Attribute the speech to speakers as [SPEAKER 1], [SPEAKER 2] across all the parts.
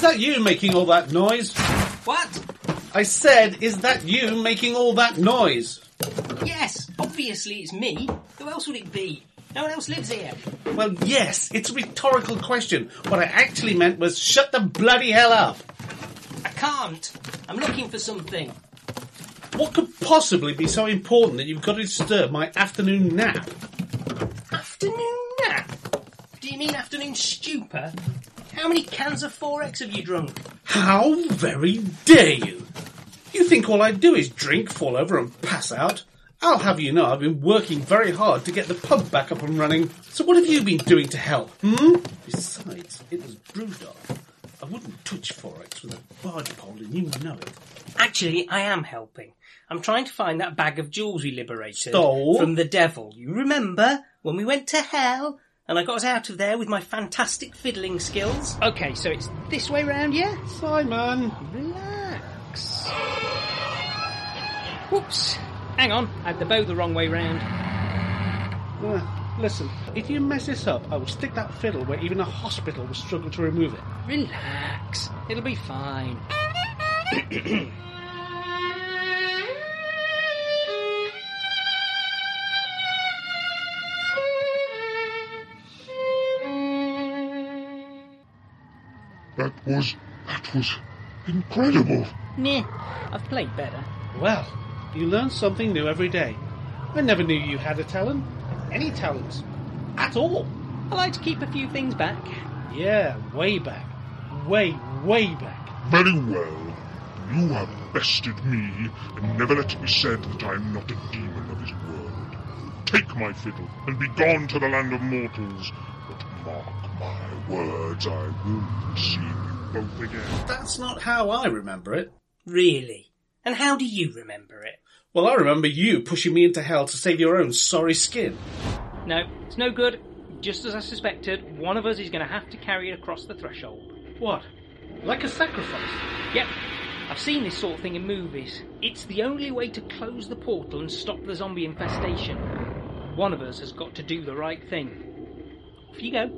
[SPEAKER 1] that you making all that noise?
[SPEAKER 2] What?
[SPEAKER 1] I said, is that you making all that noise?
[SPEAKER 2] Yes, obviously it's me. Who else would it be? No one else lives here.
[SPEAKER 1] Well, yes, it's a rhetorical question. What I actually meant was shut the bloody hell up.
[SPEAKER 2] I can't. I'm looking for something.
[SPEAKER 1] What could possibly be so important that you've got to disturb my afternoon nap?
[SPEAKER 2] Afternoon nap? Do you mean afternoon stupor? How many cans of 4X have you drunk?
[SPEAKER 1] How very dare you! You think all I do is drink, fall over, and pass out? I'll have you know I've been working very hard to get the pub back up and running. So what have you been doing to help, hmm? Besides, it was Brewdog. I wouldn't touch Forex with a barge pole, and you know it.
[SPEAKER 2] Actually, I am helping. I'm trying to find that bag of jewels we liberated
[SPEAKER 1] Stole?
[SPEAKER 2] from the devil. You remember when we went to hell and I got us out of there with my fantastic fiddling skills?
[SPEAKER 3] Okay, so it's this way round, yeah?
[SPEAKER 1] Simon,
[SPEAKER 3] Relax. Whoops. Hang on, I had the bow the wrong way round.
[SPEAKER 1] uh, listen, if you mess this up, I will stick that fiddle where even a hospital will struggle to remove it.
[SPEAKER 3] Relax. It'll be fine.
[SPEAKER 4] That was that was incredible.
[SPEAKER 3] Nah, I've played better.
[SPEAKER 1] Well, you learn something new every day. I never knew you had a talent. Any talents. At all.
[SPEAKER 3] I like to keep a few things back.
[SPEAKER 1] Yeah, way back. Way, way back.
[SPEAKER 4] Very well. You have bested me, and never let it be said that I am not a demon of his world. Take my fiddle and be gone to the land of mortals. But mark my words, I will see you both again.
[SPEAKER 1] That's not how I remember it.
[SPEAKER 2] Really? And how do you remember it?
[SPEAKER 1] Well, I remember you pushing me into hell to save your own sorry skin.
[SPEAKER 3] No, it's no good. Just as I suspected, one of us is going to have to carry it across the threshold.
[SPEAKER 1] What? Like a sacrifice?
[SPEAKER 3] Yep, I've seen this sort of thing in movies. It's the only way to close the portal and stop the zombie infestation. One of us has got to do the right thing. Off you go.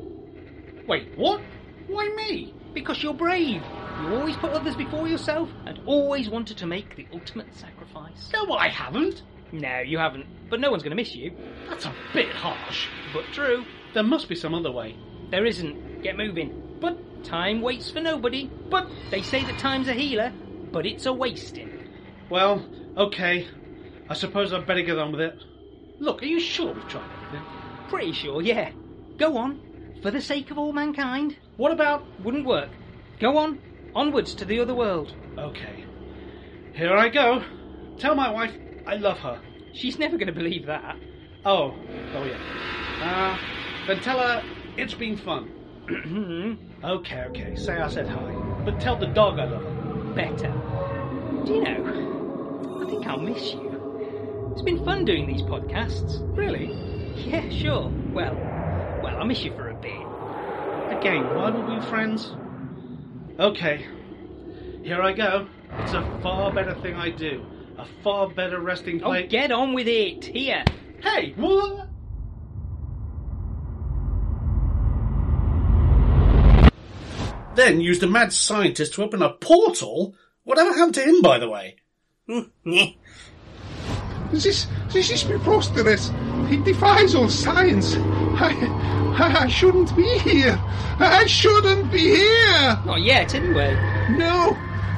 [SPEAKER 1] Wait, what?
[SPEAKER 3] Why me? Because you're brave. You always put others before yourself and always wanted to make the ultimate sacrifice.
[SPEAKER 1] No, I haven't.
[SPEAKER 3] No, you haven't, but no one's going to miss you.
[SPEAKER 1] That's a bit harsh.
[SPEAKER 3] But true,
[SPEAKER 1] There must be some other way.
[SPEAKER 3] there isn't. Get moving. But time waits for nobody. But they say that time's a healer, but it's a wasting.
[SPEAKER 1] Well, okay. I suppose I'd better get on with it. Look, are you sure we've tried everything?
[SPEAKER 3] Pretty sure, yeah. Go on. For the sake of all mankind.
[SPEAKER 1] What about
[SPEAKER 3] Wouldn't work. Go on. Onwards to the other world.
[SPEAKER 1] Okay. Here I go. Tell my wife I love her.
[SPEAKER 3] She's never going to believe that.
[SPEAKER 1] Oh, oh yeah. Uh, then tell her it's been fun. okay, okay. Say I said hi. But tell the dog I love her.
[SPEAKER 3] Better. Do you know, I think I'll miss you. It's been fun doing these podcasts.
[SPEAKER 1] Really?
[SPEAKER 3] Yeah, sure. Well, well, I'll miss you for a bit.
[SPEAKER 1] Again, why were we friends? Okay. Here I go. It's a far better thing I do. A far better resting
[SPEAKER 3] Oh,
[SPEAKER 1] place.
[SPEAKER 3] get on with it. Here.
[SPEAKER 1] Hey, what? Then used a mad scientist to open a portal? Whatever happened to him, by the way?
[SPEAKER 2] Nyeh.
[SPEAKER 5] This is this is preposterous. It defies all science. I, I, I shouldn't be here. I shouldn't be here.
[SPEAKER 3] Not yet, anyway.
[SPEAKER 5] No,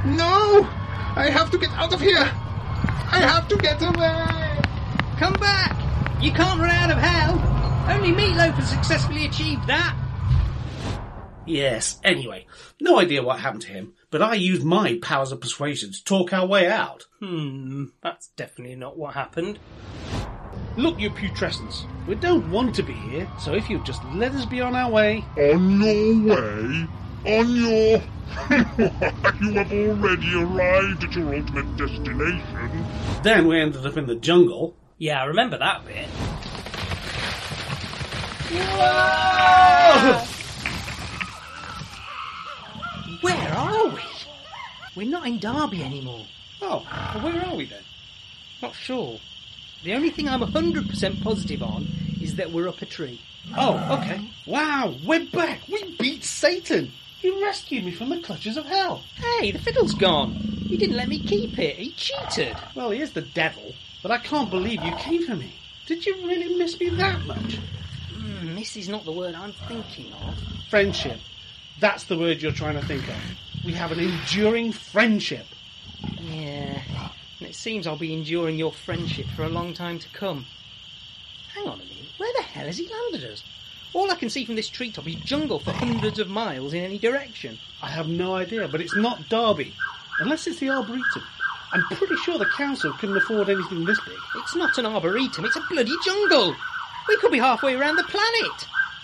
[SPEAKER 5] no. I have to get out of here. I have to get away.
[SPEAKER 3] Come back. You can't run out of hell. Only Meatloaf has successfully achieved that.
[SPEAKER 1] Yes, anyway. No idea what happened to him, but I used my powers of persuasion to talk our way out.
[SPEAKER 2] Hmm, that's definitely not what happened.
[SPEAKER 1] Look, you putrescence. We don't want to be here, so if you'll just let us be on our way.
[SPEAKER 4] On your way, on your. you have already arrived at your ultimate destination.
[SPEAKER 1] Then we ended up in the jungle.
[SPEAKER 2] Yeah, I remember that bit. Where are we? We're not in Derby anymore.
[SPEAKER 1] Oh, well, where are we then?
[SPEAKER 3] Not sure. The only thing I'm 100% positive on is that we're up a tree.
[SPEAKER 1] Oh, okay. Wow, we're back. We beat Satan.
[SPEAKER 6] You rescued me from the clutches of hell.
[SPEAKER 3] Hey, the fiddle's gone. He didn't let me keep it. He cheated.
[SPEAKER 1] Well, he is the devil, but I can't believe you came for me. Did you really miss me that much?
[SPEAKER 3] Mm, this is not the word I'm thinking of.
[SPEAKER 1] Friendship. That's the word you're trying to think of. We have an enduring friendship.
[SPEAKER 3] Yeah. And it seems I'll be enduring your friendship for a long time to come. Hang on a minute. Where the hell has he landed us? All I can see from this treetop is jungle for hundreds of miles in any direction.
[SPEAKER 1] I have no idea, but it's not Derby. Unless it's the Arboretum. I'm pretty sure the council couldn't afford anything this big.
[SPEAKER 3] It's not an arboretum, it's a bloody jungle. We could be halfway around the planet.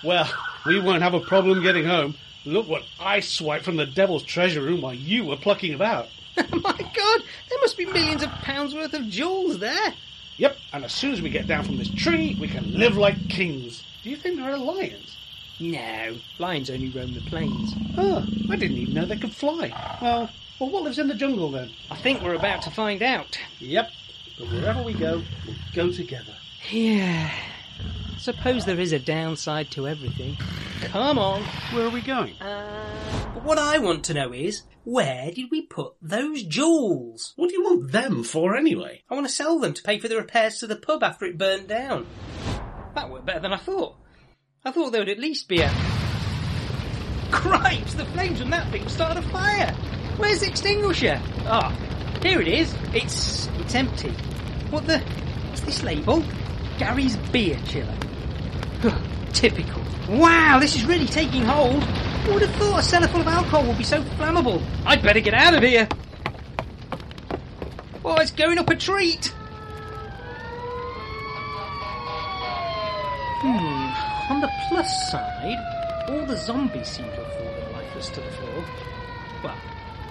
[SPEAKER 1] Well, we won't have a problem getting home. Look what I swiped from the devil's treasure room while you were plucking about.
[SPEAKER 3] Oh, My god, there must be millions of pounds worth of jewels there.
[SPEAKER 1] Yep, and as soon as we get down from this tree, we can live like kings. Do you think there are lions?
[SPEAKER 3] No, lions only roam the plains.
[SPEAKER 1] Oh, I didn't even know they could fly. Well, well, what lives in the jungle then?
[SPEAKER 3] I think we're about to find out.
[SPEAKER 1] Yep, but wherever we go, we'll go together.
[SPEAKER 3] Yeah. Suppose there is a downside to everything. Come on.
[SPEAKER 1] Where are we going?
[SPEAKER 3] But what I want to know is, where did we put those jewels?
[SPEAKER 1] What do you want them for anyway?
[SPEAKER 3] I want to sell them to pay for the repairs to the pub after it burned down. That worked better than I thought. I thought there would at least be a. Cripes! The flames from that thing started a fire. Where's the extinguisher? Ah, here it is. It's it's empty. What the? What's this label? Gary's beer chiller. Typical. Wow, this is really taking hold. Who would have thought a cellar full of alcohol would be so flammable? I'd better get out of here. Oh, it's going up a treat. Hmm. On the plus side, all the zombies seem to have fallen lifeless to the floor. Well,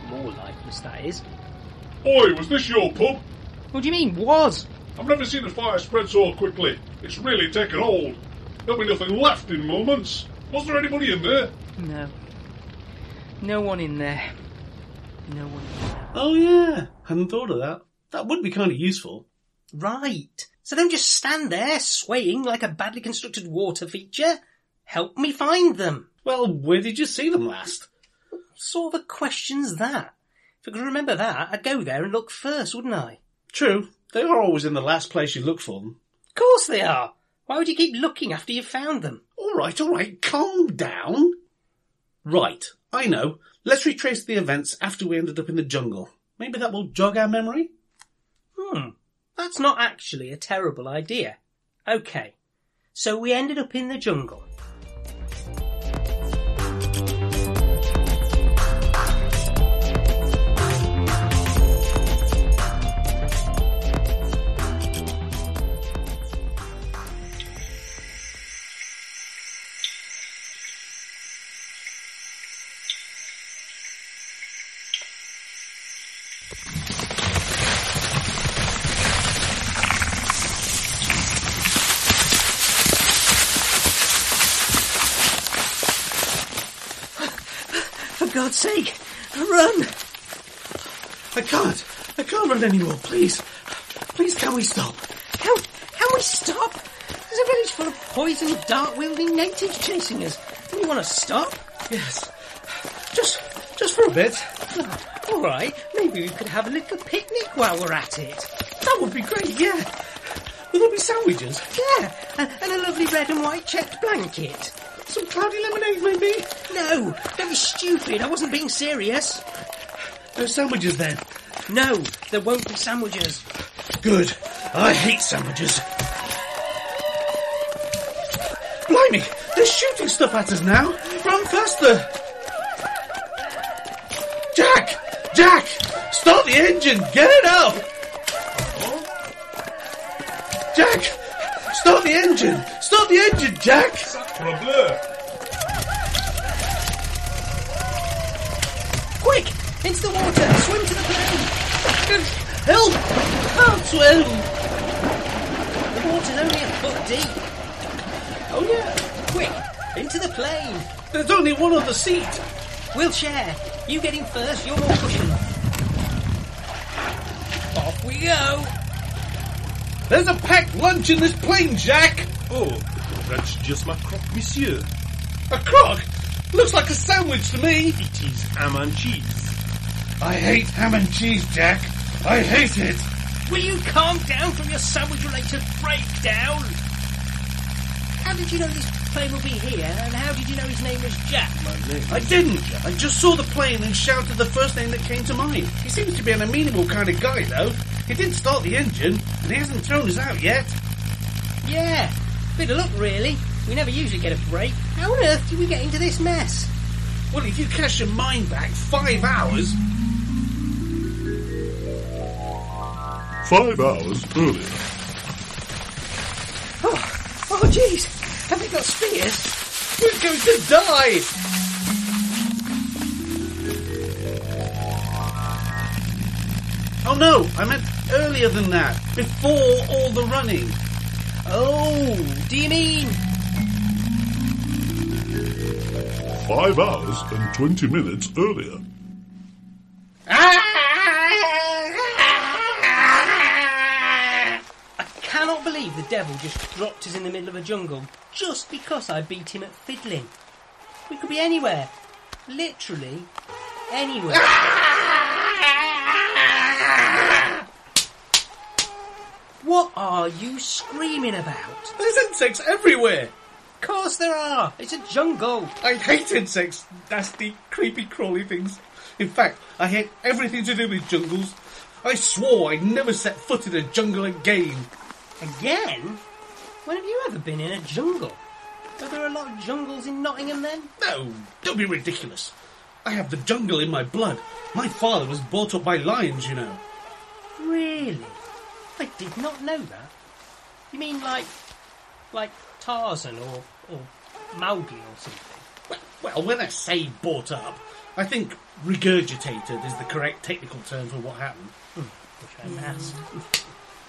[SPEAKER 3] more lifeless, that is.
[SPEAKER 4] Oi, was this your pub?
[SPEAKER 3] What do you mean, was?
[SPEAKER 4] I've never seen a fire spread so quickly. It's really taken hold. There'll be nothing left in moments. Was there anybody in there?
[SPEAKER 3] No. No one in there. No one in there.
[SPEAKER 1] Oh yeah, hadn't thought of that. That would be kind of useful.
[SPEAKER 6] Right. So don't just stand there swaying like a badly constructed water feature. Help me find them.
[SPEAKER 1] Well, where did you see them last?
[SPEAKER 6] Sort of a question's that. If I could remember that, I'd go there and look first, wouldn't I?
[SPEAKER 1] True, they are always in the last place you look for them.
[SPEAKER 6] Of course they are. Why would you keep looking after you've found them?
[SPEAKER 1] All right, all right, calm down. Right, I know. Let's retrace the events after we ended up in the jungle. Maybe that will jog our memory.
[SPEAKER 6] Hmm. That's not actually a terrible idea. Okay. So we ended up in the jungle.
[SPEAKER 3] For God's sake, run!
[SPEAKER 1] I can't. I can't run anymore. Please, please, can we stop?
[SPEAKER 3] How, how we stop? There's a village full of poison, dart-wielding natives chasing us. You want to stop?
[SPEAKER 1] Yes. Just, just for a bit.
[SPEAKER 3] Ah, All right, maybe we could have a little picnic while we're at it.
[SPEAKER 1] That would be great. Yeah. Will there be sandwiches?
[SPEAKER 3] Yeah, and, and a lovely red and white checked blanket.
[SPEAKER 1] Some cloudy lemonade, maybe?
[SPEAKER 3] No, don't be stupid. I wasn't being serious.
[SPEAKER 1] No sandwiches then.
[SPEAKER 3] No, there won't be sandwiches.
[SPEAKER 1] Good. I hate sandwiches. Blimey, they're shooting stuff at us now. Run faster. Jack! Jack! Start the engine! Get it up! Jack! Start the engine! Start the engine, Jack!
[SPEAKER 4] For a blur.
[SPEAKER 3] Quick, into the water. Swim to the plane.
[SPEAKER 1] Help! Can't swim!
[SPEAKER 6] The water's only a foot deep.
[SPEAKER 1] Oh yeah,
[SPEAKER 6] Quick, into the plane.
[SPEAKER 1] there's only one other seat.
[SPEAKER 6] We'll share. You get in first, you're more cushion. Off we go.
[SPEAKER 1] There's a packed lunch in this plane, Jack!
[SPEAKER 4] Oh, that's just my croque monsieur.
[SPEAKER 1] A croc? Looks like a sandwich to me.
[SPEAKER 7] It is ham and cheese.
[SPEAKER 1] I hate ham and cheese, Jack. I hate it.
[SPEAKER 3] Will you calm down from your sandwich-related breakdown? How did you know this plane would be here, and how did you know his name was Jack?
[SPEAKER 1] I didn't. I just saw the plane and shouted the first name that came to mind. He seems to be an amenable kind of guy, though. He didn't start the engine, and he hasn't thrown us out yet.
[SPEAKER 3] Yeah, bit of luck, really. We never usually get a break. How on earth did we get into this mess?
[SPEAKER 1] Well, if you cash your mind back five hours,
[SPEAKER 8] Five hours earlier.
[SPEAKER 9] Oh, jeez! Have they got spears?
[SPEAKER 1] we're going to die. Oh no, I meant earlier than that. Before all the running.
[SPEAKER 3] Oh, do you mean
[SPEAKER 8] Five hours and 20 minutes earlier.
[SPEAKER 3] I cannot believe the devil just dropped us in the middle of a jungle just because I beat him at fiddling. We could be anywhere. Literally anywhere. what are you screaming about?
[SPEAKER 1] There's insects everywhere.
[SPEAKER 3] Of course there are. It's a jungle.
[SPEAKER 1] I hate insects, nasty, creepy, crawly things. In fact, I hate everything to do with jungles. I swore I'd never set foot in a jungle again.
[SPEAKER 3] Again? When have you ever been in a jungle? Are there a lot of jungles in Nottingham then?
[SPEAKER 1] No, don't be ridiculous. I have the jungle in my blood. My father was brought up by lions, you know.
[SPEAKER 3] Really? I did not know that. You mean like, like Tarzan or or Mowgli or something?
[SPEAKER 1] Well, well, when I say brought up, I think regurgitated is the correct technical term for what happened.
[SPEAKER 3] Which I'm asked.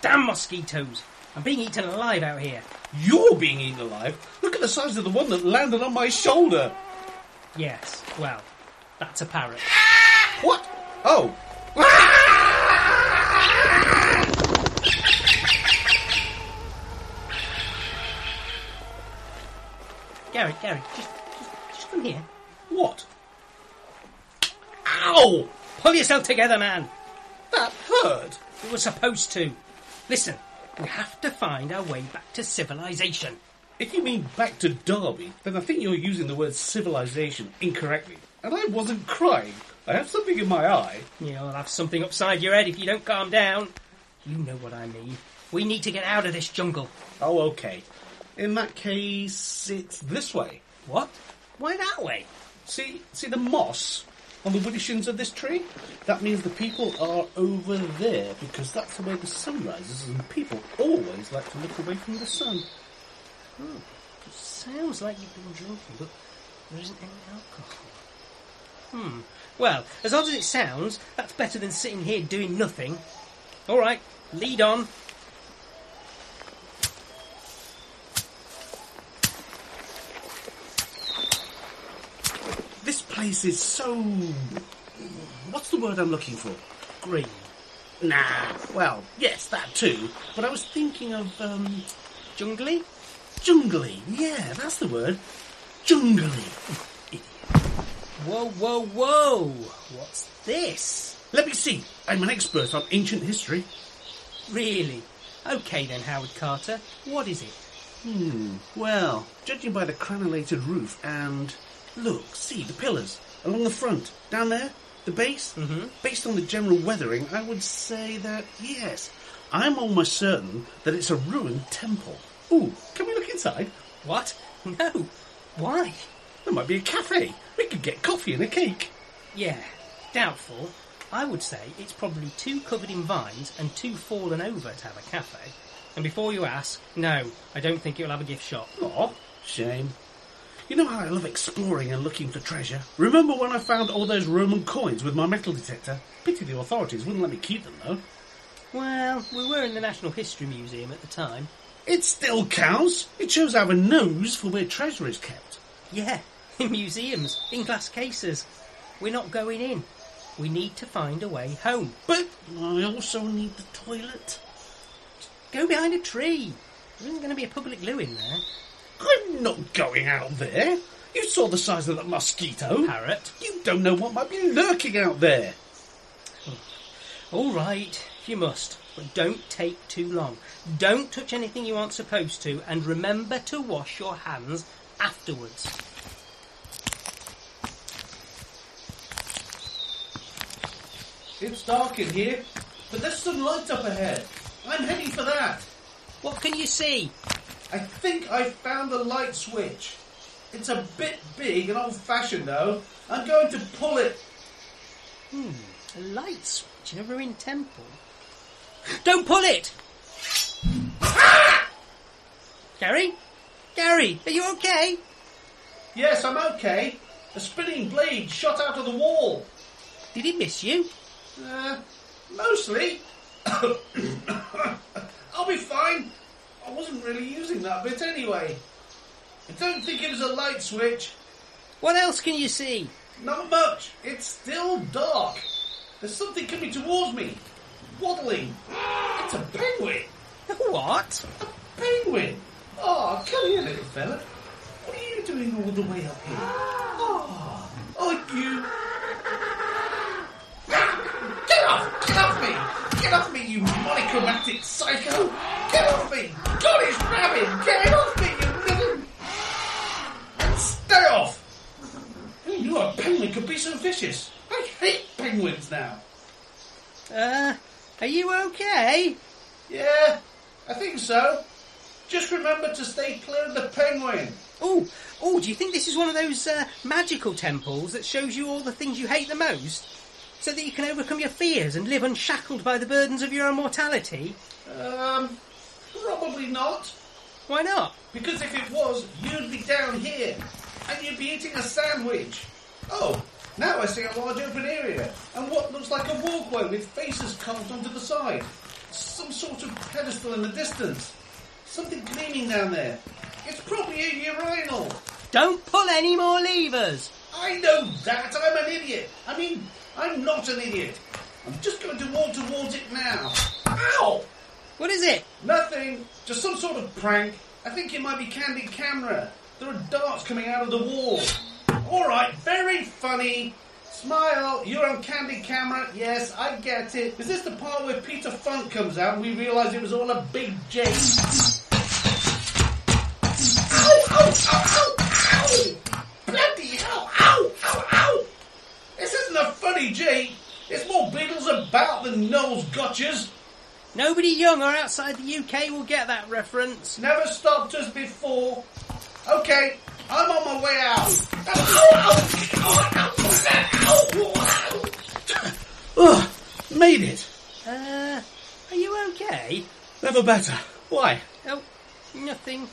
[SPEAKER 3] Damn mosquitoes! I'm being eaten alive out here.
[SPEAKER 1] You're being eaten alive. Look at the size of the one that landed on my shoulder.
[SPEAKER 3] Yes. Well, that's a parrot.
[SPEAKER 1] What? Oh.
[SPEAKER 3] Gary, Gary, just, just, just come here.
[SPEAKER 1] What? Ow!
[SPEAKER 3] Pull yourself together, man.
[SPEAKER 1] That hurt.
[SPEAKER 3] We were supposed to. Listen, we have to find our way back to civilization.
[SPEAKER 1] If you mean back to Derby, then I think you're using the word civilization incorrectly. And I wasn't crying. I have something in my eye.
[SPEAKER 3] You'll have something upside your head if you don't calm down. You know what I mean. We need to get out of this jungle.
[SPEAKER 1] Oh, okay. In that case, it's this way.
[SPEAKER 3] What? Why that way?
[SPEAKER 1] See, see the moss on the woodishins of this tree? That means the people are over there because that's the way the sun rises, and people always like to look away from the sun.
[SPEAKER 3] Sounds like you've been drinking, but there isn't any alcohol. Hmm. Well, as odd as it sounds, that's better than sitting here doing nothing. All right, lead on.
[SPEAKER 1] This place is so. What's the word I'm looking for?
[SPEAKER 3] Green.
[SPEAKER 1] Nah. Well, yes, that too. But I was thinking of um,
[SPEAKER 3] Jungly?
[SPEAKER 1] jungly. Yeah, that's the word. Jungly.
[SPEAKER 3] Whoa, whoa, whoa! What's this?
[SPEAKER 1] Let me see. I'm an expert on ancient history.
[SPEAKER 3] Really? Okay then, Howard Carter. What is it?
[SPEAKER 1] Well, judging by the crenulated roof and look, see the pillars along the front, down there, the base. Mm-hmm. Based on the general weathering, I would say that yes, I'm almost certain that it's a ruined temple. Ooh, can we look inside?
[SPEAKER 3] What? No. Why?
[SPEAKER 1] There might be a cafe. We could get coffee and a cake.
[SPEAKER 3] Yeah, doubtful. I would say it's probably too covered in vines and too fallen over to have a cafe. And before you ask, no, I don't think it'll have a gift shop.
[SPEAKER 1] Aw, shame. You know how I love exploring and looking for treasure? Remember when I found all those Roman coins with my metal detector? Pity the authorities wouldn't let me keep them, though.
[SPEAKER 3] Well, we were in the National History Museum at the time.
[SPEAKER 1] It still counts. It shows our nose for where treasure is kept.
[SPEAKER 3] Yeah, in museums, in glass cases. We're not going in. We need to find a way home.
[SPEAKER 1] But I also need the toilet.
[SPEAKER 3] Go behind a tree. There isn't going to be a public loo in there.
[SPEAKER 1] I'm not going out there. You saw the size of that mosquito.
[SPEAKER 3] Parrot.
[SPEAKER 1] You don't know what might be lurking out there.
[SPEAKER 3] All right, if you must, but don't take too long. Don't touch anything you aren't supposed to, and remember to wash your hands afterwards.
[SPEAKER 1] It's dark in here, but there's some light up ahead. I'm heading for that.
[SPEAKER 3] What can you see?
[SPEAKER 1] I think I found the light switch. It's a bit big and old fashioned though. I'm going to pull it.
[SPEAKER 3] A light switch in a ruined temple. Don't pull it! Gary? Gary, are you okay?
[SPEAKER 1] Yes, I'm okay. A spinning blade shot out of the wall.
[SPEAKER 3] Did he miss you?
[SPEAKER 1] Uh, mostly. I'll be fine. I wasn't really using that bit anyway. I don't think it was a light switch.
[SPEAKER 3] What else can you see?
[SPEAKER 1] Not much. It's still dark. There's something coming towards me. Waddling. It's a penguin.
[SPEAKER 3] What?
[SPEAKER 1] A penguin. Oh, come here, little fella. What are you doing all the way up here? Oh, oh you. Get off! Get off me! Get off me, you monochromatic psycho! Get off me! God, it's rabbit! Get it off me, you little... And stay off! Who knew a penguin could be so vicious? I hate penguins now.
[SPEAKER 3] Uh, are you okay?
[SPEAKER 1] Yeah, I think so. Just remember to stay clear of the penguin.
[SPEAKER 3] Oh, oh, do you think this is one of those uh, magical temples that shows you all the things you hate the most? So that you can overcome your fears and live unshackled by the burdens of your immortality?
[SPEAKER 1] Um, probably not.
[SPEAKER 3] Why not?
[SPEAKER 1] Because if it was, you'd be down here, and you'd be eating a sandwich. Oh, now I see a large open area, and what looks like a walkway with faces carved onto the side. Some sort of pedestal in the distance. Something gleaming down there. It's probably a urinal.
[SPEAKER 3] Don't pull any more levers!
[SPEAKER 1] I know that. I'm an idiot. I mean, I'm not an idiot. I'm just going to walk towards it now. Ow!
[SPEAKER 3] What is it?
[SPEAKER 1] Nothing. Just some sort of prank. I think it might be candid camera. There are darts coming out of the wall. All right, very funny. Smile. You're on candid camera. Yes, I get it. Is this the part where Peter Funk comes out and we realise it was all a big joke? Ow! Ow! Ow! Ow! Ow! Bloody hell! Ow! Ow! Ow! This isn't a funny G. It's more Beatles about than Noel's gotchas.
[SPEAKER 3] Nobody young or outside the UK will get that reference.
[SPEAKER 1] Never stopped us before. Okay, I'm on my way out. Ugh, made it.
[SPEAKER 3] Uh, are you okay?
[SPEAKER 1] Never better. Why?
[SPEAKER 3] Oh, nothing.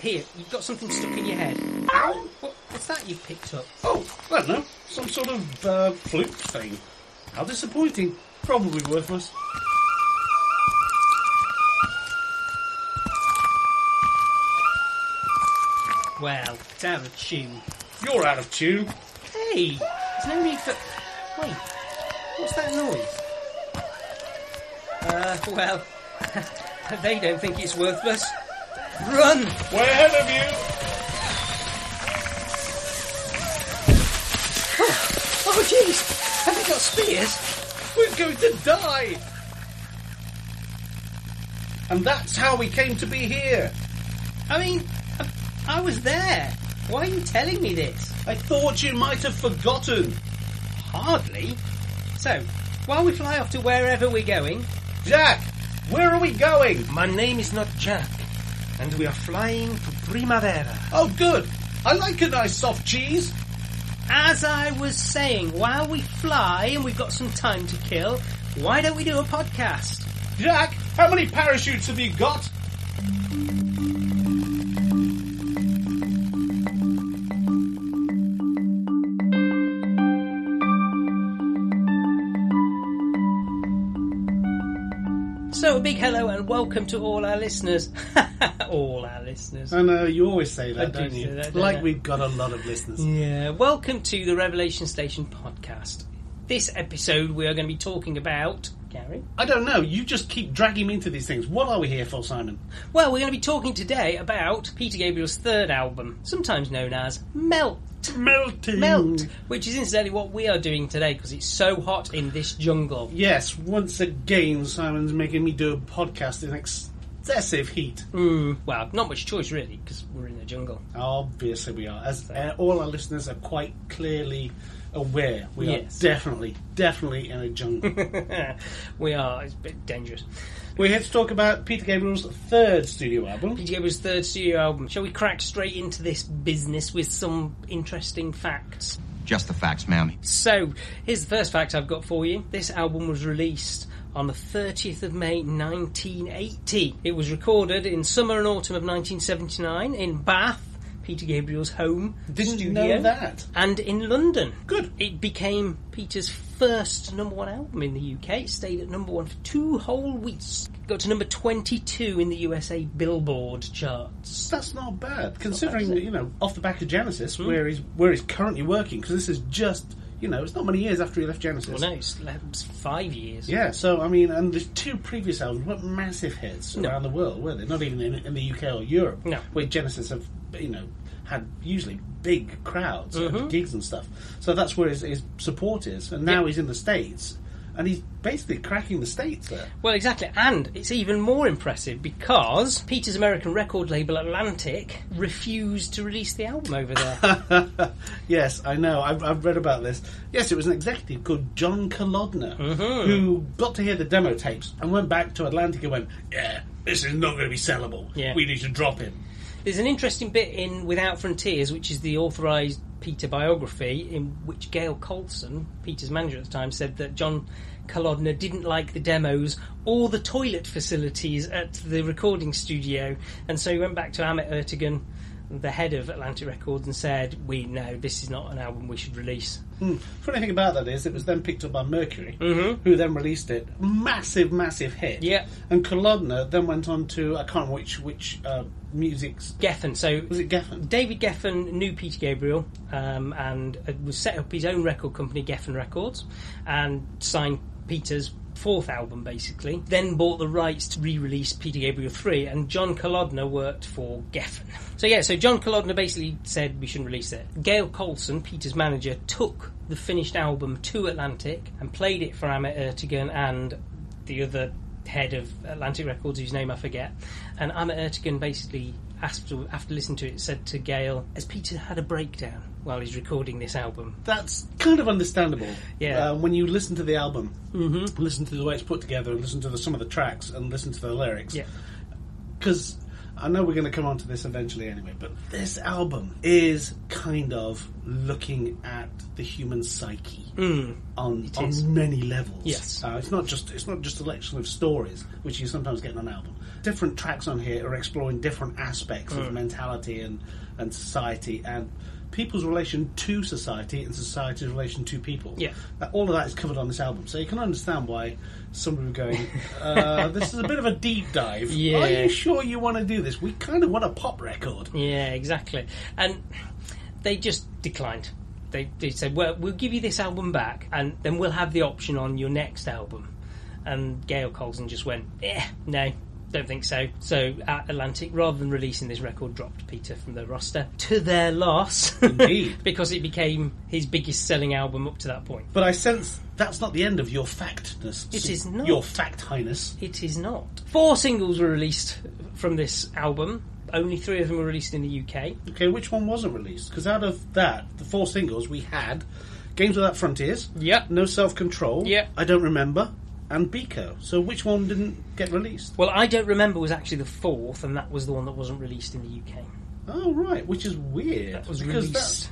[SPEAKER 3] Here, you've got something stuck in your head.
[SPEAKER 1] Ow!
[SPEAKER 3] What, what's that you've picked up?
[SPEAKER 1] Oh, I don't know. Some sort of uh, fluke thing. How disappointing. Probably worthless.
[SPEAKER 3] Well, it's out of tune.
[SPEAKER 1] You're out of tune.
[SPEAKER 3] Hey, there's no need for. Wait, what's that noise? Uh, well, they don't think it's worthless. Run!
[SPEAKER 1] We're ahead of you.
[SPEAKER 3] Oh, jeez! Have they got spears?
[SPEAKER 1] We're going to die. And that's how we came to be here.
[SPEAKER 3] I mean, I, I was there. Why are you telling me this?
[SPEAKER 1] I thought you might have forgotten.
[SPEAKER 3] Hardly. So, while we fly off to wherever we're going,
[SPEAKER 1] Jack, where are we going?
[SPEAKER 7] My name is not Jack, and we are flying to Primavera.
[SPEAKER 1] Oh, good. I like a nice soft cheese.
[SPEAKER 3] as I was saying, while we fly and we've got some time to kill, why don't we do a podcast?
[SPEAKER 1] Jack, how many parachutes have you got?
[SPEAKER 3] So, a big hello and welcome to all our listeners. all our listeners.
[SPEAKER 1] I know, you always say that,
[SPEAKER 3] I do
[SPEAKER 1] not
[SPEAKER 3] say
[SPEAKER 1] you?
[SPEAKER 3] that, don't
[SPEAKER 1] like
[SPEAKER 3] I?
[SPEAKER 1] we've got a lot of listeners.
[SPEAKER 3] Yeah, welcome to the Revelation Station podcast. This episode we are going to be talking about Gary?
[SPEAKER 1] I don't know. You just keep dragging me into these things. What are we here for, Simon?
[SPEAKER 3] Well, we're going to be talking today about Peter Gabriel's third album, sometimes known as Melt.
[SPEAKER 1] Melting.
[SPEAKER 3] Melt, which is incidentally what we are doing today because it's so hot in this jungle.
[SPEAKER 1] Yes, once again, Simon's making me do a podcast in excessive heat.
[SPEAKER 3] Mm, well, not much choice really because we're in the jungle.
[SPEAKER 1] Obviously, we are. As uh, all our listeners are quite clearly aware, we
[SPEAKER 3] Yes.
[SPEAKER 1] are definitely, definitely in a jungle.
[SPEAKER 3] we are. It's a bit dangerous.
[SPEAKER 1] We're here to talk about Peter Gabriel's third studio album.
[SPEAKER 3] Peter Gabriel's third studio album. Shall we crack straight into this business with some interesting facts?
[SPEAKER 10] Just the facts, ma'am.
[SPEAKER 3] So, here's the first fact I've got for you. This album was released on the 30th of May 1980. It was recorded in summer and autumn of 1979 in Bath, Peter Gabriel's home
[SPEAKER 1] Didn't you
[SPEAKER 3] studio,
[SPEAKER 1] know that?
[SPEAKER 3] and in London.
[SPEAKER 1] Good.
[SPEAKER 3] It became Peter's first number one album in the UK. It stayed at number one for two whole weeks. Got to number 22 in the USA Billboard charts.
[SPEAKER 1] That's not bad, considering that, you know off the back of Genesis,
[SPEAKER 3] Hmm.
[SPEAKER 1] where he's where he's currently working. Because this is just you know it's not many years after he left Genesis.
[SPEAKER 3] Well, no, it's it's five years.
[SPEAKER 1] Yeah, so I mean, and the two previous albums weren't massive hits
[SPEAKER 3] No.
[SPEAKER 1] around the world, were they? Not even in, in the UK or Europe,
[SPEAKER 3] No.
[SPEAKER 1] where Genesis have you know had usually big crowds
[SPEAKER 3] Mhm.
[SPEAKER 1] at gigs and stuff. So that's where his, his support is, and now he's in the states, and he's basically cracking the states there.
[SPEAKER 3] Well, exactly, and it's even more impressive because Peter's American record label Atlantic refused to release the album over there.
[SPEAKER 1] yes, I know. I've, I've read about this. Yes, it was an executive called John Kolodner
[SPEAKER 3] Mm-hmm.
[SPEAKER 1] who got to hear the demo tapes and went back to Atlantic and went, "Yeah, this is not going to be sellable.
[SPEAKER 3] Yeah.
[SPEAKER 1] We need to drop him."
[SPEAKER 3] There's an interesting bit in Without Frontiers, which is the authorised Peter biography, in which Gail Colson, Peter's manager at the time, said that John Kalodner didn't like the demos or the toilet facilities at the recording studio, and so he went back to Amit Ertegun, the head of Atlantic Records, and said, "We know this is not an album we should release."
[SPEAKER 1] Hmm. Funny thing about that is, it was then picked up by Mercury, who then released it. Massive, massive hit.
[SPEAKER 3] Mm-hmm. Yeah.
[SPEAKER 1] And Kolodner then went on to I can't remember which which uh, music's
[SPEAKER 3] Geffen, so
[SPEAKER 1] was it Geffen?
[SPEAKER 3] David Geffen knew Peter Gabriel um, and uh, was set up his own record company, Geffen Records, and signed Peter's fourth album basically. Then bought the rights to re-release Peter Gabriel three, and John Kolodner worked for Geffen. So yeah, so John Kolodner basically said we shouldn't release it. Gail Colson, Peter's manager, took the finished album to Atlantic and played it for Amit Ertegun and the other head of Atlantic Records, whose name I forget. And Amit Ertegun basically, asked, after listening to it, said to Gail, Has Peter had a breakdown while he's recording this album?
[SPEAKER 1] That's kind of understandable.
[SPEAKER 3] Yeah.
[SPEAKER 1] Uh, when you listen to the album, mm-hmm. listen to the way it's put together, and listen to the, some of the tracks, and listen to the lyrics.
[SPEAKER 3] Yeah.
[SPEAKER 1] Because I know we're going to come on to this eventually anyway, but this album is kind of looking at the human psyche on,
[SPEAKER 3] Mm. is.
[SPEAKER 1] on many levels.
[SPEAKER 3] Yes.
[SPEAKER 1] Uh, it's not just it's not just a collection of stories, which you sometimes get on an album. Different tracks on here are exploring different aspects
[SPEAKER 3] Hmm.
[SPEAKER 1] of mentality and, and society and people's relation to society and society's relation to people.
[SPEAKER 3] Yeah.
[SPEAKER 1] That- all of that is covered on this album, so you can understand why somebody would going, uh, "This is a bit of a deep dive. Are
[SPEAKER 3] Yeah.
[SPEAKER 1] you sure you want to do this? We kind of want a pop record."
[SPEAKER 3] Yeah, exactly. And they just declined. They, they said, Well, we'll give you this album back, and then we'll have the option on your next album. And Gail Colson just went, Eh, no. Don't think so. So, at Atlantic, rather than releasing this record, dropped Peter from the roster to their loss.
[SPEAKER 1] Indeed.
[SPEAKER 3] because it became his biggest selling album up to that point.
[SPEAKER 1] But I sense that's not the end of your factness.
[SPEAKER 3] It is not.
[SPEAKER 1] your fact highness.
[SPEAKER 3] It is not. Four singles were released from this album. Only three of them were released in the UK.
[SPEAKER 1] Okay, which one wasn't released? Because out of that, the four singles we had Games Without Frontiers,
[SPEAKER 3] Yep.
[SPEAKER 1] No Self Control,
[SPEAKER 3] Yep.
[SPEAKER 1] I Don't Remember, and Biko. So which one didn't get released?
[SPEAKER 3] Well, I don't remember was actually the fourth, and that was the one that wasn't released in the UK.
[SPEAKER 1] Oh, right, which is weird.
[SPEAKER 3] That was
[SPEAKER 1] because
[SPEAKER 3] released.
[SPEAKER 1] that's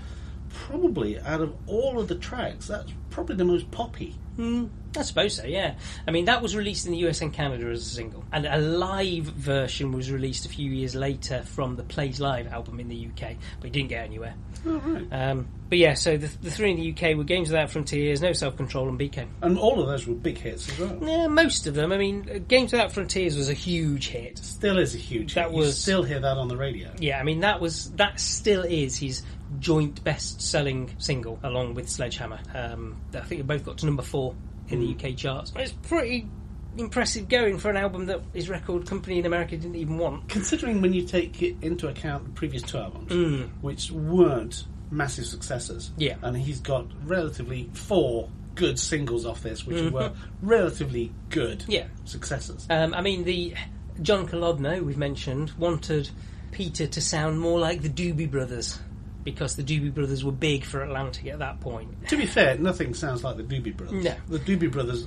[SPEAKER 1] probably out of all of the tracks, that's probably the most poppy.
[SPEAKER 3] Hmm, I suppose so, yeah. I mean, that was released in the US and Canada as a single, and a live version was released a few years later from the Plays Live album in the UK, but it didn't get anywhere. Um, but yeah, so the, the three in the UK were Games Without Frontiers, No Self Control, and BK.
[SPEAKER 1] And all of those were big hits as well.
[SPEAKER 3] Yeah, most of them. I mean, Games Without Frontiers was a huge hit.
[SPEAKER 1] Still is a huge
[SPEAKER 3] That
[SPEAKER 1] hit. you
[SPEAKER 3] was-
[SPEAKER 1] still hear that on the radio.
[SPEAKER 3] Yeah, I mean that was that still is his joint best-selling single, along with Sledgehammer. Um, I think they both got to number four in the UK charts. It's pretty impressive going for an album that his record company in America didn't even want.
[SPEAKER 1] Considering when you take it into account the previous two albums, which weren't massive successes,
[SPEAKER 3] Mm. Yeah.
[SPEAKER 1] and he's got relatively four good singles off this, which were relatively good
[SPEAKER 3] Mm-hmm. Yeah.
[SPEAKER 1] successes.
[SPEAKER 3] Um, I mean, the John Colodno we've mentioned wanted Peter to sound more like the Doobie Brothers because the Doobie Brothers were big for Atlantic at that point.
[SPEAKER 1] To be fair, nothing sounds like the Doobie Brothers.
[SPEAKER 3] No.
[SPEAKER 1] The Doobie Brothers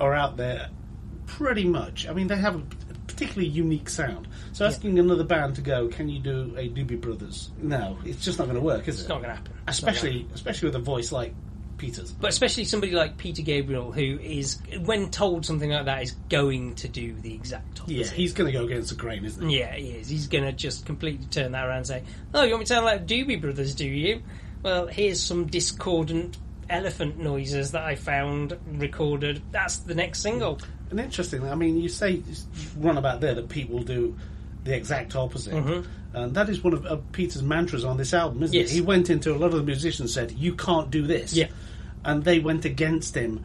[SPEAKER 1] are out there pretty much. I mean, they have a particularly unique sound. So asking another band to go, can you do a Doobie Brothers? No, it's just not going to work, is it?
[SPEAKER 3] It's not going to happen. It's not gonna
[SPEAKER 1] Especially, especially with a voice like Peter's.
[SPEAKER 3] But especially somebody like Peter Gabriel, who is, when told something like that, is going to do the exact opposite.
[SPEAKER 1] Yeah, he's going to go against the grain, isn't he?
[SPEAKER 3] Yeah, he is. He's going to just completely turn that around and say, Oh, you want me to sound like Doobie Brothers, do you? Well, here's some discordant elephant noises that I found recorded. That's the next single.
[SPEAKER 1] And interestingly, I mean, you say you run about there that Pete will do the exact opposite. And that is one of, of Peter's mantras on this album, isn't
[SPEAKER 3] Mm-hmm. Yes.
[SPEAKER 1] it? He went into a lot of the musicians said, "You can't do this."
[SPEAKER 3] Yeah.
[SPEAKER 1] And they went against him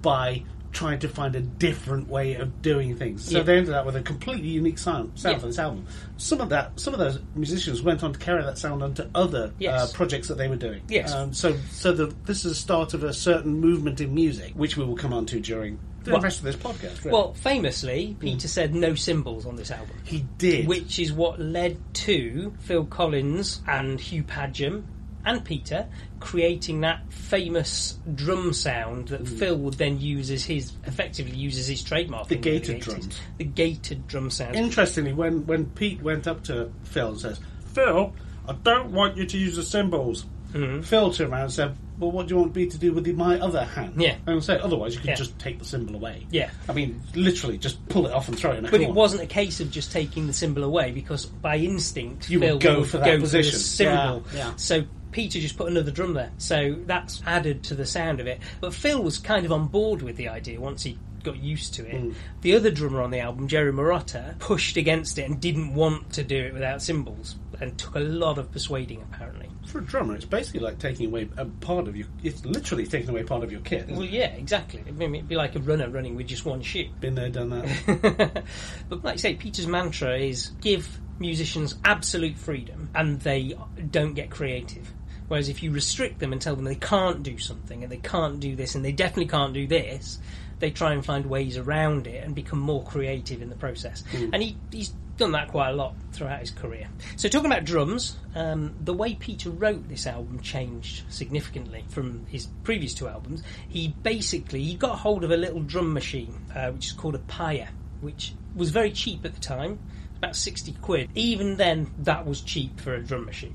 [SPEAKER 1] by trying to find a different way of doing things. So
[SPEAKER 3] Yeah.
[SPEAKER 1] they ended up with a completely unique sound, sound
[SPEAKER 3] Yeah.
[SPEAKER 1] for this album. Some of that, some of those musicians went on to carry that sound onto other
[SPEAKER 3] Yes.
[SPEAKER 1] uh, projects that they were doing.
[SPEAKER 3] Yes.
[SPEAKER 1] Um, so, so the, this is the start of a certain movement in music, which we will come on to during the
[SPEAKER 3] Well-
[SPEAKER 1] rest of this podcast. really.
[SPEAKER 3] Well, famously, Peter said no cymbals on this album.
[SPEAKER 1] He did.
[SPEAKER 3] which is what led to Phil Collins and Hugh Padgham and Peter creating that famous drum sound that Phil would then use as his effectively uses his trademark.
[SPEAKER 1] Hmm. The
[SPEAKER 3] in early
[SPEAKER 1] gated
[SPEAKER 3] 80s.
[SPEAKER 1] drums.
[SPEAKER 3] The gated drum sound.
[SPEAKER 1] Interestingly, when, when Pete went up to Phil and says, Phil, I don't want you to use the cymbals.
[SPEAKER 3] Mm-hmm.
[SPEAKER 1] Phil turned around and said, Well, what do you want me to do with the- my other hand?
[SPEAKER 3] Yeah.
[SPEAKER 1] And said, Otherwise, you could
[SPEAKER 3] Yeah.
[SPEAKER 1] just take the cymbal away.
[SPEAKER 3] Yeah.
[SPEAKER 1] I mean, literally, just pull it off and throw it in a
[SPEAKER 3] but
[SPEAKER 1] corner.
[SPEAKER 3] it wasn't a case of just taking the symbol away because by instinct
[SPEAKER 1] You would
[SPEAKER 3] Phil
[SPEAKER 1] go for that
[SPEAKER 3] go
[SPEAKER 1] position.
[SPEAKER 3] the symbol.
[SPEAKER 1] Yeah, yeah.
[SPEAKER 3] So Peter just put another drum there. So that's added to the sound of it. But Phil was kind of on board with the idea once he got used to
[SPEAKER 1] Mm.
[SPEAKER 3] it. The other drummer on the album, Jerry Marotta, pushed against it and didn't want to do it without cymbals and took a lot of persuading apparently.
[SPEAKER 1] For a drummer, it's basically like taking away a part of your. It's literally taking away part of your kit.
[SPEAKER 3] Well, yeah, exactly. I mean, it'd be like a runner running with just one shoe.
[SPEAKER 1] Been there, done that.
[SPEAKER 3] but like I say, Peter's mantra is give musicians absolute freedom and they don't get creative. Whereas if you restrict them and tell them they can't do something and they can't do this and they definitely can't do this, they try and find ways around it and become more creative in the process. And he, he's done that quite a lot throughout his career. So talking about drums, um, the way Peter wrote this album changed significantly from his previous two albums. He basically he got hold of a little drum machine uh, which is called a Pyre, which was very cheap at the time, about sixty quid. Even then, that was cheap for a drum machine.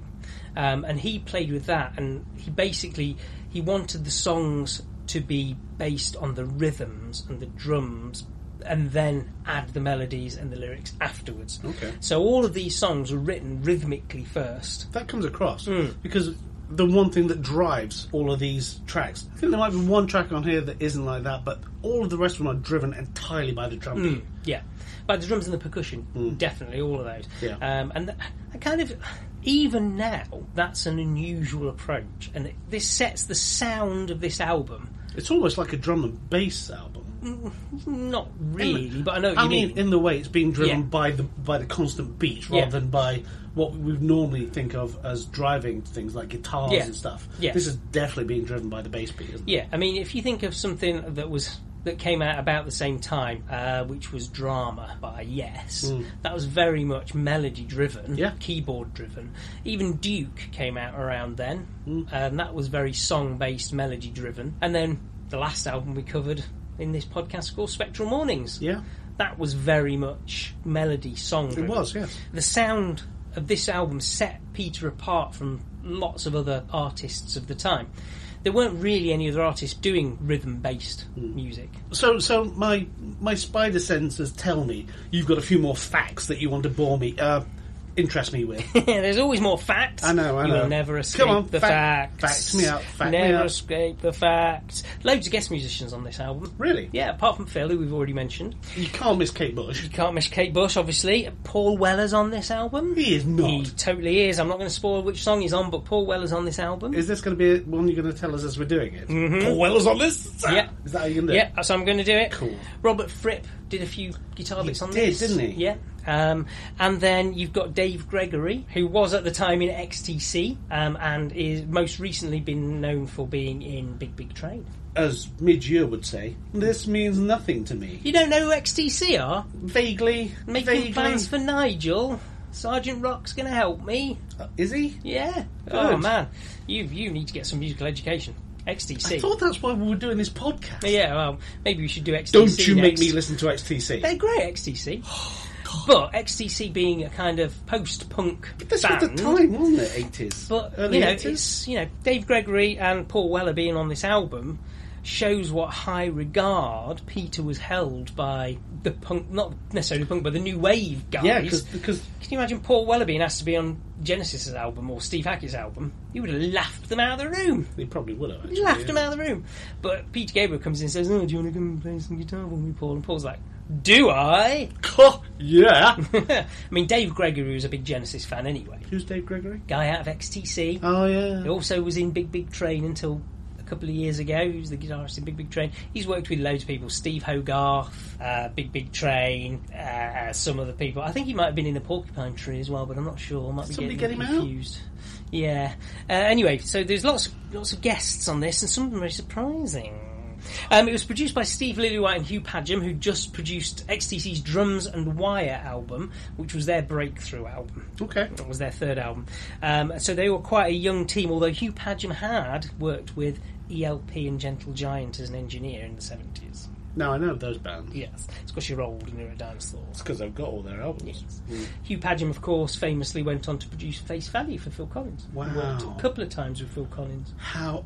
[SPEAKER 3] Um, and he played with that, and he basically he wanted the songs to be based on the rhythms and the drums and then add the melodies and the lyrics afterwards.
[SPEAKER 1] Okay.
[SPEAKER 3] So all of these songs were written rhythmically first.
[SPEAKER 1] that comes across
[SPEAKER 3] Hmm.
[SPEAKER 1] because the one thing that drives all of these tracks i think there might be one track on here that isn't like that but all of the rest of them are driven entirely by the drum beat.
[SPEAKER 3] Yeah. But the drums and the percussion, definitely all of those.
[SPEAKER 1] Mm. Yeah.
[SPEAKER 3] Um, and th- I kind of even now that's an unusual approach and it, this sets the sound of this album
[SPEAKER 1] it's almost like a drum and bass album
[SPEAKER 3] not really, but Hmm. I know what
[SPEAKER 1] i
[SPEAKER 3] you
[SPEAKER 1] mean, in the way it's being driven
[SPEAKER 3] Yeah.
[SPEAKER 1] by the by the constant beat rather
[SPEAKER 3] Yeah.
[SPEAKER 1] than by what we would normally think of as driving things like guitars
[SPEAKER 3] Yeah.
[SPEAKER 1] and stuff
[SPEAKER 3] Yeah.
[SPEAKER 1] this is definitely being driven by the bass beat isn't it?
[SPEAKER 3] Yeah, I mean, if you think of something that was that came out about the same time, uh, which was Drama by Yes, that was very much melody driven,
[SPEAKER 1] Hmm. Yeah.
[SPEAKER 3] keyboard driven. Even Duke came out around then,
[SPEAKER 1] Hmm.
[SPEAKER 3] and that was very song based, melody driven. And then the last album we covered in this podcast called Spectral Mornings.
[SPEAKER 1] Yeah.
[SPEAKER 3] That was very much melody song.
[SPEAKER 1] it was yes
[SPEAKER 3] The sound of this album set Peter apart from lots of other artists of the time. There weren't really any other artists doing rhythm based
[SPEAKER 1] Hmm.
[SPEAKER 3] music.
[SPEAKER 1] So, so my my spider senses tell me you've got a few more facts that you want to bore me. Uh, interest me with.
[SPEAKER 3] There's always more facts.
[SPEAKER 1] I know, I
[SPEAKER 3] You
[SPEAKER 1] know.
[SPEAKER 3] will never escape
[SPEAKER 1] on,
[SPEAKER 3] the
[SPEAKER 1] fact-
[SPEAKER 3] facts.
[SPEAKER 1] fact me out, fact me
[SPEAKER 3] never
[SPEAKER 1] out.
[SPEAKER 3] escape the facts. Loads of guest musicians on this album.
[SPEAKER 1] Really?
[SPEAKER 3] Yeah, apart from Phil, who we've already mentioned.
[SPEAKER 1] You can't miss Kate Bush.
[SPEAKER 3] You can't miss Kate Bush, obviously. Paul Weller's on this album.
[SPEAKER 1] He is not.
[SPEAKER 3] He totally is. I'm not going to spoil which song he's on, but Paul Weller's on this album.
[SPEAKER 1] Is this going to be one you're going to tell us as we're doing it? Paul Weller's on this.
[SPEAKER 3] Mm-hmm. Yeah.
[SPEAKER 1] Is that how you're going to do it?
[SPEAKER 3] yeah, so I'm going to do it.
[SPEAKER 1] Cool.
[SPEAKER 3] Robert Fripp did a few guitar bits on
[SPEAKER 1] did,
[SPEAKER 3] this,
[SPEAKER 1] didn't he?
[SPEAKER 3] Yeah. Um, and then you've got Dave Gregory, who was at the time in XTC, um, and is most recently been known for being in Big Big Train.
[SPEAKER 1] As Midgeur would say, this means nothing to me.
[SPEAKER 3] You don't know who XTC are?
[SPEAKER 1] Vaguely,
[SPEAKER 3] Making
[SPEAKER 1] vaguely.
[SPEAKER 3] plans for Nigel. Sergeant Rock's going to help me.
[SPEAKER 1] Uh, Is he?
[SPEAKER 3] Yeah. Oh
[SPEAKER 1] Good.
[SPEAKER 3] man, you you need to get some musical education. XTC.
[SPEAKER 1] I thought that's why we were doing this podcast.
[SPEAKER 3] yeah. Well, maybe we should do XTC.
[SPEAKER 1] Don't you make
[SPEAKER 3] next.
[SPEAKER 1] me listen to XTC.
[SPEAKER 3] They're great, XTC.
[SPEAKER 1] Oh,
[SPEAKER 3] but XTC being a kind of post-punk
[SPEAKER 1] this
[SPEAKER 3] band.
[SPEAKER 1] was the time, wasn't it? Eighties,
[SPEAKER 3] But
[SPEAKER 1] early
[SPEAKER 3] you know,
[SPEAKER 1] eighties.
[SPEAKER 3] it's you know Dave Gregory and Paul Weller being on this album shows what high regard Peter was held by the punk, not necessarily punk, but the new wave guys.
[SPEAKER 1] Yeah, cause, because
[SPEAKER 3] Can you imagine Paul Weller being asked to be on Genesis's album or Steve Hackett's album? He would have laughed them out of the room.
[SPEAKER 1] they probably would have.
[SPEAKER 3] He
[SPEAKER 1] Actually,
[SPEAKER 3] laughed him out of the room. But Peter Gabriel comes in and says, "Oh, do you want to come and play some guitar for me, Paul?" And Paul's like, "Do I?"
[SPEAKER 1] yeah.
[SPEAKER 3] I mean, Dave Gregory was a big Genesis fan anyway.
[SPEAKER 1] Who's Dave Gregory?
[SPEAKER 3] Guy out of XTC.
[SPEAKER 1] Oh
[SPEAKER 3] He
[SPEAKER 1] yeah.
[SPEAKER 3] also was in Big Big Train until a couple of years ago. He was the guitarist in Big Big Train. He's worked with loads of people: Steve Hogarth, uh, Big Big Train, uh, uh, some other people. I think he might have been in the Porcupine Tree as well, but I'm not sure. I might be
[SPEAKER 1] Somebody
[SPEAKER 3] getting
[SPEAKER 1] get him out?
[SPEAKER 3] confused. Yeah. Uh, anyway, so there's lots lots of guests on this, and some of them are surprising. Um, it was produced by Steve Lillywhite and Hugh Padgham, who just produced XTC's Drums and Wire album, which was their breakthrough album.
[SPEAKER 1] Okay.
[SPEAKER 3] That was their third album. Um, so they were quite a young team, although Hugh Padgham had worked with ELP and Gentle Giant as an engineer in the 70s.
[SPEAKER 1] Now I know those bands.
[SPEAKER 3] Yes, it's because you're old and you're a dinosaur.
[SPEAKER 1] Because I've got all their albums.
[SPEAKER 3] Yes. Hugh Padgham, of course, famously went on to produce Face Value for Phil Collins. He
[SPEAKER 1] Wow.
[SPEAKER 3] worked a couple of times with Phil Collins.
[SPEAKER 1] How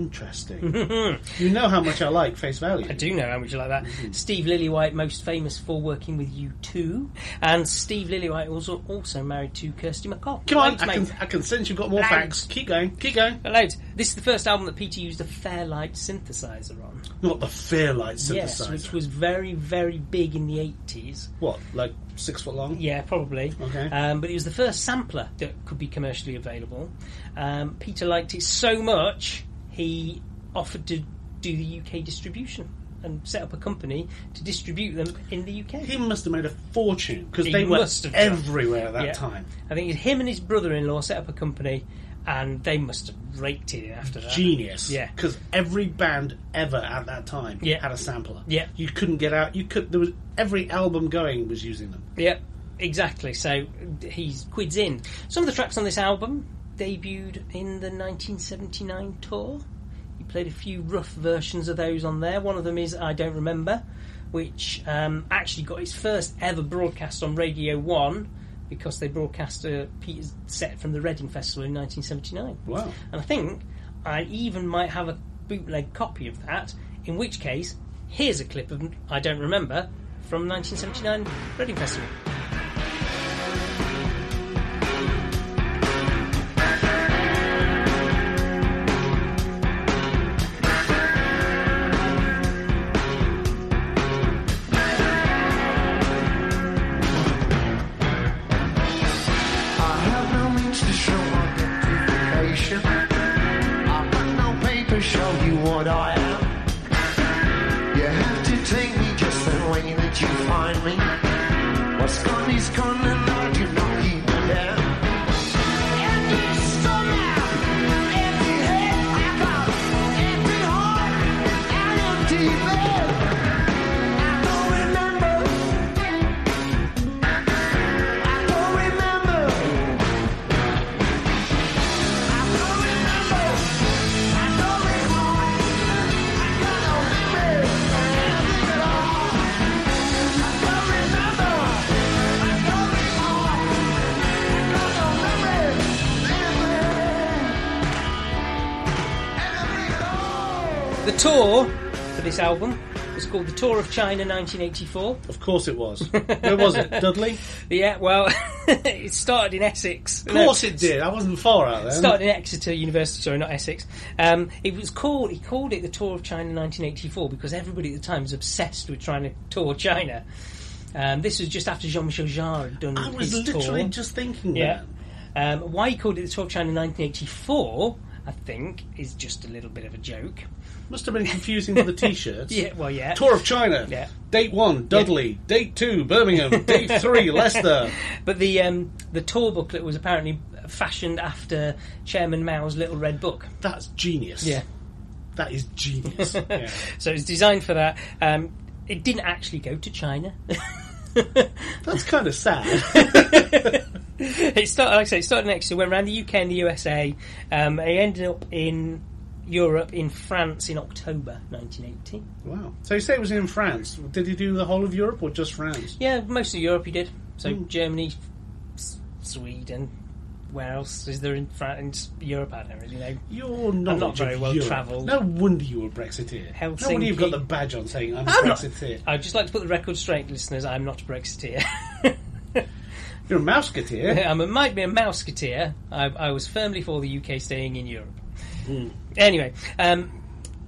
[SPEAKER 1] uninteresting. you know how much I like Face Value.
[SPEAKER 3] I do know how much you like that.
[SPEAKER 1] Mm-hmm.
[SPEAKER 3] Steve Lillywhite, most famous for working with you 2 and Steve Lillywhite was al- also married to Kirsty McCall.
[SPEAKER 1] Come on,
[SPEAKER 3] Loads,
[SPEAKER 1] I
[SPEAKER 3] mate.
[SPEAKER 1] can, I can sense you've got more
[SPEAKER 3] Loads.
[SPEAKER 1] facts. Keep going, keep going.
[SPEAKER 3] Loads. This is the first album that Peter used a Fairlight synthesizer on.
[SPEAKER 1] Not the Fairlight synthesizer.
[SPEAKER 3] Yes, which was very, very big in the 80s.
[SPEAKER 1] what, like six foot long?
[SPEAKER 3] Yeah, probably.
[SPEAKER 1] Okay.
[SPEAKER 3] Um, but it was the first sampler that could be commercially available. Um, Peter liked it so much, he offered to do the UK distribution and set up a company to distribute them in the UK.
[SPEAKER 1] He must have made a fortune because
[SPEAKER 3] He
[SPEAKER 1] they were
[SPEAKER 3] must have done.
[SPEAKER 1] everywhere at that
[SPEAKER 3] Yeah.
[SPEAKER 1] time.
[SPEAKER 3] I think it's him and his brother-in-law set up a company, and they must have raked it in after that.
[SPEAKER 1] Genius.
[SPEAKER 3] Yeah.
[SPEAKER 1] Because every band ever at that time
[SPEAKER 3] Yeah.
[SPEAKER 1] had a sampler.
[SPEAKER 3] Yeah.
[SPEAKER 1] You couldn't get out. You could. There was every album going was using them.
[SPEAKER 3] Yep, exactly. So he's quids in. Some of the tracks on this album debuted in the 1979 tour. He played a few rough versions of those on there. One of them is I Don't Remember, which um, actually got its first ever broadcast on Radio 1 because they broadcast a Peter's set from the Reading Festival in 1979.
[SPEAKER 1] Wow.
[SPEAKER 3] And I think I even might have a bootleg copy of that, in which case, here's a clip of I Don't Remember from 1979 Reading Festival.
[SPEAKER 10] I have no means to show my identification. I've got no paper show you what I am. You have to take me just the way that you find me. What's gone is gone and I do not keep it down. Empty stomach, empty head, I got empty heart and empty bed. I don't remember. I don't remember.
[SPEAKER 3] The tour for this album It's called The Tour of China 1984.
[SPEAKER 1] Of course it was. Where was it? Dudley?
[SPEAKER 3] Yeah, well, it started in Essex.
[SPEAKER 1] Of course it did. I wasn't far out there.
[SPEAKER 3] started in Exeter University, sorry, not Essex. Um, it was called he called it the Tour of China 1984 because everybody at the time was obsessed with trying to tour China. Um, this was just after Jean-Michel Jarre had done
[SPEAKER 1] I was
[SPEAKER 3] his
[SPEAKER 1] literally
[SPEAKER 3] tour.
[SPEAKER 1] just thinking
[SPEAKER 3] yeah.
[SPEAKER 1] that.
[SPEAKER 3] Um, why he called it the Tour of China 1984, I think, is just a little bit of a joke.
[SPEAKER 1] Must have been confusing with the t-shirts.
[SPEAKER 3] Yeah, well, yeah.
[SPEAKER 1] Tour of China.
[SPEAKER 3] Yeah.
[SPEAKER 1] Date one, Dudley. Date two, Birmingham. Date three, Leicester.
[SPEAKER 3] But the um, the tour booklet was apparently fashioned after Chairman Mao's Little Red Book.
[SPEAKER 1] That's genius. That is genius. yeah.
[SPEAKER 3] So it's designed for that. Um, it didn't actually go to China.
[SPEAKER 1] That's kind of sad.
[SPEAKER 3] it started, like I say, it started next year. Went around the UK and the USA. Um, it ended up in Europe, in France, in October 1980.
[SPEAKER 1] wow. So you say it was in France. Did he do the whole of Europe or just France?
[SPEAKER 3] Yeah, most of Europe he did. So
[SPEAKER 1] Hmm.
[SPEAKER 3] Germany, S- Sweden. Where else is there in France? In Europe, I don't really know.
[SPEAKER 1] You're not,
[SPEAKER 3] not very well travelled.
[SPEAKER 1] No wonder you were Brexiteer. No wonder
[SPEAKER 3] Helsinki.
[SPEAKER 1] you've got the badge on saying I'm,
[SPEAKER 3] I'm
[SPEAKER 1] a
[SPEAKER 3] not-
[SPEAKER 1] Brexiteer.
[SPEAKER 3] I'd just like to put the record straight, listeners. I'm not a Brexiteer.
[SPEAKER 1] You're a mouseketeer.
[SPEAKER 3] I'm a, might be a mouseketeer. I, I was firmly for the UK staying in Europe.
[SPEAKER 1] Hmm.
[SPEAKER 3] Anyway, um,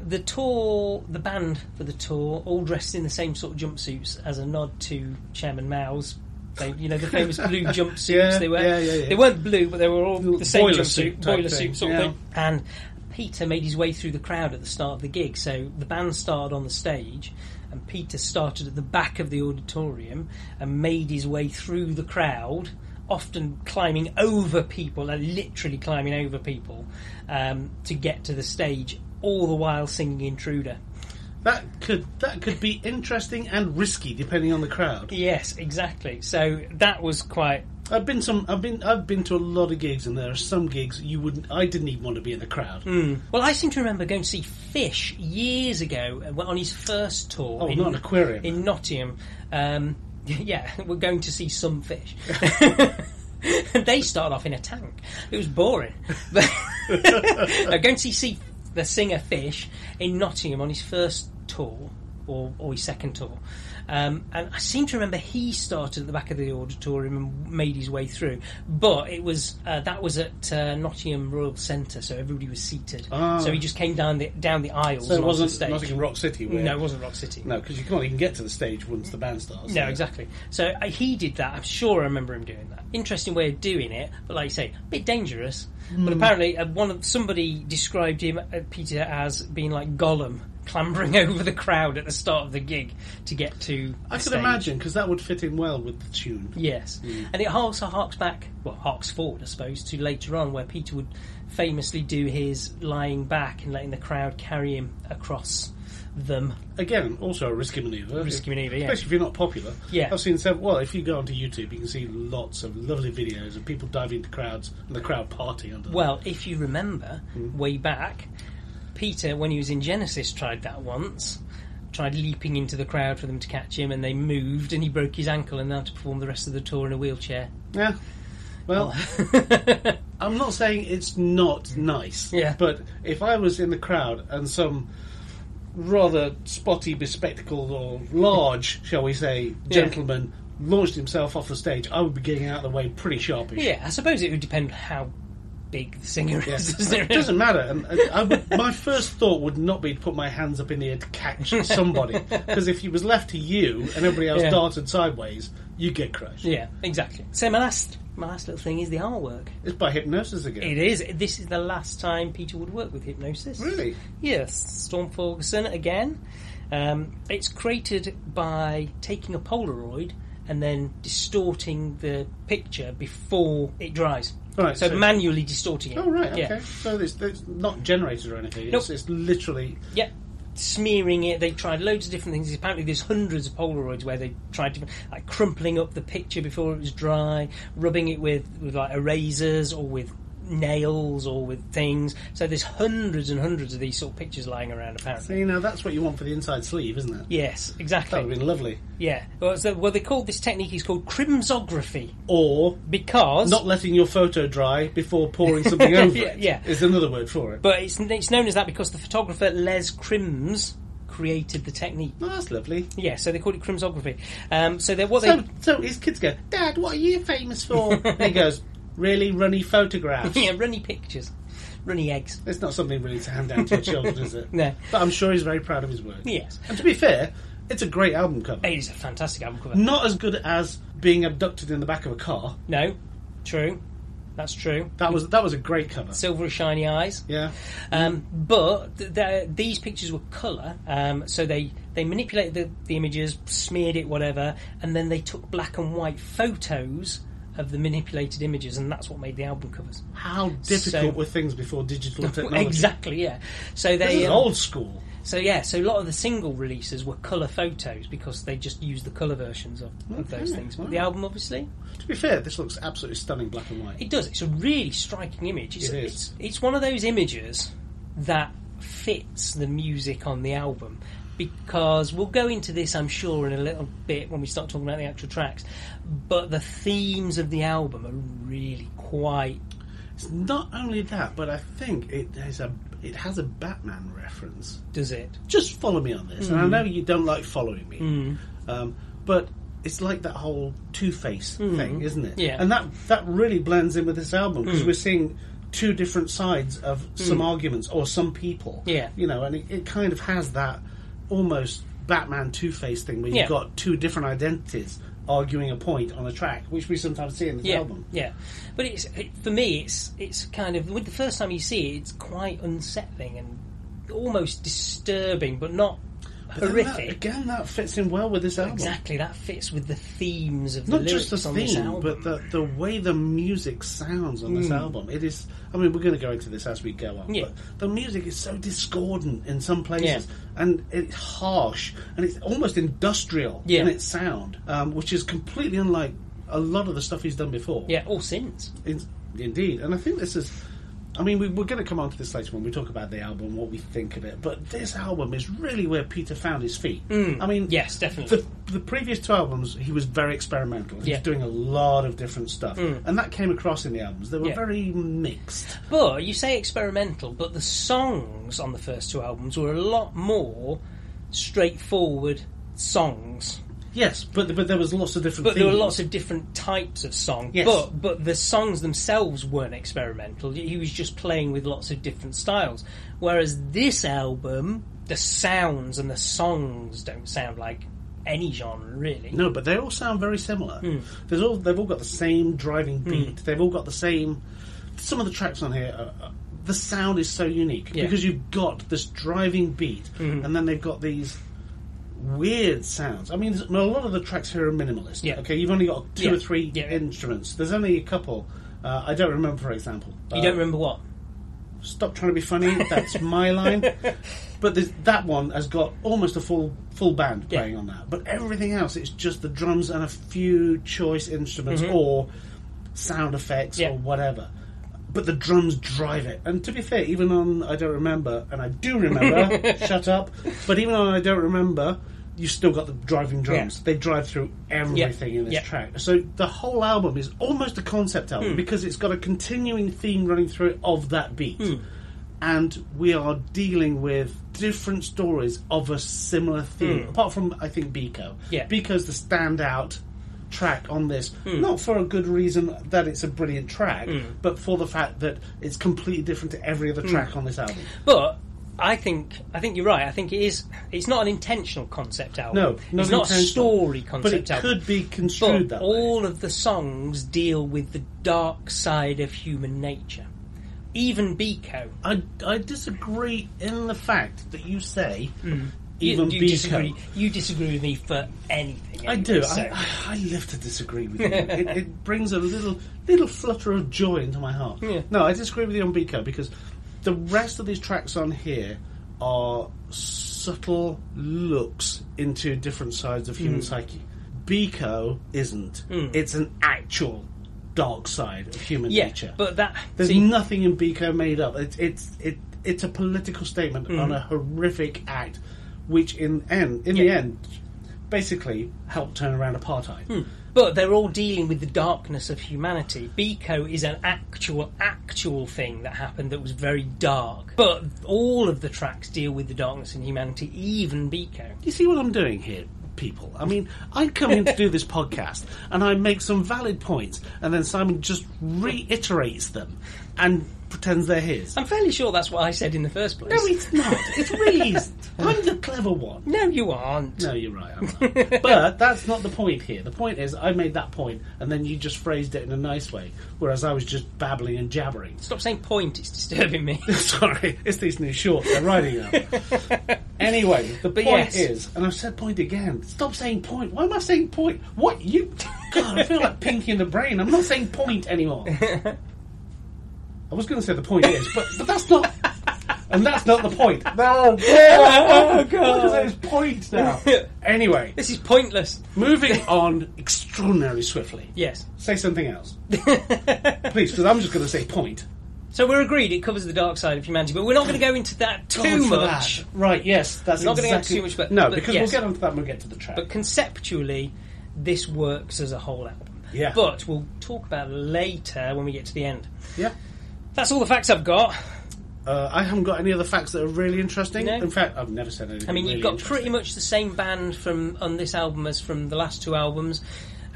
[SPEAKER 3] the tour, the band for the tour, all dressed in the same sort of jumpsuits as a nod to Chairman Mao's. They, you know the famous blue jumpsuits
[SPEAKER 1] Yeah,
[SPEAKER 3] they were.
[SPEAKER 1] yeah, yeah, yeah.
[SPEAKER 3] They weren't blue, but they were all the same
[SPEAKER 1] Boiler
[SPEAKER 3] jumpsuit,
[SPEAKER 1] suit type
[SPEAKER 3] boiler
[SPEAKER 1] thing,
[SPEAKER 3] suit sort
[SPEAKER 1] yeah.
[SPEAKER 3] of thing. And Peter made his way through the crowd at the start of the gig. So the band started on the stage, and Peter started at the back of the auditorium and made his way through the crowd, often climbing over people, like literally climbing over people, um, to get to the stage. All the while singing "Intruder."
[SPEAKER 1] That could that could be interesting and risky depending on the crowd.
[SPEAKER 3] Yes, exactly. So that was quite.
[SPEAKER 1] I've been some. I've been. I've been to a lot of gigs, and there are some gigs you wouldn't. I didn't even want to be in the crowd.
[SPEAKER 3] Well, I seem to remember going to see Fish years ago uh, on his first tour.
[SPEAKER 1] Oh, not an aquarium.
[SPEAKER 3] in Nottingham. Um, yeah, we're going to see some fish. they start off in a tank. It was boring. But I'm going to see, see the singer Fish in Nottingham on his first tour or, or his second tour. Um, and I seem to remember he started at the back of the auditorium and made his way through. But it was uh, that was at uh, Nottingham Royal Centre, so everybody was seated.
[SPEAKER 1] Ah.
[SPEAKER 3] So he just came down the down the aisles.
[SPEAKER 1] so it
[SPEAKER 3] and onto the
[SPEAKER 1] wasn't
[SPEAKER 3] stage.
[SPEAKER 1] Nottingham Rock City. Where,
[SPEAKER 3] No, it wasn't Rock City.
[SPEAKER 1] No, because you can't even get to the stage once the band starts.
[SPEAKER 3] No, exactly. So uh, he did that. I'm sure I remember him doing that. Interesting way of doing it, but like you say, a bit dangerous.
[SPEAKER 1] Hmm.
[SPEAKER 3] But apparently, uh, one of somebody described him uh, Peter as being like Gollum clambering over the crowd at the start of the gig to get to. the
[SPEAKER 1] I could
[SPEAKER 3] stage.
[SPEAKER 1] imagine Hmm. because that would fit in well with the tune.
[SPEAKER 3] Yes, and it also harks back, well, harks forward, I suppose, to later on where Peter would famously do his lying back and letting the crowd carry him across them.
[SPEAKER 1] Again, also a risky manoeuvre.
[SPEAKER 3] Risky manoeuvre, yeah.
[SPEAKER 1] Especially if you're not popular.
[SPEAKER 3] Yeah.
[SPEAKER 1] I've seen several. Well, if you go onto YouTube, you can see lots of lovely videos of people diving into crowds and the crowd partying under. them.
[SPEAKER 3] Well, if you remember, way back, Peter, when he was in Genesis, tried that once. Tried leaping into the crowd for them to catch him, and they moved, and he broke his ankle, and now to perform the rest of the tour in a wheelchair.
[SPEAKER 1] Yeah. Well, I'm not saying it's not nice.
[SPEAKER 3] Yeah.
[SPEAKER 1] But if I was in the crowd and some rather spotty, bespectacled or large, shall we say, gentleman launched himself off the stage, I would be getting out of the way pretty sharpish.
[SPEAKER 3] Yeah, I suppose it would depend how big the singer
[SPEAKER 1] Yeah.
[SPEAKER 3] is. doesn't
[SPEAKER 1] It
[SPEAKER 3] it?
[SPEAKER 1] doesn't matter. And and I would, my first thought would not be to put my hands up in the air to catch somebody, because if he was left to you and everybody else
[SPEAKER 3] Yeah.
[SPEAKER 1] darted sideways, you'd get crushed.
[SPEAKER 3] Yeah, exactly. So my last, my last little thing is the artwork.
[SPEAKER 1] It's by hypnosis again.
[SPEAKER 3] It is. This is the last time Peter would work with hypnosis.
[SPEAKER 1] Really?
[SPEAKER 3] Yes, Storm Ferguson again. Um, it's created by taking a Polaroid and then distorting the picture before it dries.
[SPEAKER 1] Right,
[SPEAKER 3] so,
[SPEAKER 1] so-
[SPEAKER 3] manually distorting it.
[SPEAKER 1] Oh right, okay.
[SPEAKER 3] Yeah.
[SPEAKER 1] So it's, it's not generated or anything. It's,
[SPEAKER 3] Nope.
[SPEAKER 1] it's literally
[SPEAKER 3] Yep. Smearing it. They tried loads of different things. Apparently, there's hundreds of Polaroids where they tried to like crumpling up the picture before it was dry, rubbing it with, with like erasers or with nails or with things. So there's hundreds and hundreds of these sort of pictures lying around. Apparently.
[SPEAKER 1] See, now that's what you want for the inside sleeve, isn't it?
[SPEAKER 3] Yes, exactly.
[SPEAKER 1] That would have been lovely.
[SPEAKER 3] Yeah. Well, so, well, they called this technique is called crimsography
[SPEAKER 1] Or
[SPEAKER 3] because
[SPEAKER 1] not letting your photo dry before pouring something over
[SPEAKER 3] Yeah,
[SPEAKER 1] it.
[SPEAKER 3] yeah.
[SPEAKER 1] Is another word for it.
[SPEAKER 3] but it's it's known as that because the photographer Les Crims created the technique.
[SPEAKER 1] Oh, that's lovely.
[SPEAKER 3] Yeah, so they called it crimsography. Um, so they're what
[SPEAKER 1] So,
[SPEAKER 3] they
[SPEAKER 1] so his kids go, Dad, what are you famous for? and he goes, really runny photographs.
[SPEAKER 3] yeah runny pictures, runny eggs.
[SPEAKER 1] It's not something really to hand down to your children, is it?
[SPEAKER 3] No.
[SPEAKER 1] But I'm sure he's very proud of his work.
[SPEAKER 3] Yes,
[SPEAKER 1] And to be fair, it's a great album cover.
[SPEAKER 3] it is a fantastic album cover.
[SPEAKER 1] Not as good as being abducted in the back of a car.
[SPEAKER 3] No, true, that's true.
[SPEAKER 1] That was that was a great cover.
[SPEAKER 3] Silver shiny eyes.
[SPEAKER 1] Yeah.
[SPEAKER 3] Um, but th- th- these pictures were colour, um, so they, they manipulated the, the images, smeared it, whatever, and then they took black and white photos of the manipulated images, and that's what made the album covers.
[SPEAKER 1] How difficult were things before digital technology?
[SPEAKER 3] exactly, yeah. So
[SPEAKER 1] This
[SPEAKER 3] they
[SPEAKER 1] is
[SPEAKER 3] um,
[SPEAKER 1] old school.
[SPEAKER 3] so yeah, so a lot of the single releases were colour photos because they just used the colour versions of, of those things. But the album, obviously,
[SPEAKER 1] To be fair, this looks absolutely stunning, black and white.
[SPEAKER 3] It does. It's a really striking image. It's,
[SPEAKER 1] It is.
[SPEAKER 3] It's, it's one of those images that fits the music on the album because we'll go into this, I'm sure, in a little bit when we start talking about the actual tracks. But the themes of the album are really quite.
[SPEAKER 1] It's not only that, but I think it has a it has a Batman reference.
[SPEAKER 3] Does it?
[SPEAKER 1] Just follow me on this,
[SPEAKER 3] Mm.
[SPEAKER 1] and I know you don't like following me, um, but it's like that whole Two Face thing, isn't it?
[SPEAKER 3] Mm. Yeah. Mm.
[SPEAKER 1] and that that really blends in with this album because we're seeing two different sides of some arguments or some people.
[SPEAKER 3] Yeah.
[SPEAKER 1] you know, and it, it kind of has that almost Batman Two Face thing where
[SPEAKER 3] Yeah.
[SPEAKER 1] you've got two different identities arguing a point on a track, which we sometimes see in this
[SPEAKER 3] Yeah,
[SPEAKER 1] album.
[SPEAKER 3] yeah. But it's it, for me, it's it's kind of with the first time you see it, it's quite unsettling and almost disturbing, but not
[SPEAKER 1] But then that-
[SPEAKER 3] horrific.
[SPEAKER 1] again, that fits in well with this album.
[SPEAKER 3] Exactly, that fits with the themes of the
[SPEAKER 1] Not just the
[SPEAKER 3] lyrics on this
[SPEAKER 1] theme,
[SPEAKER 3] album. Hmm.
[SPEAKER 1] but the, the way the music sounds on this album. It is. I mean, we're going to go into this as we go on.
[SPEAKER 3] Yeah.
[SPEAKER 1] But the music is so discordant in some places,
[SPEAKER 3] Yeah.
[SPEAKER 1] and it's harsh, and it's almost industrial
[SPEAKER 3] Yeah.
[SPEAKER 1] in its sound, um, which is completely unlike a lot of the stuff he's done before.
[SPEAKER 3] Yeah, all sins.
[SPEAKER 1] In, indeed, and I think this is. I mean, we, we're going to come on to this later when we talk about the album, what we think of it. But this album is really where Peter found his feet. I mean,
[SPEAKER 3] Hmm. Yes, definitely.
[SPEAKER 1] the, the previous two albums, he was very experimental. He
[SPEAKER 3] Yeah. Mm.
[SPEAKER 1] was doing a lot of different stuff, and that came across in the albums. They were
[SPEAKER 3] Yeah.
[SPEAKER 1] very mixed.
[SPEAKER 3] But you say experimental, but the songs on the first two albums were a lot more straightforward songs.
[SPEAKER 1] Yes, but but there was lots of different.
[SPEAKER 3] But there were
[SPEAKER 1] themes.
[SPEAKER 3] lots of different types of song.
[SPEAKER 1] Yes.
[SPEAKER 3] But but the songs themselves weren't experimental. He was just playing with lots of different styles. Whereas this album, the sounds and the songs don't sound like any genre really. Hmm.
[SPEAKER 1] No, but they all sound very similar. There's all they've all got the same driving beat. They've all got the same. Some of the tracks on here, are, are- the sound is so unique
[SPEAKER 3] Yeah. Mm-hmm.
[SPEAKER 1] because you've got this driving beat, and then they've got these weird sounds. I mean, there's- a lot of the tracks here are minimalist.
[SPEAKER 3] Yeah.
[SPEAKER 1] Okay, you've only got two
[SPEAKER 3] Yeah.
[SPEAKER 1] or three
[SPEAKER 3] Yeah.
[SPEAKER 1] instruments. There's only a couple. Uh, I don't remember, for example.
[SPEAKER 3] You
[SPEAKER 1] Uh,
[SPEAKER 3] don't remember what?
[SPEAKER 1] Stop trying to be funny. That's my line. But there's- that one has got almost a full full band
[SPEAKER 3] Yeah.
[SPEAKER 1] playing on that. But everything else, it's just the drums and a few choice instruments or sound effects
[SPEAKER 3] Mm-hmm.
[SPEAKER 1] or
[SPEAKER 3] Yeah.
[SPEAKER 1] whatever. But the drums drive it. And to be fair, even on I don't remember, and I do remember. shut up. But even on I don't remember, you still got the driving drums.
[SPEAKER 3] Yeah.
[SPEAKER 1] They drive through everything in this
[SPEAKER 3] Yeah. Hmm.
[SPEAKER 1] track. So the whole album is almost a concept album because it's got a continuing theme running through it of that beat.
[SPEAKER 3] Hmm.
[SPEAKER 1] And we are dealing with different stories of a similar theme, apart from, I think, Biko.
[SPEAKER 3] Hmm. Yeah. Hmm.
[SPEAKER 1] Biko's the standout track on this, not for a good reason that it's a brilliant track, but for the fact that it's completely different to every
[SPEAKER 3] Hmm.
[SPEAKER 1] other track on this album.
[SPEAKER 3] But I think I think you're right. I think it is. It's not an intentional concept album.
[SPEAKER 1] No, not
[SPEAKER 3] it's not a
[SPEAKER 1] intentional.
[SPEAKER 3] story
[SPEAKER 1] But
[SPEAKER 3] concept
[SPEAKER 1] it
[SPEAKER 3] album.
[SPEAKER 1] could be
[SPEAKER 3] But
[SPEAKER 1] construed that way.
[SPEAKER 3] all of the songs deal with the dark side of human nature. Even Biko.
[SPEAKER 1] I, I disagree in the fact that you say
[SPEAKER 3] You-
[SPEAKER 1] even
[SPEAKER 3] Hmm. you,
[SPEAKER 1] Biko.
[SPEAKER 3] disagree. You disagree with me for anything.
[SPEAKER 1] I
[SPEAKER 3] anyway,
[SPEAKER 1] do.
[SPEAKER 3] so-
[SPEAKER 1] I, I live to disagree with you. it, it brings a little little flutter of joy into my heart.
[SPEAKER 3] Yeah.
[SPEAKER 1] No, I disagree with you on Biko because the rest of these tracks on here are subtle looks into different sides of
[SPEAKER 3] Hmm.
[SPEAKER 1] human psyche. Biko isn't. It's an actual dark side of human
[SPEAKER 3] yeah,
[SPEAKER 1] nature.
[SPEAKER 3] but that.
[SPEAKER 1] There's
[SPEAKER 3] see,
[SPEAKER 1] nothing in Biko made up. It's it's it, it's a political statement
[SPEAKER 3] Mm.
[SPEAKER 1] on a horrific act, which in end in the
[SPEAKER 3] Yeah.
[SPEAKER 1] end basically helped turn around
[SPEAKER 3] Hmm.
[SPEAKER 1] apartheid.
[SPEAKER 3] but they're all dealing with the darkness of humanity. Biko is an actual act actual thing that happened that was very dark. But all of the tracks deal with the darkness and humanity, even Biko.
[SPEAKER 1] You see what I'm doing here, people? I mean, I come in to do this podcast and I make some valid points, and then Simon just reiterates them and pretends they're his.
[SPEAKER 3] I'm fairly sure that's what I said in the first place.
[SPEAKER 1] No, it's not. It really isn't. I'm the clever one.
[SPEAKER 3] No, you aren't.
[SPEAKER 1] No, you're right. I'm not. but that's not the point here. The point is, I made that point, and then you just phrased it in a nice way, whereas I was just babbling and jabbering.
[SPEAKER 3] Stop saying point, it's disturbing me.
[SPEAKER 1] Sorry, it's these new shorts they're riding up. anyway, the
[SPEAKER 3] But
[SPEAKER 1] point
[SPEAKER 3] yes.
[SPEAKER 1] is, and I've said point again. Stop saying point. Why am I saying point? What you? God, I feel like Pinky in the Brain. I'm not saying point anymore. I was going to say the point is, but but that's not. And that's not the point. No, oh, God. Look at those points now. Anyway,
[SPEAKER 3] This is pointless.
[SPEAKER 1] moving on extraordinarily swiftly.
[SPEAKER 3] Yes.
[SPEAKER 1] Say something else. Please, because I'm just going to say point.
[SPEAKER 3] So we're agreed it covers the dark side of humanity, but we're not going to go into that too
[SPEAKER 1] God for
[SPEAKER 3] much.
[SPEAKER 1] that. Right, yes, that's
[SPEAKER 3] Not gonna
[SPEAKER 1] exactly...
[SPEAKER 3] get too much, but-
[SPEAKER 1] no,
[SPEAKER 3] but
[SPEAKER 1] because
[SPEAKER 3] yes.
[SPEAKER 1] we'll get onto that when we get to the track.
[SPEAKER 3] But conceptually, this works as a whole album.
[SPEAKER 1] Yeah.
[SPEAKER 3] But we'll talk about it later when we get to the end.
[SPEAKER 1] yeah.
[SPEAKER 3] That's all the facts I've got.
[SPEAKER 1] Uh, I haven't got any other facts that are really interesting.
[SPEAKER 3] No.
[SPEAKER 1] In fact, I've never said anything.
[SPEAKER 3] I mean,
[SPEAKER 1] really
[SPEAKER 3] you've got
[SPEAKER 1] interesting.
[SPEAKER 3] pretty much the same band from on this album as from the last two albums.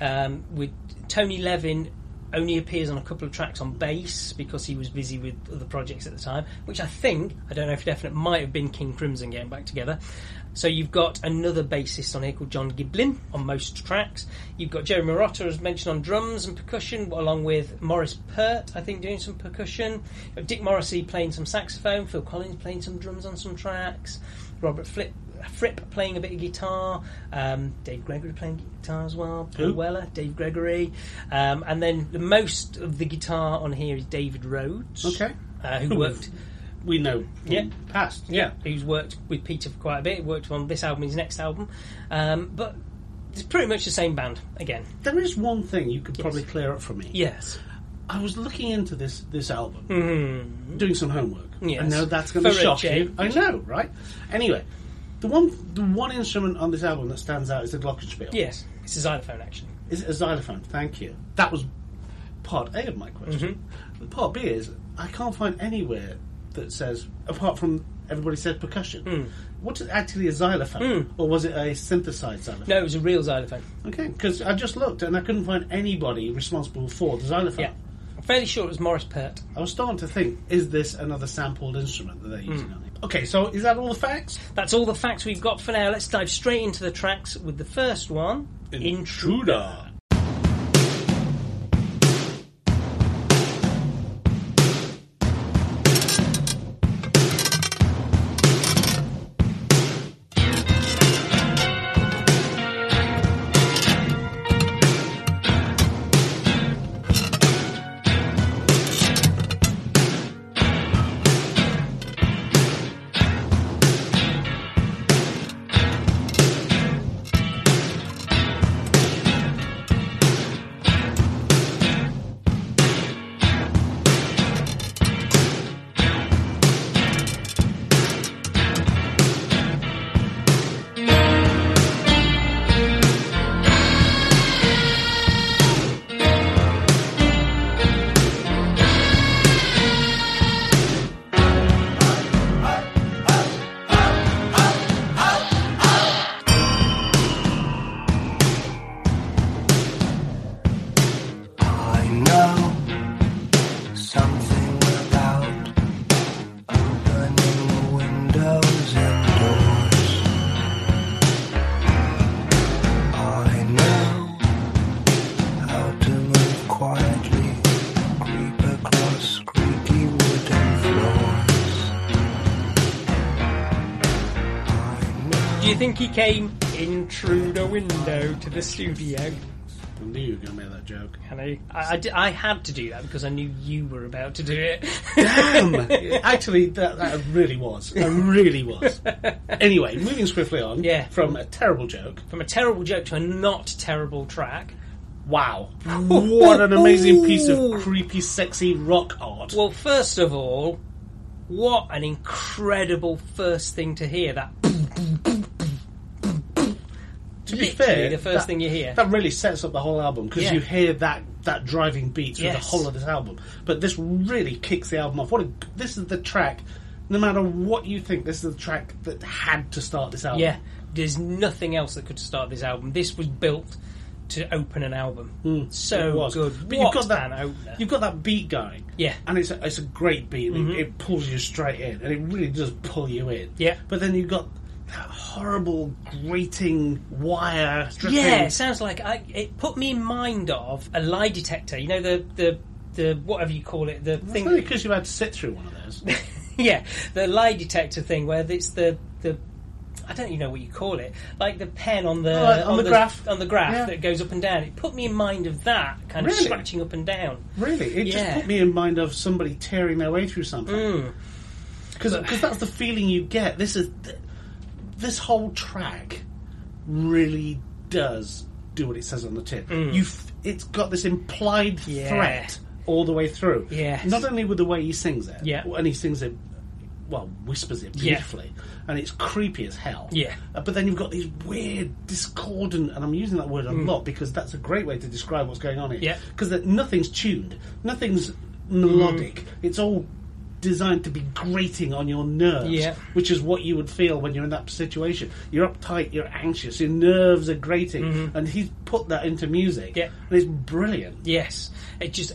[SPEAKER 3] Um, with Tony Levin only appears on a couple of tracks on bass because he was busy with other projects at the time, which I think I don't know if definite might have been King Crimson getting back together. So you've got another bassist on here called John Giblin on most tracks. You've got Joe Marotta as mentioned on drums and percussion, along with Morris Pert, I think, doing some percussion. Dick Morrissey playing some saxophone, Phil Collins playing some drums on some tracks. Robert Flip, Fripp playing a bit of guitar, um, Dave Gregory playing guitar as well, Paul
[SPEAKER 1] Who?
[SPEAKER 3] Weller, Dave Gregory, um, and then the most of the guitar on here is David Rhodes,
[SPEAKER 1] Okay.
[SPEAKER 3] uh, who
[SPEAKER 1] Who
[SPEAKER 3] worked,
[SPEAKER 1] We know. from
[SPEAKER 3] Yeah.
[SPEAKER 1] Past. Yeah.
[SPEAKER 3] who's worked with Peter for quite a bit, worked on this album, his next album, um, but it's pretty much the same band again.
[SPEAKER 1] There is one thing you could probably clear up for me.
[SPEAKER 3] Yes,
[SPEAKER 1] I was looking into this this album, doing some homework.
[SPEAKER 3] Mm-hmm. Yes.
[SPEAKER 1] I know that's going to
[SPEAKER 3] For a
[SPEAKER 1] shock
[SPEAKER 3] change.
[SPEAKER 1] you. I know, right? Anyway, the one the one instrument on this album that stands out is the glockenspiel.
[SPEAKER 3] yes, it's a xylophone actually.
[SPEAKER 1] Is it a xylophone? Thank you. That was part A of my question.
[SPEAKER 3] Mm-hmm.
[SPEAKER 1] Part B is I can't find anywhere that says apart from everybody said percussion.
[SPEAKER 3] Mm.
[SPEAKER 1] What is actually a xylophone, or was it a synthesized xylophone?
[SPEAKER 3] No, it was a real xylophone.
[SPEAKER 1] Okay, because I just looked and I couldn't find anybody responsible for the xylophone.
[SPEAKER 3] Yeah, I'm fairly sure it was Morris Pert.
[SPEAKER 1] I was starting to think, is this another sampled instrument that they're using on it? Okay, so is that all the facts?
[SPEAKER 3] That's all the facts we've got for now. Let's dive straight into the tracks with the first one, Intruder.
[SPEAKER 10] I know something about opening windows and doors. I know how to move quietly, creep across creaky wooden floors. I know.
[SPEAKER 3] Do you think he came in through the window to the studio?
[SPEAKER 1] I knew you were going to make that joke.
[SPEAKER 3] I know. I, I di- I had to do that because I knew you were about to do it.
[SPEAKER 1] Actually, that, that really was. It really was. anyway, moving swiftly on
[SPEAKER 3] Yeah.
[SPEAKER 1] from a terrible joke.
[SPEAKER 3] From a terrible joke to a not terrible track.
[SPEAKER 1] Wow. What an amazing piece of creepy, sexy rock art.
[SPEAKER 3] Well, first of all, what an incredible first thing to hear that.
[SPEAKER 1] to be
[SPEAKER 3] Literally
[SPEAKER 1] fair,
[SPEAKER 3] the first
[SPEAKER 1] that-
[SPEAKER 3] thing you hear.
[SPEAKER 1] that really sets up the whole album because
[SPEAKER 3] Yeah.
[SPEAKER 1] you hear that that driving beat through
[SPEAKER 3] Yes.
[SPEAKER 1] the whole of this album. But this really kicks the album off. What a, this is the track. No matter what you think, this is the track that had to start this album.
[SPEAKER 3] Yeah, there's nothing else that could start this album. This was built to open an album.
[SPEAKER 1] Hmm. it
[SPEAKER 3] so
[SPEAKER 1] was.
[SPEAKER 3] good.
[SPEAKER 1] But
[SPEAKER 3] What
[SPEAKER 1] you've got that
[SPEAKER 3] an opener.
[SPEAKER 1] you've got that beat going.
[SPEAKER 3] Yeah. Mm-hmm.
[SPEAKER 1] and it's a, it's a great beat. and It, it pulls you straight in, and it really does pull you in.
[SPEAKER 3] Yeah.
[SPEAKER 1] but then you've got that horrible grating wire. Stripping.
[SPEAKER 3] yeah, it sounds like I, it put me in mind of a lie detector. You know the the the whatever you call it, the thing.
[SPEAKER 1] because you've had to sit through one of those.
[SPEAKER 3] yeah, the lie detector thing where it's the the I don't even know what you call it, like the pen on the
[SPEAKER 1] Oh, on the graph.
[SPEAKER 3] on the graph
[SPEAKER 1] Yeah.
[SPEAKER 3] that goes up and down. It put me in mind of that kind of
[SPEAKER 1] Really?
[SPEAKER 3] scratching up and down.
[SPEAKER 1] Really, it
[SPEAKER 3] Yeah. Mm.
[SPEAKER 1] just put me in mind of somebody tearing their way through something. Because that's the feeling you get. This is th- this whole track really does do what it says on the tin. You, f- it's got this implied
[SPEAKER 3] Mm. Yeah.
[SPEAKER 1] threat all the way through.
[SPEAKER 3] Yes.
[SPEAKER 1] Not only with the way he sings it,
[SPEAKER 3] Yeah.
[SPEAKER 1] and he sings it. Well, whispers it
[SPEAKER 3] Yeah.
[SPEAKER 1] beautifully, and it's creepy as hell.
[SPEAKER 3] Yeah.
[SPEAKER 1] Uh, but then you've got these weird, discordant, and I'm using that word a lot because that's a great way to describe what's going on here
[SPEAKER 3] Hmm. Yeah.
[SPEAKER 1] because nothing's tuned, nothing's melodic.
[SPEAKER 3] Hmm.
[SPEAKER 1] It's all designed to be grating on your nerves,
[SPEAKER 3] Yeah.
[SPEAKER 1] which is what you would feel when you're in that situation. You're uptight, you're anxious, your nerves are grating, and he's put that into music,
[SPEAKER 3] Mm-hmm. Yeah.
[SPEAKER 1] and it's brilliant.
[SPEAKER 3] Yes, it just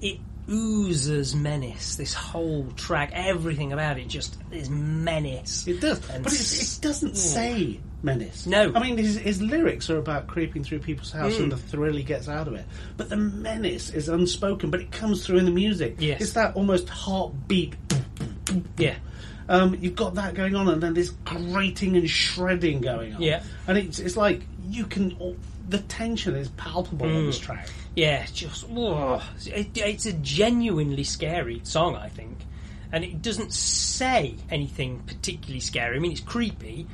[SPEAKER 3] it oozes menace. This whole track, everything about it, just is menace.
[SPEAKER 1] It does,
[SPEAKER 3] And
[SPEAKER 1] but it's,
[SPEAKER 3] s-
[SPEAKER 1] it doesn't say menace.
[SPEAKER 3] No. Mm.
[SPEAKER 1] I mean his, his lyrics are about creeping through people's house and the thrill he gets out of it, but the menace is unspoken, but it comes through in the music.
[SPEAKER 3] Yes.
[SPEAKER 1] It's that almost heartbeat
[SPEAKER 3] yeah,
[SPEAKER 1] Um, you've got that going on, and then this grating and shredding going on.
[SPEAKER 3] Yeah.
[SPEAKER 1] and it's it's like you can. The tension is palpable on
[SPEAKER 3] Mm.
[SPEAKER 1] this track.
[SPEAKER 3] yeah. it's Just whoa. It, it's a genuinely scary song, I think, and it doesn't say anything particularly scary. I mean, it's creepy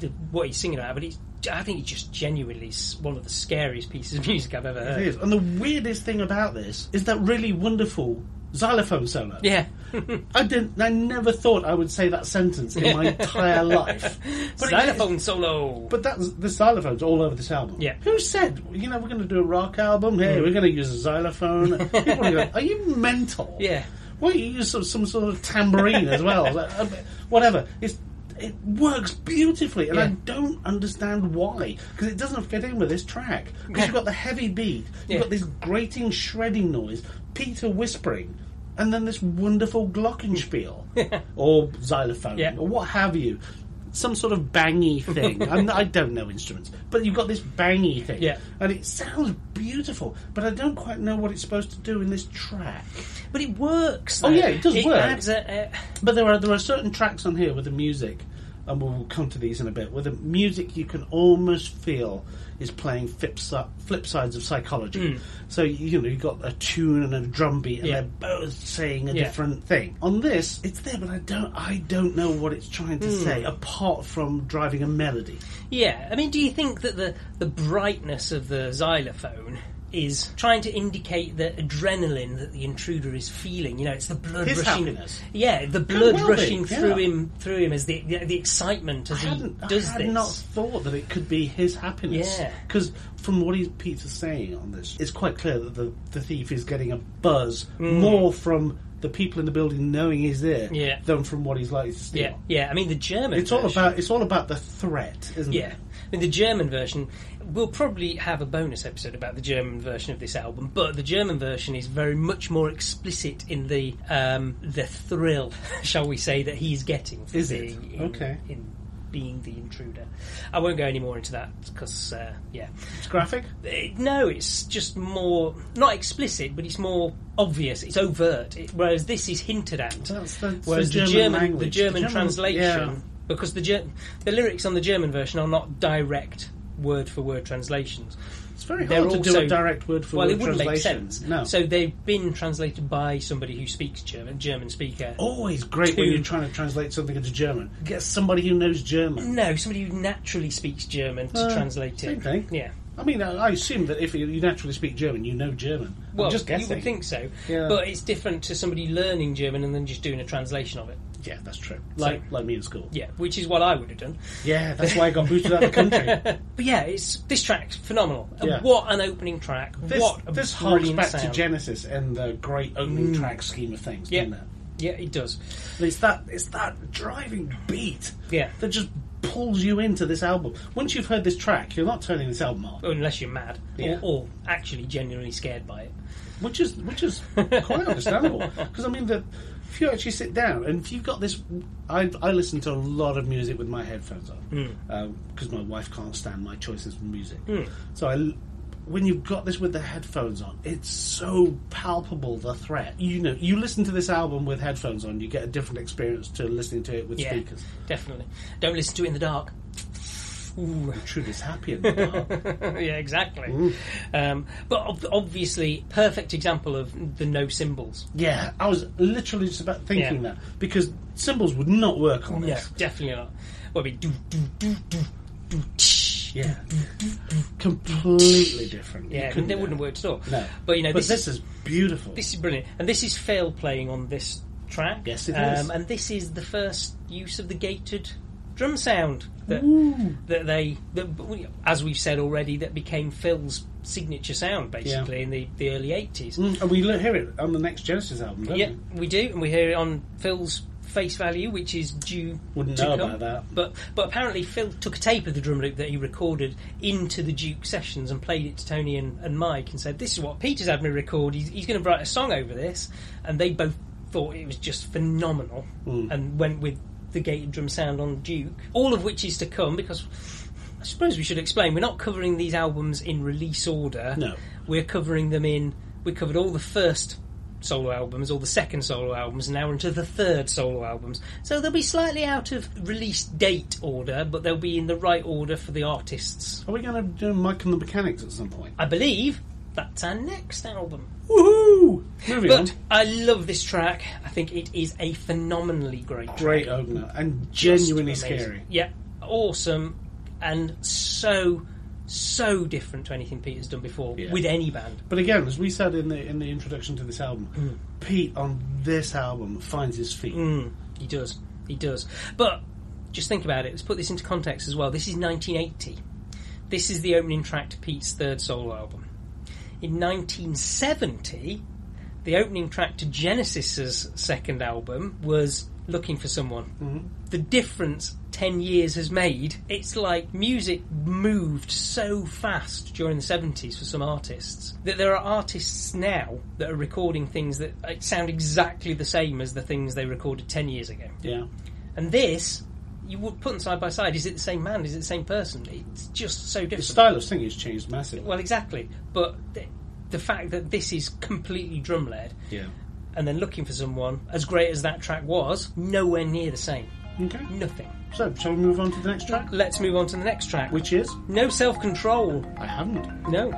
[SPEAKER 3] the, what he's singing about, but it's. I think it's just genuinely s- one of the scariest pieces of music I've ever
[SPEAKER 1] It
[SPEAKER 3] heard.
[SPEAKER 1] is. And the weirdest thing about this is that really wonderful xylophone solo.
[SPEAKER 3] Yeah,
[SPEAKER 1] I didn't. I never thought I would say that sentence in my entire life. But it-
[SPEAKER 3] xylophone solo.
[SPEAKER 1] But that's the xylophone's all over this album.
[SPEAKER 3] Yeah. Mm.
[SPEAKER 1] Who said you know we're going to do a rock album? Hey, we're going to use a xylophone. People are going, are you mental?
[SPEAKER 3] Yeah.
[SPEAKER 1] Why don't you use some, some sort of tambourine as well? Like, uh, whatever. It's it works beautifully, and I
[SPEAKER 3] Yeah.
[SPEAKER 1] don't understand why because it doesn't fit in with this track. Because you've got the heavy beat, you've
[SPEAKER 3] Yeah.
[SPEAKER 1] got this grating shredding noise, Peter whispering. And then this wonderful glockenspiel, or xylophone,
[SPEAKER 3] Yeah.
[SPEAKER 1] or what have you. Some sort of bangy thing. I'm, I don't know instruments, but you've got this bangy thing,
[SPEAKER 3] Yeah.
[SPEAKER 1] and it sounds beautiful. But I don't quite know what it's supposed to do in this track.
[SPEAKER 3] But it works.
[SPEAKER 1] Oh,
[SPEAKER 3] though.
[SPEAKER 1] yeah, it does work.
[SPEAKER 3] adds a- a-
[SPEAKER 1] But there are there are certain tracks on here with the music, and we'll come to these in a bit. Where the music you can almost feel is playing flip, si- flip sides of psychology. So you know you've got a tune and a drum beat, and
[SPEAKER 3] Hmm. Yeah.
[SPEAKER 1] they're both saying a
[SPEAKER 3] Yeah.
[SPEAKER 1] different thing. On this, it's there, but I don't I don't know what it's trying to
[SPEAKER 3] Hmm.
[SPEAKER 1] say apart from driving a melody.
[SPEAKER 3] yeah. I mean, do you think that the the brightness of the xylophone is trying to indicate the adrenaline that the intruder is feeling? You know, it's the blood
[SPEAKER 1] His
[SPEAKER 3] rushing.
[SPEAKER 1] happiness.
[SPEAKER 3] Yeah, the blood
[SPEAKER 1] well be,
[SPEAKER 3] rushing
[SPEAKER 1] yeah.
[SPEAKER 3] through him through him as the the, the excitement as
[SPEAKER 1] I
[SPEAKER 3] he
[SPEAKER 1] hadn't,
[SPEAKER 3] does
[SPEAKER 1] I had
[SPEAKER 3] this.
[SPEAKER 1] not thought that it could be his happiness.
[SPEAKER 3] Yeah.
[SPEAKER 1] Because from what he's, Peter's saying on this, it's quite clear that the, the thief is getting a buzz more from the people in the building knowing he's there
[SPEAKER 3] Mm. Yeah.
[SPEAKER 1] than from what he's likely to steal.
[SPEAKER 3] Yeah, yeah. I mean, the German.
[SPEAKER 1] It's all
[SPEAKER 3] version-
[SPEAKER 1] about it's all about the threat, isn't
[SPEAKER 3] Yeah,
[SPEAKER 1] it?
[SPEAKER 3] I mean the German version. We'll probably have a bonus episode about the German version of this album, but the German version is very much more explicit in the um, the thrill, shall we say, that he's getting. From
[SPEAKER 1] Is it?
[SPEAKER 3] being in,
[SPEAKER 1] Okay.
[SPEAKER 3] In being the intruder, I won't go any more into that because uh, yeah,
[SPEAKER 1] It's graphic.
[SPEAKER 3] Eh, no, it's just more not explicit, but it's more obvious. It's overt. It, whereas this is hinted at.
[SPEAKER 1] That's the- it's
[SPEAKER 3] whereas
[SPEAKER 1] the German language.
[SPEAKER 3] the
[SPEAKER 1] The
[SPEAKER 3] German
[SPEAKER 1] German-
[SPEAKER 3] translation,
[SPEAKER 1] yeah.
[SPEAKER 3] because the Ger- the lyrics on the German version are not direct word for word translations.
[SPEAKER 1] It's very
[SPEAKER 3] They're
[SPEAKER 1] hard to do
[SPEAKER 3] also-
[SPEAKER 1] a direct word for
[SPEAKER 3] well,
[SPEAKER 1] word
[SPEAKER 3] it wouldn't make
[SPEAKER 1] translation.
[SPEAKER 3] sense.
[SPEAKER 1] No.
[SPEAKER 3] So they've been translated by somebody who speaks German, German speaker.
[SPEAKER 1] always great when
[SPEAKER 3] to-
[SPEAKER 1] you're trying to translate something into German. Get somebody who knows German.
[SPEAKER 3] No, somebody who naturally speaks German to
[SPEAKER 1] Uh,
[SPEAKER 3] translate it.
[SPEAKER 1] same thing.
[SPEAKER 3] Yeah.
[SPEAKER 1] I mean, I I assume that if you you naturally speak German, you know German.
[SPEAKER 3] Well,
[SPEAKER 1] I'm just guessing.
[SPEAKER 3] you would think so,
[SPEAKER 1] Yeah.
[SPEAKER 3] but it's different to somebody learning German and then just doing a translation of it.
[SPEAKER 1] Yeah, that's true. Like, like me in school.
[SPEAKER 3] Yeah, which is what I would have done.
[SPEAKER 1] Yeah, that's why I got booted out of the country.
[SPEAKER 3] But yeah, it's this track's phenomenal. And
[SPEAKER 1] Yeah.
[SPEAKER 3] What an opening track!
[SPEAKER 1] This,
[SPEAKER 3] what a
[SPEAKER 1] this harks
[SPEAKER 3] brilliant
[SPEAKER 1] back
[SPEAKER 3] sound. Mm.
[SPEAKER 1] to Genesis and the great opening track scheme of things,
[SPEAKER 3] Yeah.
[SPEAKER 1] doesn't it?
[SPEAKER 3] Yeah, it does.
[SPEAKER 1] And It's that it's that driving beat
[SPEAKER 3] Yeah.
[SPEAKER 1] that just pulls you into this album. Once you've heard this track, you're not turning this album off,
[SPEAKER 3] Unless you're mad
[SPEAKER 1] Yeah.
[SPEAKER 3] or, or actually genuinely scared by it.
[SPEAKER 1] which is which is quite understandable. Because I mean, the, if you actually sit down and if you've got this, I, I listen to a lot of music with my headphones
[SPEAKER 3] Hmm.
[SPEAKER 1] on because my wife can't stand my choices for music. So I l when you've got this with the headphones on, it's so palpable the threat. You know, you listen to this album with headphones on, you get a different experience to listening to it with
[SPEAKER 3] Yeah,
[SPEAKER 1] speakers.
[SPEAKER 3] definitely. Don't listen to it in the dark. Ooh.
[SPEAKER 1] Trude is happy in the dark.
[SPEAKER 3] yeah, exactly. Um, but ob- obviously, perfect example of the no symbols.
[SPEAKER 1] Yeah, I was literally just about thinking
[SPEAKER 3] Yeah.
[SPEAKER 1] that because symbols would not work on
[SPEAKER 3] No,
[SPEAKER 1] this.
[SPEAKER 3] definitely not. What we do do do do do. tsh.
[SPEAKER 1] Yeah, completely different. You
[SPEAKER 3] Yeah,
[SPEAKER 1] couldn't
[SPEAKER 3] they
[SPEAKER 1] do it.
[SPEAKER 3] wouldn't have worked at all.
[SPEAKER 1] No,
[SPEAKER 3] but you know,
[SPEAKER 1] but
[SPEAKER 3] this,
[SPEAKER 1] this is beautiful.
[SPEAKER 3] This is brilliant, and this is fail playing on this track.
[SPEAKER 1] Yes, it
[SPEAKER 3] um,
[SPEAKER 1] is.
[SPEAKER 3] And this is the first use of the gated drum sound that
[SPEAKER 1] Mm,
[SPEAKER 3] that they, that, as we've said already, that became Phil's signature sound basically in the, the early eighties.
[SPEAKER 1] Mm, and we lo- hear it on the next Genesis album, don't
[SPEAKER 3] Yeah,
[SPEAKER 1] we?
[SPEAKER 3] we do, and we hear it on Phil's face value, which is due.
[SPEAKER 1] Wouldn't
[SPEAKER 3] to
[SPEAKER 1] know
[SPEAKER 3] come.
[SPEAKER 1] about that.
[SPEAKER 3] But but apparently Phil took a tape of the drum loop that he recorded into the Duke sessions and played it to Tony and, and Mike and said, "This is what Peter's had me record. He's, he's going to write a song over this," and they both thought it was just phenomenal
[SPEAKER 1] Mm.
[SPEAKER 3] and went with the gated drum sound on Duke. All of which is to come because. I suppose we should explain. We're not covering these albums in release order.
[SPEAKER 1] No.
[SPEAKER 3] We're covering them in. We covered all the first solo albums, all the second solo albums, and now we're into the third solo albums. So they'll be slightly out of release date order, but they'll be in the right order for the artists.
[SPEAKER 1] Are we going to do Mike and the Mechanics at some point?
[SPEAKER 3] I believe that's our next album.
[SPEAKER 1] Woohoo! Moving
[SPEAKER 3] But
[SPEAKER 1] on.
[SPEAKER 3] I love this track. I think it is a phenomenally great track.
[SPEAKER 1] Great opener and genuinely
[SPEAKER 3] Amazing.
[SPEAKER 1] scary.
[SPEAKER 3] Yeah, awesome, and so so different to anything Peter's done before
[SPEAKER 1] Yeah.
[SPEAKER 3] with any band.
[SPEAKER 1] But again, as we said in the in the introduction to this album,
[SPEAKER 3] Mm.
[SPEAKER 1] Pete on this album finds his feet.
[SPEAKER 3] He does, he does. But just think about it. Let's put this into context as well. This is 1980. This is the opening track to Pete's third solo album. In 1970, the opening track to Genesis's second album was "Looking for Someone."
[SPEAKER 1] Mm-hmm.
[SPEAKER 3] The difference ten years has made. It's like music moved so fast during the seventies for some artists that there are artists now that are recording things that uh, sound exactly the same as the things they recorded ten years ago.
[SPEAKER 1] Yeah,
[SPEAKER 3] And this, you would put them side by side. Is it the same man? Is it the same person? It's just so
[SPEAKER 1] the
[SPEAKER 3] different.
[SPEAKER 1] style of singing has changed massively.
[SPEAKER 3] Well, exactly. But the, the fact that this is completely drum led
[SPEAKER 1] yeah.
[SPEAKER 3] and then looking for someone, as great as that track was, nowhere near the same.
[SPEAKER 1] Okay.
[SPEAKER 3] Nothing.
[SPEAKER 1] So, shall we move on to the next track?
[SPEAKER 3] Let's move on to the next track.
[SPEAKER 1] Which is?
[SPEAKER 3] No self control.
[SPEAKER 1] I haven't.
[SPEAKER 3] No.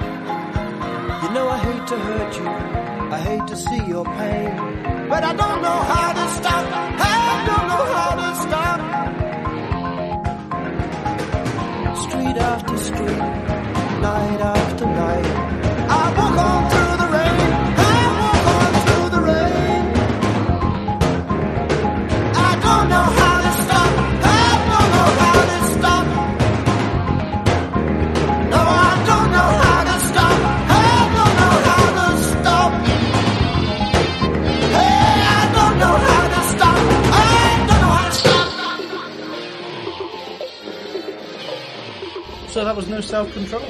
[SPEAKER 10] You know I hate to hurt you, I hate to see your pain, but I don't know how to stop. I don't know how to stop. Street after street, night after night, I walk on through the rain. I walk on through the rain. I don't know how to stop. I don't know how to stop. No, I don't know how to stop. I don't know how to stop. Hey, I don't know how to stop. I don't know how to stop.
[SPEAKER 1] So that was no self control.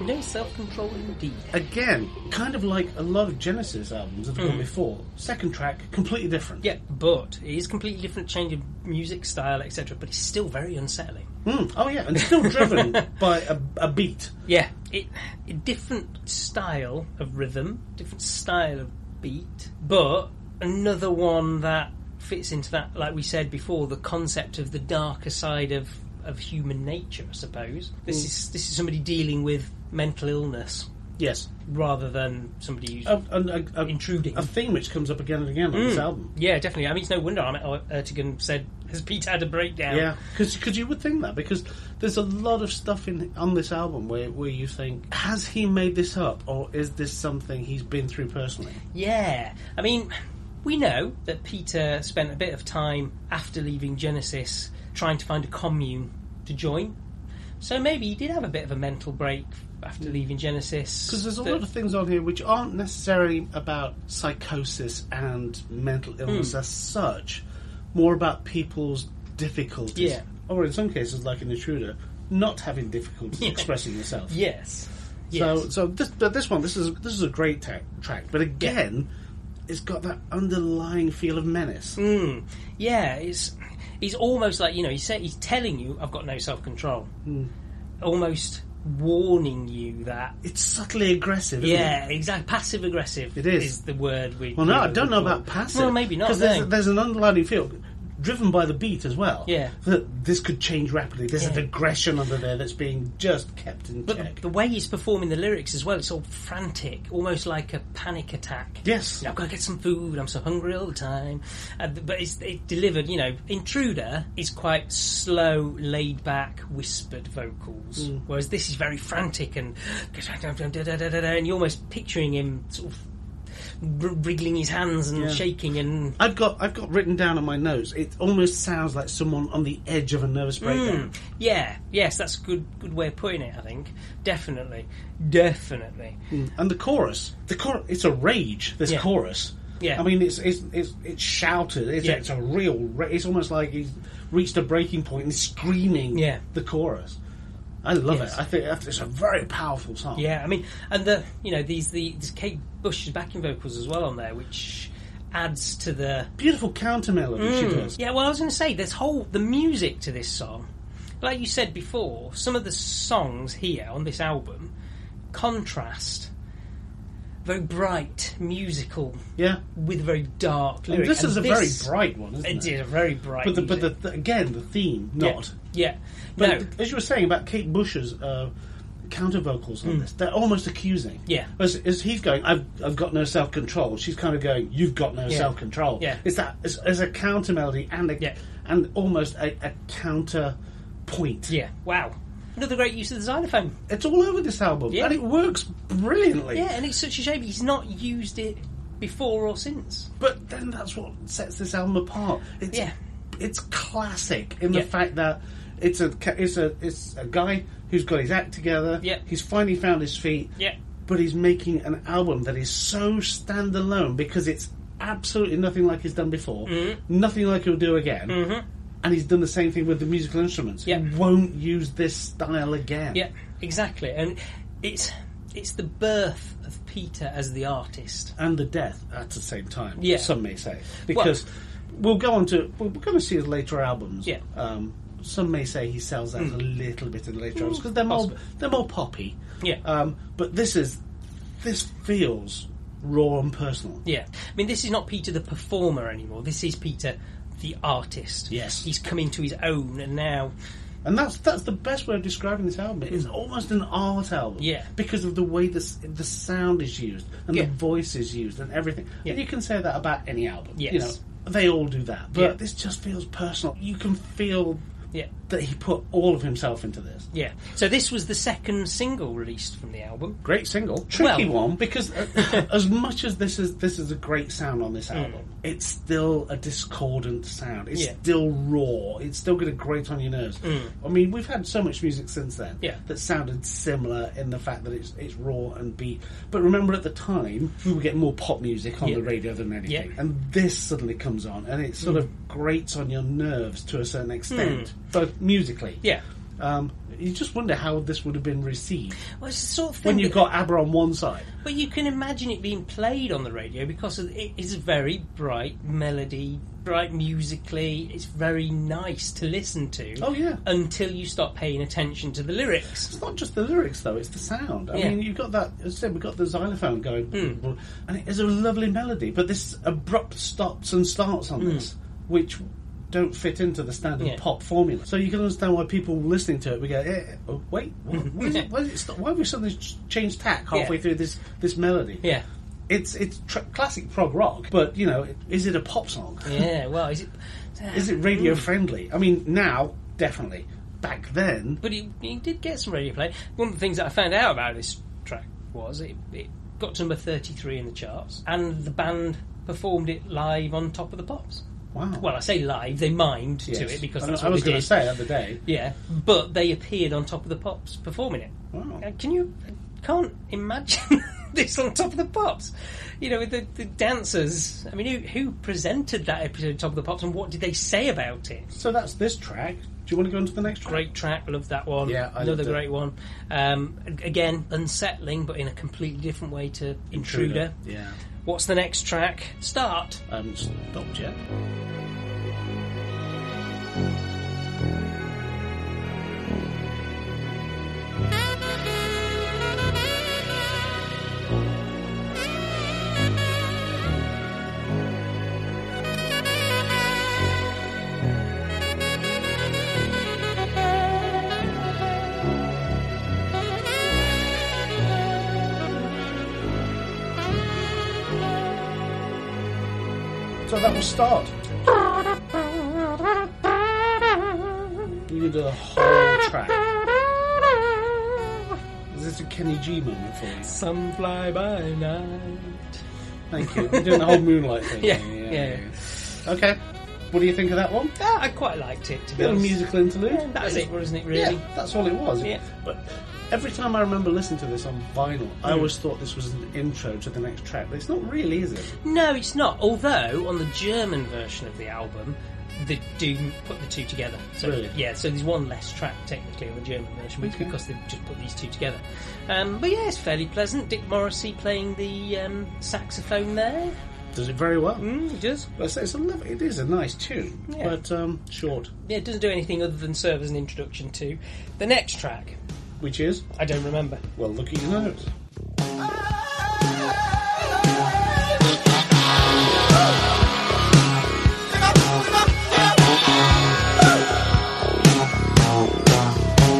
[SPEAKER 3] No self control indeed.
[SPEAKER 1] Again, kind of like a lot of Genesis albums that have gone before. Second track, completely different.
[SPEAKER 3] Yeah, but it is completely different change of music style, etc. But it's still very unsettling.
[SPEAKER 1] Mm, Oh yeah, and still driven by a, a beat.
[SPEAKER 3] Yeah, it, a different style of rhythm, different style of beat, but another one that fits into that, like we said before, the concept of the darker side of, of human nature. I suppose this is this is somebody dealing with mental illness
[SPEAKER 1] Yes.
[SPEAKER 3] rather than somebody who's
[SPEAKER 1] A, a, a, a,
[SPEAKER 3] intruding.
[SPEAKER 1] a theme which comes up again and again on this album.
[SPEAKER 3] yeah, definitely. I mean, it's no wonder I'm Ertigan said, "Has Pete had a breakdown?"
[SPEAKER 1] Yeah, because you would think that because there's a lot of stuff in on this album where, where you think has he made this up or is this something he's been through personally?
[SPEAKER 3] Yeah. I mean, we know that Peter spent a bit of time after leaving Genesis trying to find a commune to join. So maybe he did have a bit of a mental break after leaving Genesis.
[SPEAKER 1] Because Mm. there's a
[SPEAKER 3] that-
[SPEAKER 1] lot of things on here which aren't necessarily about psychosis and mental illness
[SPEAKER 3] Hmm.
[SPEAKER 1] as such, more about people's difficulties,
[SPEAKER 3] Yeah.
[SPEAKER 1] or in some cases, like an intruder, not having difficulty
[SPEAKER 3] Yeah.
[SPEAKER 1] expressing yourself.
[SPEAKER 3] Yes. Yes.
[SPEAKER 1] So, so this, but this one, this is this is a great ta- track, but again, it's got that underlying feel of menace.
[SPEAKER 3] Mm. Yeah, it's he's almost like you know he said he's telling you I've got no self control,
[SPEAKER 1] Mm.
[SPEAKER 3] almost warning you that.
[SPEAKER 1] It's subtly aggressive. Isn't it?
[SPEAKER 3] Yeah, exactly. Passive aggressive.
[SPEAKER 1] It is.
[SPEAKER 3] the word we.
[SPEAKER 1] Well, no,
[SPEAKER 3] we
[SPEAKER 1] I don't know
[SPEAKER 3] would
[SPEAKER 1] about
[SPEAKER 3] call-
[SPEAKER 1] passive.
[SPEAKER 3] Well, maybe not.
[SPEAKER 1] Because
[SPEAKER 3] no.
[SPEAKER 1] there's, there's an underlying feel, driven by the beat as well.
[SPEAKER 3] Yeah.
[SPEAKER 1] That this could change rapidly. There's an aggression under there that's being just kept in
[SPEAKER 3] But
[SPEAKER 1] check.
[SPEAKER 3] the, the way he's performing the lyrics as well, it's all frantic, almost like a panic attack.
[SPEAKER 1] yes.
[SPEAKER 3] You know, I've got to get some food. I'm so hungry all the time. Uh, but it's it delivered. You know, Intruder is quite slow, laid back, whispered vocals,
[SPEAKER 1] Mm.
[SPEAKER 3] whereas this is very frantic and and you're almost picturing him sort of wr- wriggling his hands and
[SPEAKER 1] Yeah.
[SPEAKER 3] shaking and
[SPEAKER 1] I've got I've got written down on my notes. It almost sounds like someone on the edge of a nervous breakdown.
[SPEAKER 3] yeah, yes, that's a good good way of putting it. I think definitely, definitely.
[SPEAKER 1] And the chorus, the chor- it's a rage. This
[SPEAKER 3] Yeah.
[SPEAKER 1] chorus.
[SPEAKER 3] Yeah.
[SPEAKER 1] I mean, it's it's it's, it's shouted. It's,
[SPEAKER 3] Yeah.
[SPEAKER 1] it's a real. Ra- it's almost like he's reached a breaking point and he's screaming.
[SPEAKER 3] Yeah.
[SPEAKER 1] The chorus. I love
[SPEAKER 3] Yes.
[SPEAKER 1] it. I think it's a very powerful song.
[SPEAKER 3] Yeah, I mean, and the you know these the this Kate Bush's backing vocals as well on there, which adds to the
[SPEAKER 1] Beautiful counter melody she does.
[SPEAKER 3] Mm. yeah. Well, I was going to say this whole the music to this song, like you said before, some of the songs here on this album contrast very bright musical
[SPEAKER 1] Yeah.
[SPEAKER 3] with very dark
[SPEAKER 1] And
[SPEAKER 3] lyrics.
[SPEAKER 1] this
[SPEAKER 3] And
[SPEAKER 1] is a very bright one, isn't
[SPEAKER 3] It
[SPEAKER 1] it?
[SPEAKER 3] is a very bright.
[SPEAKER 1] But, the, but the,
[SPEAKER 3] music.
[SPEAKER 1] the, again, the theme,
[SPEAKER 3] Yeah,
[SPEAKER 1] not.
[SPEAKER 3] yeah,
[SPEAKER 1] But
[SPEAKER 3] no.
[SPEAKER 1] th- as you were saying about Kate Bush's uh, counter vocals on this, they're almost accusing.
[SPEAKER 3] Mm. Yeah.
[SPEAKER 1] As, as he's going, I've, I've got no self control, she's kind of going, You've got no
[SPEAKER 3] Yeah.
[SPEAKER 1] self control.
[SPEAKER 3] Yeah.
[SPEAKER 1] It's that, it's, it's a counter melody and, a,
[SPEAKER 3] Yeah.
[SPEAKER 1] and almost a, a counter point.
[SPEAKER 3] yeah, wow. Another great use of the xylophone.
[SPEAKER 1] It's all over this album,
[SPEAKER 3] Yeah.
[SPEAKER 1] and it works brilliantly.
[SPEAKER 3] Yeah, and it's such a shame he's not used it before or since.
[SPEAKER 1] But then that's what sets this album apart. It's,
[SPEAKER 3] Yeah.
[SPEAKER 1] it's classic in the
[SPEAKER 3] Yeah.
[SPEAKER 1] fact that it's a ca- it's a it's a guy who's got his act together.
[SPEAKER 3] Yeah.
[SPEAKER 1] he's finally found his feet.
[SPEAKER 3] Yeah.
[SPEAKER 1] but he's making an album that is so standalone because it's absolutely nothing like he's done before,
[SPEAKER 3] Mm-hmm.
[SPEAKER 1] nothing like he'll do again. And he's done the same thing with the musical instruments.
[SPEAKER 3] Yeah.
[SPEAKER 1] He won't use this style again.
[SPEAKER 3] Yeah, exactly. And it's it's the birth of Peter as the artist.
[SPEAKER 1] and the death at the same time.
[SPEAKER 3] Yeah.
[SPEAKER 1] some may say because we'll go on to we're going to see his later albums.
[SPEAKER 3] Yeah. Hmm.
[SPEAKER 1] Um, some may say he sells out a little bit in the later albums because they're more
[SPEAKER 3] possibly.
[SPEAKER 1] they're more poppy.
[SPEAKER 3] Yeah.
[SPEAKER 1] Um, but this is this feels raw and personal.
[SPEAKER 3] yeah. I mean, this is not Peter the performer anymore. This is Peter the artist.
[SPEAKER 1] Yes.
[SPEAKER 3] He's come into his own and now
[SPEAKER 1] And that's that's the best way of describing this album. It's almost an art album.
[SPEAKER 3] Hmm. Yeah.
[SPEAKER 1] Because of the way the s- the sound is used and
[SPEAKER 3] Yeah.
[SPEAKER 1] the voice is used and everything.
[SPEAKER 3] Yeah.
[SPEAKER 1] And you can say that about any album. You know,
[SPEAKER 3] Yes.
[SPEAKER 1] they all do that. But
[SPEAKER 3] Yeah.
[SPEAKER 1] this just feels personal. You can feel
[SPEAKER 3] yeah.
[SPEAKER 1] that he put all of himself into this.
[SPEAKER 3] Yeah. So this was the second single released from the album.
[SPEAKER 1] Great single, tricky
[SPEAKER 3] Well-
[SPEAKER 1] one because uh, as much as this is this is a great sound on this album, it's still a discordant sound. It's
[SPEAKER 3] Mm. Yeah. Mm.
[SPEAKER 1] still raw. It's still going to grate on your nerves. I mean, we've had so much music since then
[SPEAKER 3] Yeah.
[SPEAKER 1] that sounded similar in the fact that it's it's raw and beat. But remember, at the time, we would get more pop music on
[SPEAKER 3] Yeah.
[SPEAKER 1] the radio than anything,
[SPEAKER 3] Yeah. Mm.
[SPEAKER 1] and this suddenly comes on and it sort of grates on your nerves to a certain extent, both musically.
[SPEAKER 3] Yeah.
[SPEAKER 1] Um, you just wonder how this would have been received
[SPEAKER 3] Well, it's the sort of thing
[SPEAKER 1] when you've
[SPEAKER 3] that-
[SPEAKER 1] got ABBA on one side.
[SPEAKER 3] But you can imagine it being played on the radio because of- it is a very bright melody, bright musically. It's very nice to listen to.
[SPEAKER 1] Oh, yeah.
[SPEAKER 3] Until you start paying attention to the lyrics.
[SPEAKER 1] It's not just the lyrics though; it's the sound. I
[SPEAKER 3] Yeah. Hmm.
[SPEAKER 1] mean, you've got that. As I said, we've got the xylophone going, and it is a lovely melody. But this abrupt stops and starts on this, which don't fit into the standard
[SPEAKER 3] Hmm. Yeah.
[SPEAKER 1] pop formula. So you can understand why people listening to it would go, eh, oh, wait, what, why, is it, why, is it stop? why have we suddenly ch- changed tack halfway
[SPEAKER 3] Yeah.
[SPEAKER 1] through this, this melody?
[SPEAKER 3] Yeah.
[SPEAKER 1] It's it's tr- classic prog rock, but you know, is it a pop song?
[SPEAKER 3] Yeah, well, is it?
[SPEAKER 1] Is it radio friendly? I mean, now definitely. Back then,
[SPEAKER 3] But he, he did get some radio play. One of the things that I found out about this track was it, it got to number 33 in the charts, and the band performed it live on Top of the Pops.
[SPEAKER 1] wow.
[SPEAKER 3] Well, I say live, they mimed
[SPEAKER 1] Oh. Yes.
[SPEAKER 3] to it because
[SPEAKER 1] I,
[SPEAKER 3] that's
[SPEAKER 1] I
[SPEAKER 3] what
[SPEAKER 1] was
[SPEAKER 3] they
[SPEAKER 1] going to
[SPEAKER 3] did.
[SPEAKER 1] say the other day.
[SPEAKER 3] Yeah, but they appeared on Top of the Pops performing it.
[SPEAKER 1] Wow.
[SPEAKER 3] Uh, Can you? I can't imagine this on Top of the Pops. You know, with the, the dancers. I mean, who, who presented that episode of Top of the Pops, and what did they say about it?
[SPEAKER 1] So that's this track. Do you want to go into the next track?
[SPEAKER 3] Great track, love that one.
[SPEAKER 1] Yeah, I
[SPEAKER 3] another
[SPEAKER 1] loved it.
[SPEAKER 3] great one. Um, a- again, unsettling, but in a completely different way to Intruder.
[SPEAKER 1] Yeah.
[SPEAKER 3] What's the next track? Start.
[SPEAKER 1] I haven't stopped yet. So that will start. You can do the whole track. Is this a Kenny G moment for you?
[SPEAKER 3] Some fly by night.
[SPEAKER 1] Thank you. You're doing the whole moonlight thing.
[SPEAKER 3] Yeah, yeah.
[SPEAKER 1] Okay. What do you think of that one?
[SPEAKER 3] Ah, I quite liked it. To be
[SPEAKER 1] Bit of
[SPEAKER 3] honest.
[SPEAKER 1] musical interlude.
[SPEAKER 3] That was it, wasn't it? Really?
[SPEAKER 1] Yeah, that's all it was.
[SPEAKER 3] Yeah.
[SPEAKER 1] But every time I remember listening to this on vinyl, I
[SPEAKER 3] Hmm.
[SPEAKER 1] always thought this was an intro to the next track. But it's not really, is it?
[SPEAKER 3] No, it's not. Although on the German version of the album, they do put the two together. So
[SPEAKER 1] Really?
[SPEAKER 3] yeah, so there's one less track technically on the German version, but it's
[SPEAKER 1] Okay.
[SPEAKER 3] because they've just put these two together. Um, but yeah, it's fairly pleasant. Dick Morrissey playing the um, saxophone there.
[SPEAKER 1] Does it very well.
[SPEAKER 3] Mm, he does.
[SPEAKER 1] Let's say it's a lovely, it is a nice tune,
[SPEAKER 3] Yeah.
[SPEAKER 1] but um, short.
[SPEAKER 3] Yeah, it doesn't do anything other than serve as an introduction to the next track.
[SPEAKER 1] Which is
[SPEAKER 3] I don't remember.
[SPEAKER 1] well, look at your notes.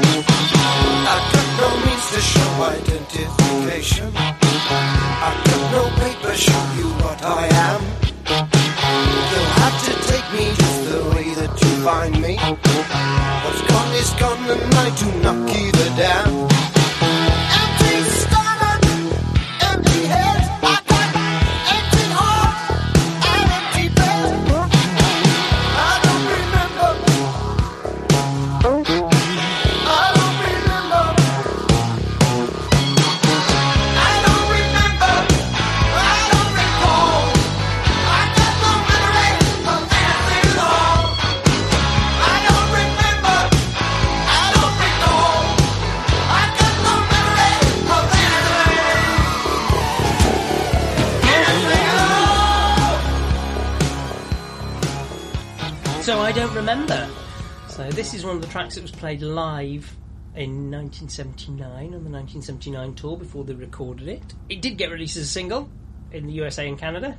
[SPEAKER 10] I've got no means to show identification. I've got no paper show you what I am. You'll have to take me just the way that you find me. What's gone is gone, and I do not give a damn. Empty stomach, empty head. I got empty heart and empty bed. I don't remember. I don't remember. I don't remember. I don't recall. I got no memory of anything at all. I don't remember. I don't recall. I got no memory of anything. Anything at all.
[SPEAKER 3] So I don't remember. So this is one of the tracks that was played live in 1979 on the 1979 tour before they recorded it. It did get released as a single in the USA and Canada,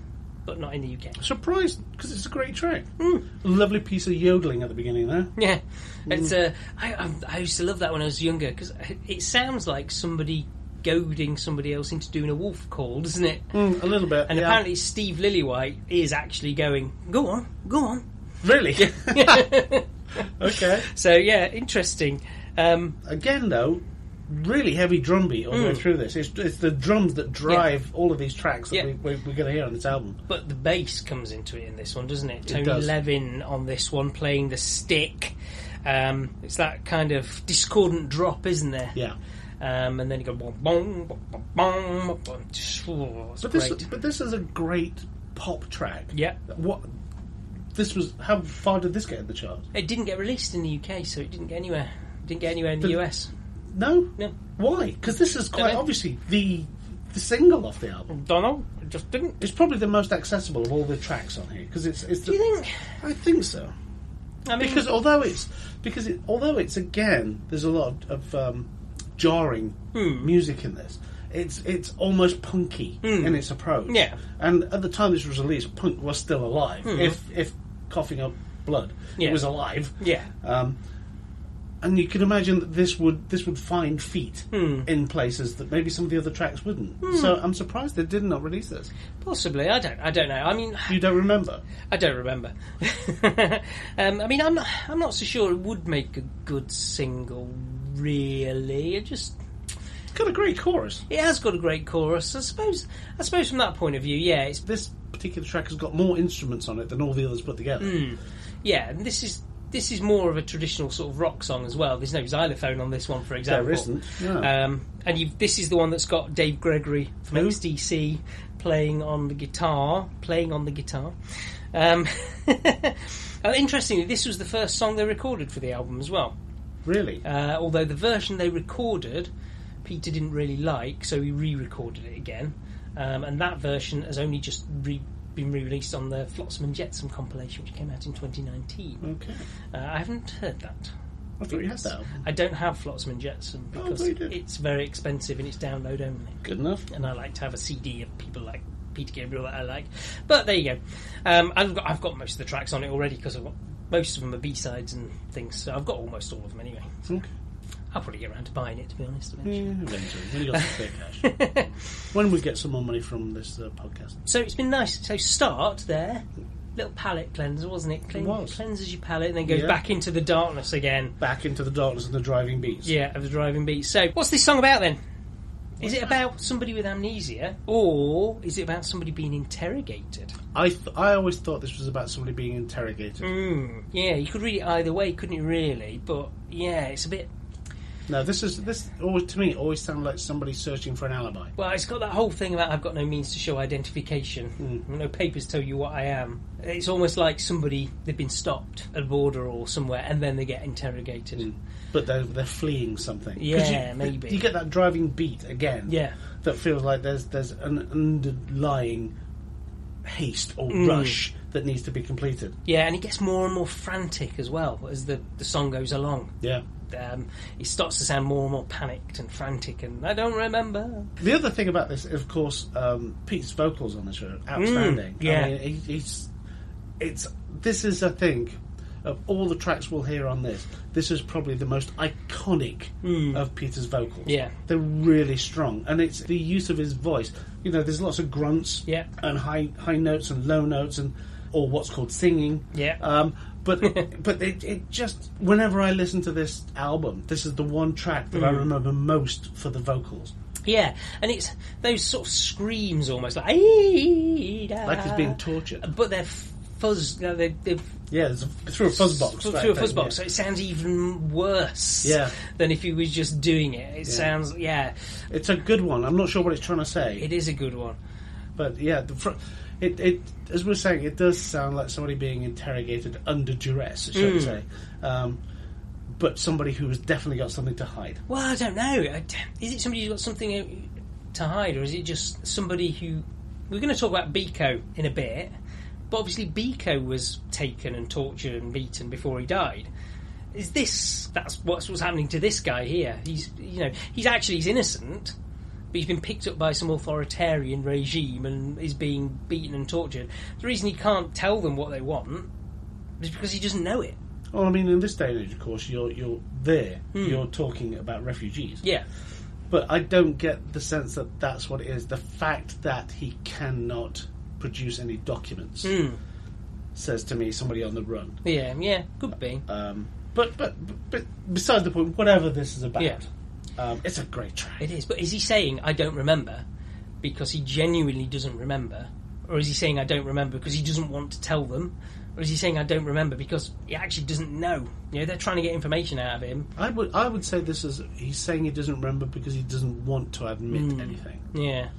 [SPEAKER 3] but not in the UK.
[SPEAKER 1] Surprised because it's a great track.
[SPEAKER 3] Hmm.
[SPEAKER 1] Lovely piece of yodeling at the beginning there.
[SPEAKER 3] Yeah, it's. Uh, I, I, I used to love that when I was younger because it sounds like somebody goading somebody else into doing a wolf call, doesn't it?
[SPEAKER 1] Mm, a little bit.
[SPEAKER 3] Hmm. And
[SPEAKER 1] yeah.
[SPEAKER 3] apparently Steve Lillywhite is actually going, go on, go on.
[SPEAKER 1] really, okay.
[SPEAKER 3] So yeah, interesting. Um,
[SPEAKER 1] Again, though, really heavy drum beat all the way through this. It's, it's the drums that drive all of these tracks that
[SPEAKER 3] Hmm. Yeah.
[SPEAKER 1] we, we, we're going to hear on this album.
[SPEAKER 3] But the bass comes into it in this one, doesn't it? Tony
[SPEAKER 1] does.
[SPEAKER 3] Levin on this one playing the stick. Um, it's that kind of discordant drop, isn't there?
[SPEAKER 1] Yeah.
[SPEAKER 3] Um, and then you go bong bong bong bong, bong. bong. Just, oh, it's
[SPEAKER 1] But this,
[SPEAKER 3] great.
[SPEAKER 1] but this is a great pop track.
[SPEAKER 3] Yeah.
[SPEAKER 1] What? This was how far did this get in the chart?
[SPEAKER 3] It didn't get released in the UK, so it didn't get anywhere. It didn't get anywhere in the
[SPEAKER 1] The-
[SPEAKER 3] US.
[SPEAKER 1] No.
[SPEAKER 3] No.
[SPEAKER 1] Why? Because this is quite
[SPEAKER 3] know.
[SPEAKER 1] obviously the the single off the album.
[SPEAKER 3] Don't know. It just didn't.
[SPEAKER 1] It's probably the most accessible of all the tracks on here because it's it's.
[SPEAKER 3] Do you think?
[SPEAKER 1] I think so.
[SPEAKER 3] I mean,
[SPEAKER 1] Because although it's because it, although it's again, there's a lot of um, jarring
[SPEAKER 3] Hmm.
[SPEAKER 1] music in this. It's it's almost punky in its approach.
[SPEAKER 3] Yeah. Hmm.
[SPEAKER 1] And at the time this was released, punk was still alive. If if coughing up blood.
[SPEAKER 3] Yeah.
[SPEAKER 1] It was alive.
[SPEAKER 3] Yeah.
[SPEAKER 1] Um, and you can imagine that this would this would find feet
[SPEAKER 3] Hmm.
[SPEAKER 1] in places that maybe some of the other tracks wouldn't. So I'm surprised they did not release this.
[SPEAKER 3] Possibly. I don't. I don't know. I mean,
[SPEAKER 1] You don't remember?
[SPEAKER 3] I don't remember. um, I mean, I'm not. I'm not so sure it would make a good single. Really, it just
[SPEAKER 1] It's got a great chorus.
[SPEAKER 3] it has got a great chorus. I suppose. I suppose from that point of view, yeah, it's
[SPEAKER 1] This particular track has got more instruments on it than all the others put together.
[SPEAKER 3] Hmm. yeah. And this is this is more of a traditional sort of rock song as well. There's no xylophone on this one, for example.
[SPEAKER 1] isn't, no.
[SPEAKER 3] Um, and you've, this is the one that's got Dave Gregory from XDC playing on the guitar, playing on the guitar. Um, and interestingly, this was the first song they recorded for the album as well.
[SPEAKER 1] Really?
[SPEAKER 3] Uh, although the version they recorded, Peter didn't really like, so he re-recorded it again. Um, and that version has only just re- been re-released on the Flotsam and Jetsam compilation, which came out in 2019.
[SPEAKER 1] okay.
[SPEAKER 3] Uh, I haven't heard that.
[SPEAKER 1] I thought you had that. album.
[SPEAKER 3] I don't have Flotsam and Jetsam because
[SPEAKER 1] you did.
[SPEAKER 3] it's very expensive and it's download only.
[SPEAKER 1] Good enough.
[SPEAKER 3] And I like to have a CD of people like Peter Gabriel that I like. But there you go. Um, I've, got, I've got most of the tracks on it already because I've got most of them are B-sides and things, so I've got almost all of them anyway.
[SPEAKER 1] Okay.
[SPEAKER 3] I'll probably get around to buying it, to be honest.
[SPEAKER 1] Yeah,
[SPEAKER 3] Eventually.
[SPEAKER 1] eventually. When you got some spare cash. when we get some more money from this uh, podcast.
[SPEAKER 3] So it's been nice. So start there. Little palate cleanser, wasn't it? Clean,
[SPEAKER 1] was.
[SPEAKER 3] Cleanses your palate and then goes
[SPEAKER 1] Yeah.
[SPEAKER 3] back into the darkness again.
[SPEAKER 1] Back into the darkness and the driving beats.
[SPEAKER 3] Yeah, of the driving beat. So what's this song about then? Is it about somebody with amnesia or is it about somebody being interrogated?
[SPEAKER 1] I, th- I always thought this was about somebody being interrogated.
[SPEAKER 3] Hmm. Yeah, you could read it either way, couldn't you really? But yeah, it's a bit.
[SPEAKER 1] No, this is this always to me always sounded like somebody searching for an alibi.
[SPEAKER 3] Well, it's got that whole thing about I've got no means to show identification. No papers tell you what I am. It's almost like somebody, they've been stopped at a border or somewhere and then they get interrogated.
[SPEAKER 1] But they're, they're fleeing something. 'Cause
[SPEAKER 3] Yeah,
[SPEAKER 1] you,
[SPEAKER 3] maybe.
[SPEAKER 1] You get that driving beat again.
[SPEAKER 3] Yeah.
[SPEAKER 1] That feels like there's there's an underlying haste or
[SPEAKER 3] Mm.
[SPEAKER 1] rush that needs to be completed.
[SPEAKER 3] Yeah, and it gets more and more frantic as well as the, the song goes along.
[SPEAKER 1] Yeah.
[SPEAKER 3] Um, it starts to sound more and more panicked and frantic and I don't remember.
[SPEAKER 1] The other thing about this, of course, um, Pete's vocals on this are outstanding.
[SPEAKER 3] Mm, yeah.
[SPEAKER 1] I mean, he, he's it's this is I think of all the tracks we'll hear on this, this is probably the most iconic of Peter's vocals.
[SPEAKER 3] Mm. Yeah.
[SPEAKER 1] they're really strong, and it's the use of his voice. You know, there's lots of grunts,
[SPEAKER 3] Yeah.
[SPEAKER 1] and high high notes and low notes and or what's called singing,
[SPEAKER 3] Yeah.
[SPEAKER 1] Um, but but it, it just whenever I listen to this album, this is the one track that I
[SPEAKER 3] Mm.
[SPEAKER 1] remember most for the vocals.
[SPEAKER 3] Yeah, and it's those sort of screams almost like.
[SPEAKER 1] like
[SPEAKER 3] Like
[SPEAKER 1] he's being tortured.
[SPEAKER 3] But they're fuzz. No, they, they're
[SPEAKER 1] Yeah, it's through a fuzz box.
[SPEAKER 3] Through,
[SPEAKER 1] right,
[SPEAKER 3] through a
[SPEAKER 1] but,
[SPEAKER 3] fuzz box, so
[SPEAKER 1] yeah.
[SPEAKER 3] it sounds even worse.
[SPEAKER 1] Yeah.
[SPEAKER 3] Than if he was just doing it. It sounds. Yeah,
[SPEAKER 1] It's a good one. I'm not sure what it's trying to say,
[SPEAKER 3] it is a good one.
[SPEAKER 1] but yeah, the fr- it it as we we're saying, it does sound like somebody being interrogated under duress, shall
[SPEAKER 3] Hmm.
[SPEAKER 1] we say? Um, but somebody who has definitely got something to hide.
[SPEAKER 3] Well, I don't know. I d- Is it somebody who's got something uh, to hide, or is it just somebody who? We're going to talk about Biko in a bit, but obviously Biko was taken and tortured and beaten before he died. Is this that's what's what's happening to this guy here? He's you know he's actually he's innocent, but he's been picked up by some authoritarian regime and is being beaten and tortured. The reason he can't tell them what they want is because he doesn't know it.
[SPEAKER 1] Well, I mean, in this day and age, of course, you're you're there, you're talking about refugees.
[SPEAKER 3] Hmm. Yeah,
[SPEAKER 1] But I don't get the sense that that's what it is. The fact that he cannot produce any documents
[SPEAKER 3] Hmm.
[SPEAKER 1] says to me somebody on the run.
[SPEAKER 3] yeah, yeah. Could be.
[SPEAKER 1] Um, but, but but beside the point, whatever this is about,
[SPEAKER 3] Yeah.
[SPEAKER 1] um, it's a great track.
[SPEAKER 3] It is, but is he saying I don't remember because he genuinely doesn't remember, or is he saying I don't remember because he doesn't want to tell them, or is he saying I don't remember because he actually doesn't know? You know, they're trying to get information out of him.
[SPEAKER 1] I would I would say this is he's saying he doesn't remember because he doesn't want to admit anything.
[SPEAKER 3] Yeah,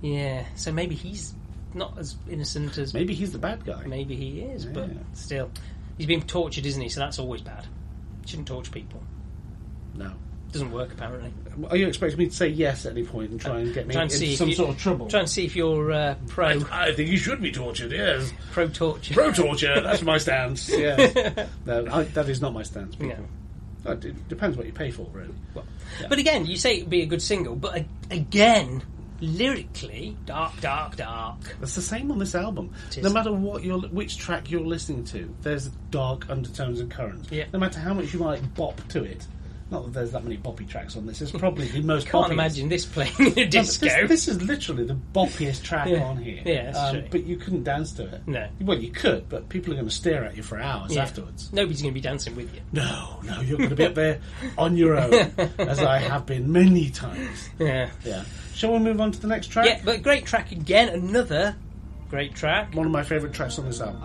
[SPEAKER 3] yeah. So maybe he's not as innocent as maybe,
[SPEAKER 1] Maybe he's the bad guy.
[SPEAKER 3] he is, but
[SPEAKER 1] Yeah.
[SPEAKER 3] still, he's being tortured, isn't he? So that's always bad. Shouldn't torture people.
[SPEAKER 1] No.
[SPEAKER 3] Doesn't work apparently.
[SPEAKER 1] Are you expecting me to say yes at any point and try and get me
[SPEAKER 3] Try and
[SPEAKER 1] into
[SPEAKER 3] see if
[SPEAKER 1] some
[SPEAKER 3] you-
[SPEAKER 1] sort of trouble?
[SPEAKER 3] Try and see if you're uh, pro
[SPEAKER 1] I think you should be tortured. Yes,
[SPEAKER 3] pro torture.
[SPEAKER 1] pro torture. that's my stance. Yes, no, I, that is not my stance.
[SPEAKER 3] Yeah.
[SPEAKER 1] people. Uh, It depends what you pay for, really.
[SPEAKER 3] But again, you say it'd be a good single, but a- again, lyrically dark, dark, dark.
[SPEAKER 1] That's the same on this album.
[SPEAKER 3] is.
[SPEAKER 1] No matter what you're, which track you're listening to, there's dark undertones and currents.
[SPEAKER 3] Yeah.
[SPEAKER 1] No matter how much you might bop to it. Not that there's that many boppy tracks on this. It's probably the most.
[SPEAKER 3] Can't
[SPEAKER 1] boppiest.
[SPEAKER 3] imagine this playing in a
[SPEAKER 1] No, but this-
[SPEAKER 3] disco.
[SPEAKER 1] This, is literally the boppiest track
[SPEAKER 3] Yeah.
[SPEAKER 1] on here. Um,
[SPEAKER 3] Yeah, that's true.
[SPEAKER 1] But you couldn't dance to it.
[SPEAKER 3] No.
[SPEAKER 1] Well, you could, but people are going to stare at you for hours
[SPEAKER 3] Yeah.
[SPEAKER 1] afterwards.
[SPEAKER 3] Nobody's going to be dancing with you.
[SPEAKER 1] No, no, you're going to be up there on your own, as I have been many times.
[SPEAKER 3] Yeah.
[SPEAKER 1] Yeah. Shall we move on to the next track?
[SPEAKER 3] Yeah, but great track again. Another great track,
[SPEAKER 1] One of my favourite tracks on this album.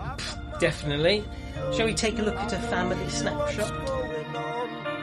[SPEAKER 3] definitely. Shall we take a look at a family snapshot?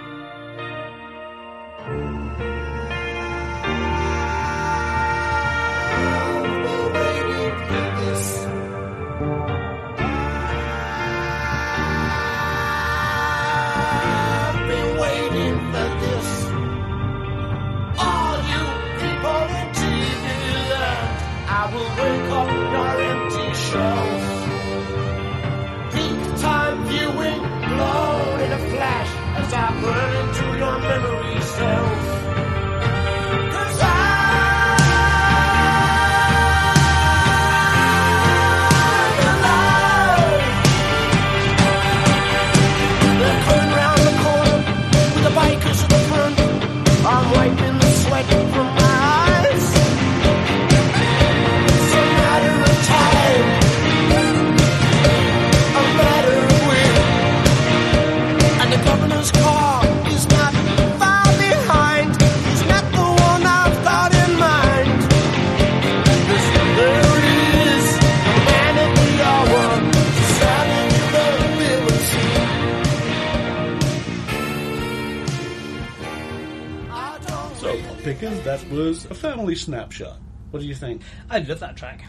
[SPEAKER 1] So, Pop Pickers, that was a family snapshot. What do you think?
[SPEAKER 3] I love that track.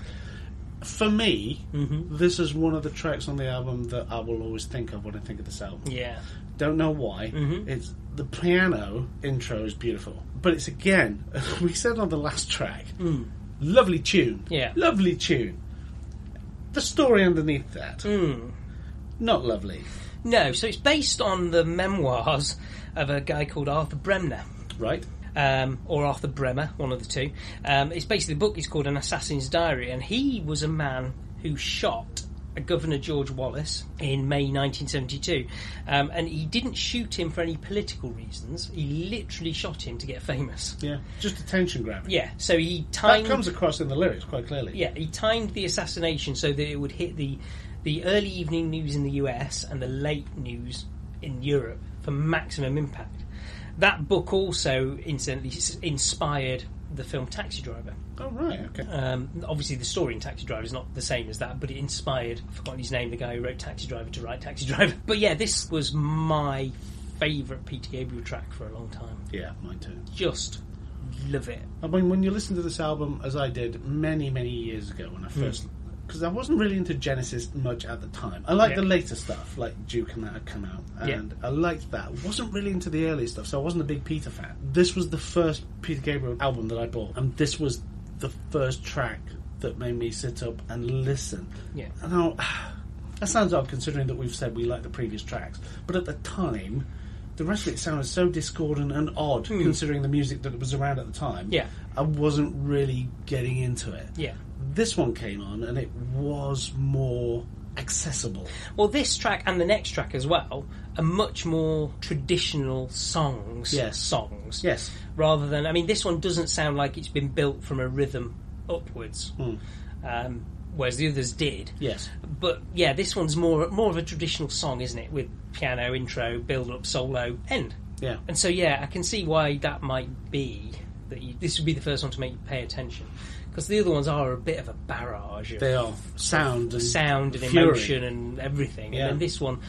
[SPEAKER 1] For me,
[SPEAKER 3] Mm-hmm.
[SPEAKER 1] this is one of the tracks on the album that I will always think of when I think of this album.
[SPEAKER 3] Yeah.
[SPEAKER 1] Don't know why.
[SPEAKER 3] Mm-hmm.
[SPEAKER 1] It's the piano intro is beautiful, but it's again we said on the last track. Lovely tune.
[SPEAKER 3] Mm. Yeah.
[SPEAKER 1] Lovely tune. The story underneath that.
[SPEAKER 3] Mm.
[SPEAKER 1] Not lovely.
[SPEAKER 3] No, so it's based on the memoirs of a guy called Arthur Bremner.
[SPEAKER 1] Right.
[SPEAKER 3] um, or Arthur Bremer, one of the two. Um, it's basically the book is called An Assassin's Diary, and he was a man who shot a Governor George Wallace in May 1972, um, and he didn't shoot him for any political reasons. He literally shot him to get famous.
[SPEAKER 1] Yeah. Just attention grabbing.
[SPEAKER 3] Yeah, so he
[SPEAKER 1] That
[SPEAKER 3] timed.
[SPEAKER 1] comes across in the lyrics quite clearly.
[SPEAKER 3] yeah, he timed the assassination so that it would hit the the early evening news in the US and the late news in Europe for maximum impact. That book also incidentally s- inspired the film Taxi Driver.
[SPEAKER 1] Oh right. Okay.
[SPEAKER 3] Um, obviously, the story in Taxi Driver is not the same as that, but it inspired, I've forgotten his name, the guy who wrote Taxi Driver to write Taxi Driver. But yeah, this was my favourite Peter Gabriel track for a long time.
[SPEAKER 1] yeah. Mine too.
[SPEAKER 3] Just love it.
[SPEAKER 1] I mean, when you listen to this album, as I did many, many years ago when I
[SPEAKER 3] Hmm.
[SPEAKER 1] first, because I wasn't really into Genesis much at the time. I liked
[SPEAKER 3] Yeah.
[SPEAKER 1] the later stuff, like Duke and that had come out,
[SPEAKER 3] Yeah.
[SPEAKER 1] and I liked that. wasn't really into the early stuff, so I wasn't a big Peter fan. This was the first Peter Gabriel album that I bought, and this was the first track that made me sit up and listen.
[SPEAKER 3] Yeah.
[SPEAKER 1] And I, that sounds odd considering that we've said we like the previous tracks, but at the time. The rest of it sounded so discordant and odd, considering the music that was around at the time.
[SPEAKER 3] Hmm. Yeah.
[SPEAKER 1] I wasn't really getting into it.
[SPEAKER 3] Yeah.
[SPEAKER 1] This one came on and it was more accessible.
[SPEAKER 3] Well, this track and the next track as well are much more traditional songs.
[SPEAKER 1] Yes.
[SPEAKER 3] Songs.
[SPEAKER 1] Yes.
[SPEAKER 3] Rather than, I mean, this one doesn't sound like it's been built from a rhythm upwards, um, whereas the others did.
[SPEAKER 1] Hmm. Yes.
[SPEAKER 3] But yeah, this one's more more of a traditional song, isn't it? With piano intro, build up, solo, end.
[SPEAKER 1] Yeah.
[SPEAKER 3] And so yeah, I can see why that might be that you, this would be the first one to make you pay attention because the other ones are a bit of a barrage of
[SPEAKER 1] They are sound and
[SPEAKER 3] sound and
[SPEAKER 1] fury.
[SPEAKER 3] emotion and everything.
[SPEAKER 1] Yeah.
[SPEAKER 3] And then this one,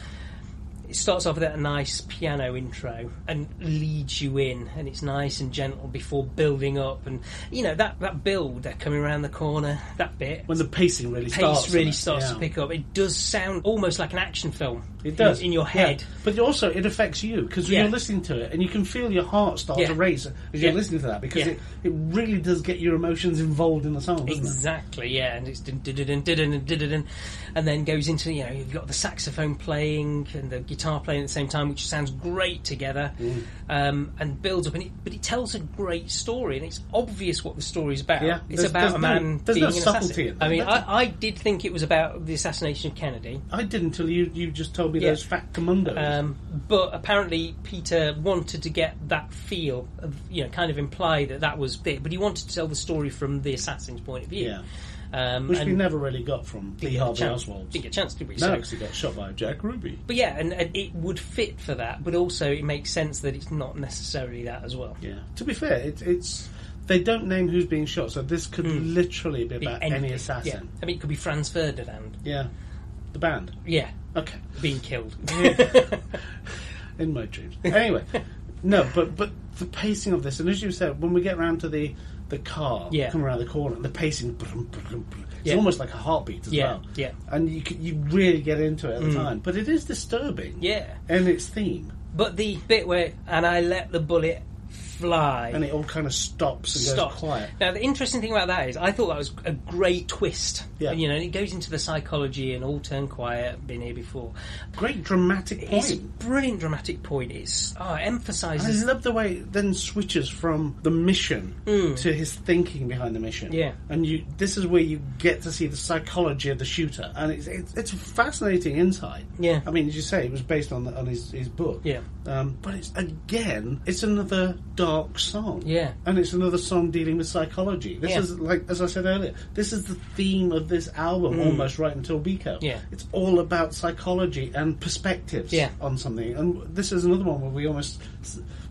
[SPEAKER 3] it starts off with that nice piano intro and leads you in, and it's nice and gentle before building up. And you know that that build, they're coming around the corner, that bit.
[SPEAKER 1] When the pacing really
[SPEAKER 3] pace
[SPEAKER 1] starts.
[SPEAKER 3] really
[SPEAKER 1] in it.
[SPEAKER 3] starts to
[SPEAKER 1] Yeah.
[SPEAKER 3] pick up. It does sound almost like an action film.
[SPEAKER 1] It does.
[SPEAKER 3] in, in your head.
[SPEAKER 1] Yeah. But also, it affects you because
[SPEAKER 3] Yeah.
[SPEAKER 1] you're listening to it and you can feel your heart start
[SPEAKER 3] Yeah.
[SPEAKER 1] to race as you're
[SPEAKER 3] Yeah.
[SPEAKER 1] listening to that because
[SPEAKER 3] Yeah.
[SPEAKER 1] it, it really does get your emotions involved in the song, doesn't it?
[SPEAKER 3] Exactly, yeah, and it's dun dun dun dun dun dun dun dun, and then goes into you know you've got the saxophone playing and the guitar playing at the same time, which sounds great together,
[SPEAKER 1] Mm.
[SPEAKER 3] um, and builds up. And it, but it tells a great story, and it's obvious what the story's about.
[SPEAKER 1] Yeah,
[SPEAKER 3] it's
[SPEAKER 1] there's-
[SPEAKER 3] about
[SPEAKER 1] there's
[SPEAKER 3] a
[SPEAKER 1] no-
[SPEAKER 3] man
[SPEAKER 1] there's
[SPEAKER 3] being
[SPEAKER 1] no
[SPEAKER 3] an
[SPEAKER 1] subtlety
[SPEAKER 3] assassin.
[SPEAKER 1] in that.
[SPEAKER 3] I mean, I, I did think it was about the assassination of Kennedy,
[SPEAKER 1] I didn't until you, you just told me
[SPEAKER 3] Yeah.
[SPEAKER 1] those fat commandos.
[SPEAKER 3] um, but apparently Peter wanted to get that feel, of, you know, kind of imply that that was it. But he wanted to tell the story from the assassin's point of view.
[SPEAKER 1] yeah,
[SPEAKER 3] Um,
[SPEAKER 1] which
[SPEAKER 3] and
[SPEAKER 1] we never really got from Lee
[SPEAKER 3] didn't get a
[SPEAKER 1] Harvey
[SPEAKER 3] chance-
[SPEAKER 1] Oswald.
[SPEAKER 3] Didn't get a chance, did we?
[SPEAKER 1] No,
[SPEAKER 3] So-
[SPEAKER 1] because he got shot by Jack Ruby.
[SPEAKER 3] But yeah, and, and it would fit for that, but also it makes sense that it's not necessarily that as well.
[SPEAKER 1] Yeah. To be fair, it, it's they don't name who's being shot, so this could literally be
[SPEAKER 3] Hmm. Be
[SPEAKER 1] about
[SPEAKER 3] anything.
[SPEAKER 1] any assassin.
[SPEAKER 3] Yeah. I mean, it could be Franz Ferdinand.
[SPEAKER 1] Yeah. The band.
[SPEAKER 3] Yeah,
[SPEAKER 1] Okay.
[SPEAKER 3] being killed.
[SPEAKER 1] In my dreams. Anyway, no, but but the pacing of this, and as you said, when we get round to the the car
[SPEAKER 3] Yeah.
[SPEAKER 1] coming around the corner, the pacing, brum, brum, brum, it's
[SPEAKER 3] Yeah.
[SPEAKER 1] almost like a heartbeat as
[SPEAKER 3] Yeah,
[SPEAKER 1] well.
[SPEAKER 3] yeah. Mm.
[SPEAKER 1] And you c- you really get into it at the time, but it is disturbing.
[SPEAKER 3] yeah.
[SPEAKER 1] And its theme,
[SPEAKER 3] But the bit where, and I let the bullet fly.
[SPEAKER 1] and it all kind of stops and
[SPEAKER 3] Stop.
[SPEAKER 1] goes quiet.
[SPEAKER 3] Now, the interesting thing about that is, I thought that was a great twist.
[SPEAKER 1] Yeah.
[SPEAKER 3] You know, and it goes into the psychology and all turn quiet, been here before.
[SPEAKER 1] Great dramatic
[SPEAKER 3] It's a
[SPEAKER 1] point.
[SPEAKER 3] brilliant dramatic point. It's, oh, it
[SPEAKER 1] I
[SPEAKER 3] emphasises
[SPEAKER 1] love the way it then switches from the mission to his thinking behind the mission.
[SPEAKER 3] Hmm. Yeah.
[SPEAKER 1] and you this is where you get to see the psychology of the shooter, and it's it's, it's a fascinating insight.
[SPEAKER 3] Yeah.
[SPEAKER 1] I mean, as you say, it was based on the, on his, his book.
[SPEAKER 3] Yeah.
[SPEAKER 1] um, but it's again, it's another dark song.
[SPEAKER 3] Yeah.
[SPEAKER 1] and it's another song dealing with psychology. This
[SPEAKER 3] Yeah.
[SPEAKER 1] is like as I said earlier, this is the theme of this album almost right until Biko.
[SPEAKER 3] Hmm. Yeah.
[SPEAKER 1] it's all about psychology and perspectives
[SPEAKER 3] Yeah.
[SPEAKER 1] on something. And this is another one where we almost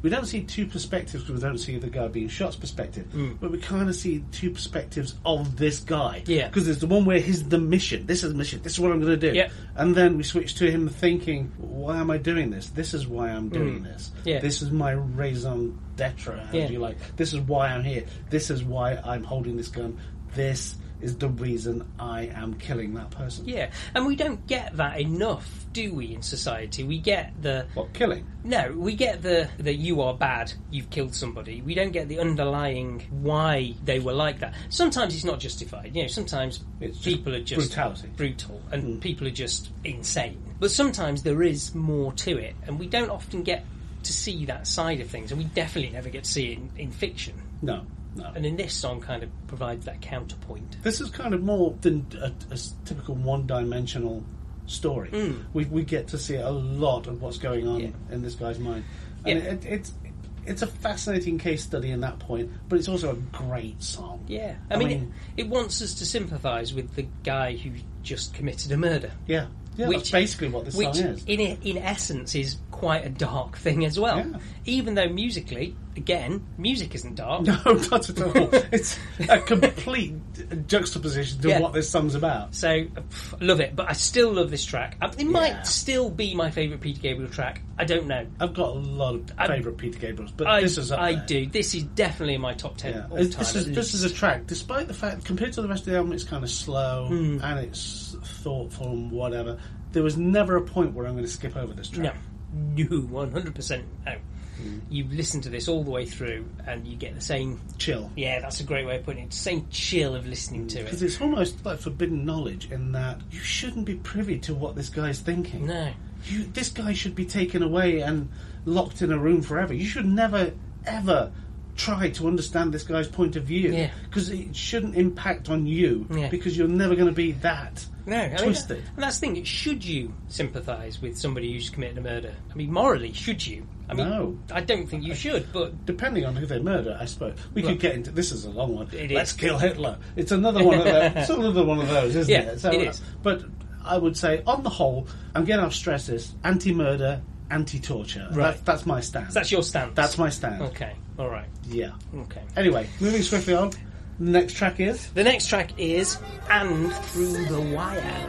[SPEAKER 1] we don't see two perspectives because we don't see the guy being shot's perspective,
[SPEAKER 3] Hmm.
[SPEAKER 1] but we kind of see two perspectives of this guy.
[SPEAKER 3] Yeah.
[SPEAKER 1] because there's the one where he's the mission. This is the mission. This is what I'm going to do.
[SPEAKER 3] Yeah.
[SPEAKER 1] and then we switch to him thinking, why am I doing this? This is why I'm doing this.
[SPEAKER 3] Hmm. Yeah.
[SPEAKER 1] this is my raison d'être. As
[SPEAKER 3] Yeah.
[SPEAKER 1] you like, this is why I'm here. This is why I'm holding this gun. This is the reason I am killing that person.
[SPEAKER 3] Yeah, and we don't get that enough, do we, in society? We get the
[SPEAKER 1] What killing?
[SPEAKER 3] no, we get the the you are bad, you've killed somebody. We don't get the underlying why they were like that. Sometimes it's not justified. You know, sometimes
[SPEAKER 1] It's just
[SPEAKER 3] people are just
[SPEAKER 1] brutality. Mm.
[SPEAKER 3] brutal, and people are just insane. But sometimes there is more to it, and we don't often get to see that side of things, and we definitely never get to see it in, in fiction.
[SPEAKER 1] No, no.
[SPEAKER 3] And in this song, kind of provides that counterpoint.
[SPEAKER 1] This is kind of more than a, a s- typical one-dimensional story. We, we get to see a lot of what's going on
[SPEAKER 3] Hmm. Yeah.
[SPEAKER 1] in this guy's mind, and
[SPEAKER 3] Yeah.
[SPEAKER 1] it, it's it's a fascinating case study in that point. But it's also a great song.
[SPEAKER 3] Yeah, I,
[SPEAKER 1] I
[SPEAKER 3] mean,
[SPEAKER 1] mean-
[SPEAKER 3] it, it wants us to sympathise with the guy who just committed a murder.
[SPEAKER 1] yeah, yeah. that's basically what this
[SPEAKER 3] which
[SPEAKER 1] song is.
[SPEAKER 3] In in essence, is quite a dark thing as well.
[SPEAKER 1] Yeah.
[SPEAKER 3] Even though musically, again, music isn't dark.
[SPEAKER 1] no, not at all. it's a complete juxtaposition to
[SPEAKER 3] Yeah.
[SPEAKER 1] what this song's about.
[SPEAKER 3] So, pff, love it, but I still love this track. Um, It
[SPEAKER 1] Yeah.
[SPEAKER 3] might still be my favourite Peter Gabriel track. I don't know.
[SPEAKER 1] I've got a lot of
[SPEAKER 3] I-
[SPEAKER 1] favourite Peter Gabriel's, but
[SPEAKER 3] I,
[SPEAKER 1] this is up
[SPEAKER 3] I
[SPEAKER 1] there.
[SPEAKER 3] do. This is definitely in my top ten.
[SPEAKER 1] Yeah.
[SPEAKER 3] All time,
[SPEAKER 1] This is
[SPEAKER 3] at
[SPEAKER 1] this is a
[SPEAKER 3] least.
[SPEAKER 1] track. Despite the fact, compared to the rest of the album, it's kind of slow
[SPEAKER 3] Hmm.
[SPEAKER 1] and it's thoughtful and whatever. There was never a point where I'm going to skip over this
[SPEAKER 3] no,
[SPEAKER 1] track.
[SPEAKER 3] no, one hundred percent no.
[SPEAKER 1] Hmm.
[SPEAKER 3] You listen to this all the way through, and you get the same
[SPEAKER 1] Chill,
[SPEAKER 3] Yeah, that's a great way of putting it. Same chill of listening to
[SPEAKER 1] because
[SPEAKER 3] it.
[SPEAKER 1] it's almost like forbidden knowledge in that you shouldn't be privy to what this guy's thinking.
[SPEAKER 3] No.
[SPEAKER 1] You, this guy should be taken away and locked in a room forever. You should never, ever try to understand this guy's point of view
[SPEAKER 3] Yeah.
[SPEAKER 1] because it shouldn't impact on you
[SPEAKER 3] Yeah.
[SPEAKER 1] because you're never going to be that
[SPEAKER 3] No, I mean,
[SPEAKER 1] twisted.
[SPEAKER 3] and that's the thing. Should you sympathise with somebody who's committed a murder? I mean, morally, should you? I mean,
[SPEAKER 1] No.
[SPEAKER 3] I don't think you should. But
[SPEAKER 1] depending on who they murder, I suppose we
[SPEAKER 3] Well-
[SPEAKER 1] could get into. This is a long one.
[SPEAKER 3] It
[SPEAKER 1] Let's
[SPEAKER 3] is.
[SPEAKER 1] kill Hitler. It's another one of those. It's another one of those, isn't
[SPEAKER 3] Yeah,
[SPEAKER 1] it? So,
[SPEAKER 3] it is.
[SPEAKER 1] But I would say, on the whole, again, I'll stress this: anti-murder, anti-torture.
[SPEAKER 3] Right.
[SPEAKER 1] That's, that's my stand.
[SPEAKER 3] that's your stance.
[SPEAKER 1] That's my stand.
[SPEAKER 3] Okay. All right.
[SPEAKER 1] Yeah.
[SPEAKER 3] Okay.
[SPEAKER 1] Anyway, moving swiftly on. The next track is
[SPEAKER 3] The next track is "And Through the Wire."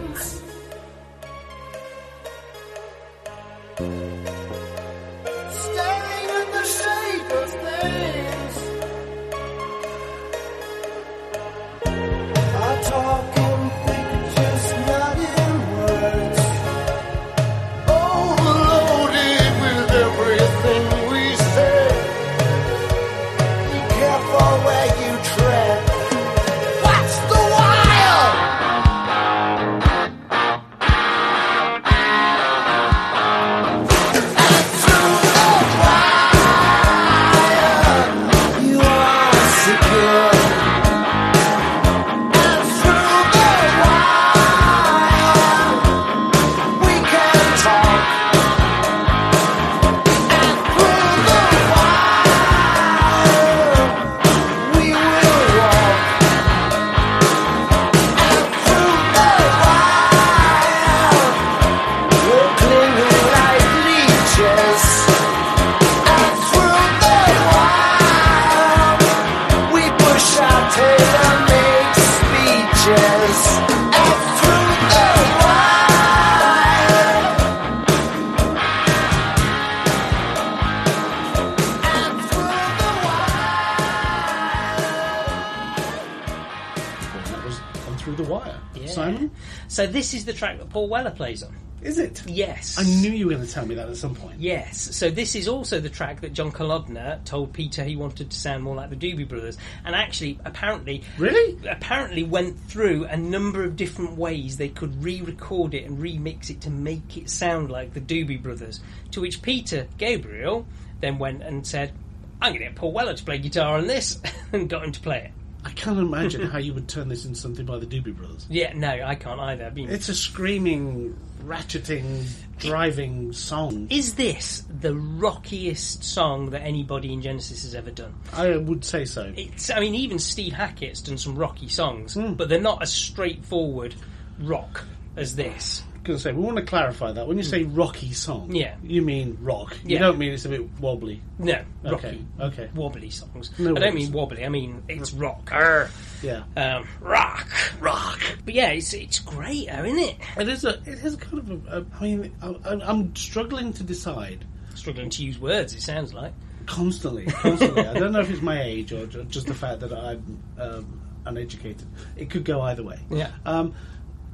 [SPEAKER 10] Staring at the shape of things. I talk in pictures, not in words. Overloaded with everything we say. Be careful where you tread. What's the wire?
[SPEAKER 1] wire.
[SPEAKER 3] Yeah.
[SPEAKER 1] Simon,
[SPEAKER 3] So this is the track that Paul Weller plays on.
[SPEAKER 1] is it?
[SPEAKER 3] Yes.
[SPEAKER 1] I knew you were going to tell me that at some point.
[SPEAKER 3] Yes, so this is also the track that John Kolodner told Peter he wanted to sound more like the Doobie Brothers, and actually, apparently,
[SPEAKER 1] Really?
[SPEAKER 3] apparently went through a number of different ways they could re-record it and remix it to make it sound like the Doobie Brothers. To which Peter Gabriel then went and said, "I'm going to get Paul Weller to play guitar on this," and got him to play it.
[SPEAKER 1] I can't imagine how you would turn this into something by the Doobie Brothers.
[SPEAKER 3] Yeah, no, I can't either. I mean,
[SPEAKER 1] It's a screaming, ratcheting, driving song.
[SPEAKER 3] is this the rockiest song that anybody in Genesis has ever done?
[SPEAKER 1] I would say so.
[SPEAKER 3] it's I mean even Steve Hackett's done some rocky songs,
[SPEAKER 1] Hmm.
[SPEAKER 3] but they're not as straightforward rock as this.
[SPEAKER 1] going to say, we want to clarify that. When you say rocky song,
[SPEAKER 3] Yeah.
[SPEAKER 1] you mean rock. You
[SPEAKER 3] Yeah.
[SPEAKER 1] don't mean it's a bit wobbly.
[SPEAKER 3] No, rocky,
[SPEAKER 1] Okay, okay.
[SPEAKER 3] wobbly songs.
[SPEAKER 1] No
[SPEAKER 3] I don't
[SPEAKER 1] worries.
[SPEAKER 3] mean wobbly. I mean it's rock,
[SPEAKER 1] Yeah.
[SPEAKER 3] um, Mm. rock,
[SPEAKER 1] rock.
[SPEAKER 3] But yeah, it's it's great, though, isn't it?
[SPEAKER 1] It is a, it is kind of a, a I mean, I- I'm, I'm struggling to decide
[SPEAKER 3] Struggling to use words. It sounds like
[SPEAKER 1] constantly, constantly. I don't know if it's my age or ju- just the fact that I'm um, uneducated. It could go either way.
[SPEAKER 3] Yeah.
[SPEAKER 1] Um,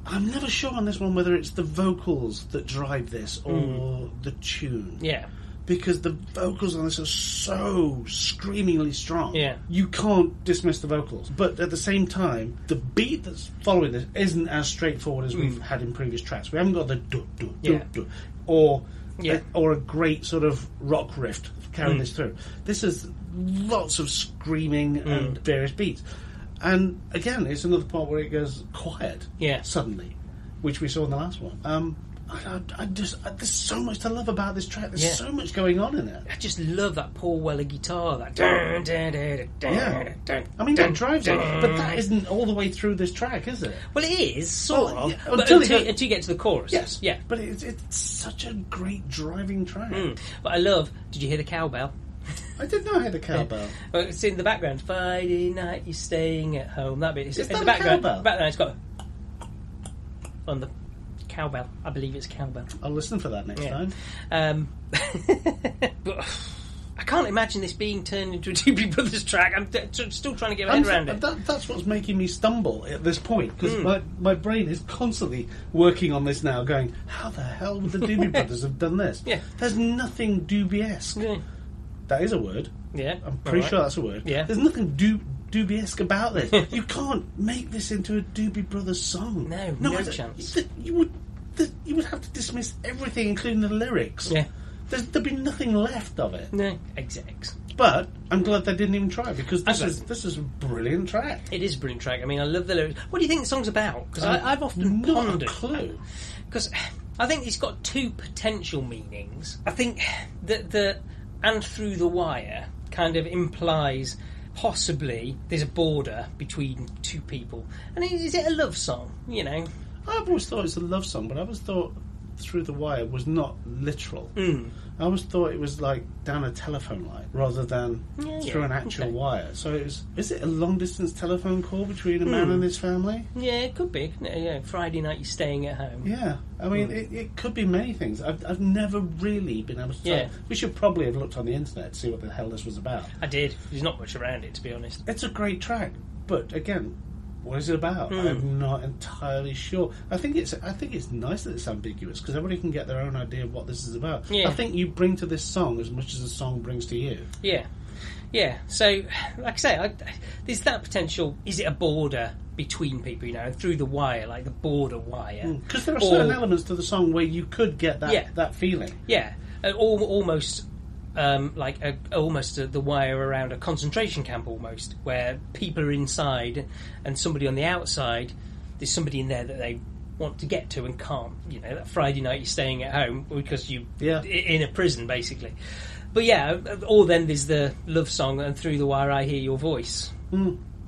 [SPEAKER 1] I'm never sure on this one whether it's the vocals that drive this or the tune.
[SPEAKER 3] yeah,
[SPEAKER 1] because the vocals on this are so screamingly strong.
[SPEAKER 3] Yeah.
[SPEAKER 1] You can't dismiss the vocals. But at the same time, the beat that's following this isn't as straightforward as we've had in previous tracks. We haven't got the do do do
[SPEAKER 3] Mm. Yeah.
[SPEAKER 1] do or
[SPEAKER 3] Yeah. Mm.
[SPEAKER 1] or a great sort of rock riff carrying this through. This is lots of screaming and
[SPEAKER 3] Mm.
[SPEAKER 1] various beats. And again, it's another part where it goes quiet
[SPEAKER 3] Yeah.
[SPEAKER 1] suddenly, which we saw in the last one. Um, I, I, I just I, there's so much to love about this track. There's
[SPEAKER 3] Yeah.
[SPEAKER 1] so much going on in it.
[SPEAKER 3] I just love that Paul Weller guitar. That dun, dun, dun, dun, dun,
[SPEAKER 1] Yeah.
[SPEAKER 3] dun.
[SPEAKER 1] I mean, that drives it, but that isn't all the way through this track, is it?
[SPEAKER 3] well, it is sort
[SPEAKER 1] Oh, Well,
[SPEAKER 3] of
[SPEAKER 1] yeah,
[SPEAKER 3] but
[SPEAKER 1] until
[SPEAKER 3] until,
[SPEAKER 1] it goes-
[SPEAKER 3] until you get to the chorus. yeah. Mm.
[SPEAKER 1] But it's, it's such a great driving track.
[SPEAKER 3] But I love. Did you hear the cowbell?
[SPEAKER 1] I did not hear the cowbell.
[SPEAKER 3] Well, it's in the background. Friday night, you're staying at home. That bit. It's
[SPEAKER 1] Is
[SPEAKER 3] in
[SPEAKER 1] that
[SPEAKER 3] the
[SPEAKER 1] a
[SPEAKER 3] background.
[SPEAKER 1] cowbell?
[SPEAKER 3] Background. It's got on the cowbell. I believe it's cowbell.
[SPEAKER 1] I'll listen for that next
[SPEAKER 3] Yeah.
[SPEAKER 1] time.
[SPEAKER 3] Um, but I can't imagine this being turned into a Doobie Brothers track. I'm t- t- still trying to get my
[SPEAKER 1] And
[SPEAKER 3] head around it.
[SPEAKER 1] That, that's what's making me stumble at this point because
[SPEAKER 3] Mm.
[SPEAKER 1] my, my brain is constantly working on this now, going, "How the hell would the Doobie Brothers have done this?"
[SPEAKER 3] Yeah.
[SPEAKER 1] there's nothing Doobie-esque.
[SPEAKER 3] yeah.
[SPEAKER 1] That is a word.
[SPEAKER 3] yeah.
[SPEAKER 1] I'm pretty
[SPEAKER 3] All right.
[SPEAKER 1] sure that's a word.
[SPEAKER 3] Yeah.
[SPEAKER 1] There's nothing doo- doobie-esque about this. you can't make this into a Doobie Brothers song.
[SPEAKER 3] No, no
[SPEAKER 1] I don't-
[SPEAKER 3] chance.
[SPEAKER 1] th- You would, th- you would have to dismiss everything, including the lyrics.
[SPEAKER 3] Yeah.
[SPEAKER 1] There's, there'd be nothing left of it.
[SPEAKER 3] No, execs.
[SPEAKER 1] But I'm glad they didn't even try because this
[SPEAKER 3] Okay.
[SPEAKER 1] is this is a brilliant track.
[SPEAKER 3] It is a brilliant track. I mean, I love the lyrics. What do you think the song's about? Because I've often
[SPEAKER 1] Uh, Not
[SPEAKER 3] pondered.
[SPEAKER 1] a clue.
[SPEAKER 3] because I think it's got two potential meanings. I think that the and through the wire kind of implies possibly there's a border between two people. And is it a love song? You know,
[SPEAKER 1] I've always thought it's a love song, but I always thought Through the Wire was not literal.
[SPEAKER 3] Mm.
[SPEAKER 1] I always thought it was like down a telephone line rather than
[SPEAKER 3] Yeah,
[SPEAKER 1] through
[SPEAKER 3] yeah,
[SPEAKER 1] an actual
[SPEAKER 3] okay.
[SPEAKER 1] wire. So it was, is it a long distance telephone call between a man
[SPEAKER 3] Mm.
[SPEAKER 1] and his family?
[SPEAKER 3] yeah, it could be. No, Yeah, Friday night you're staying at home.
[SPEAKER 1] Yeah, I mean, it,
[SPEAKER 3] Mm.
[SPEAKER 1] it could be many things. I've, I've never really been able to tell.
[SPEAKER 3] Yeah.
[SPEAKER 1] We should probably have looked on the internet to see what the hell this was about.
[SPEAKER 3] I did. There's not much around it, to be honest.
[SPEAKER 1] It's a great track, but again, what is it about?
[SPEAKER 3] Hmm.
[SPEAKER 1] I'm not entirely sure. I think it's I think it's nice that it's ambiguous because everybody can get their own idea of what this is about.
[SPEAKER 3] Yeah.
[SPEAKER 1] I think you bring to this song as much as the song brings to you.
[SPEAKER 3] Yeah, yeah. So, like I say, I, there's that potential. Is it a border between people? You know, through the wire, like the border wire.
[SPEAKER 1] Because Mm, there are
[SPEAKER 3] Or-
[SPEAKER 1] certain elements to the song where you could get that
[SPEAKER 3] Yeah.
[SPEAKER 1] that feeling.
[SPEAKER 3] Yeah, uh, al- almost um, like a, almost uh the wire around a concentration camp, almost where people are inside and somebody on the outside. There's somebody in there that they want to get to and can't. You know, that Friday night you're staying at home because you
[SPEAKER 1] Yeah.
[SPEAKER 3] i- in a prison basically. But yeah, uh, or then there's the love song and through the wire I hear your voice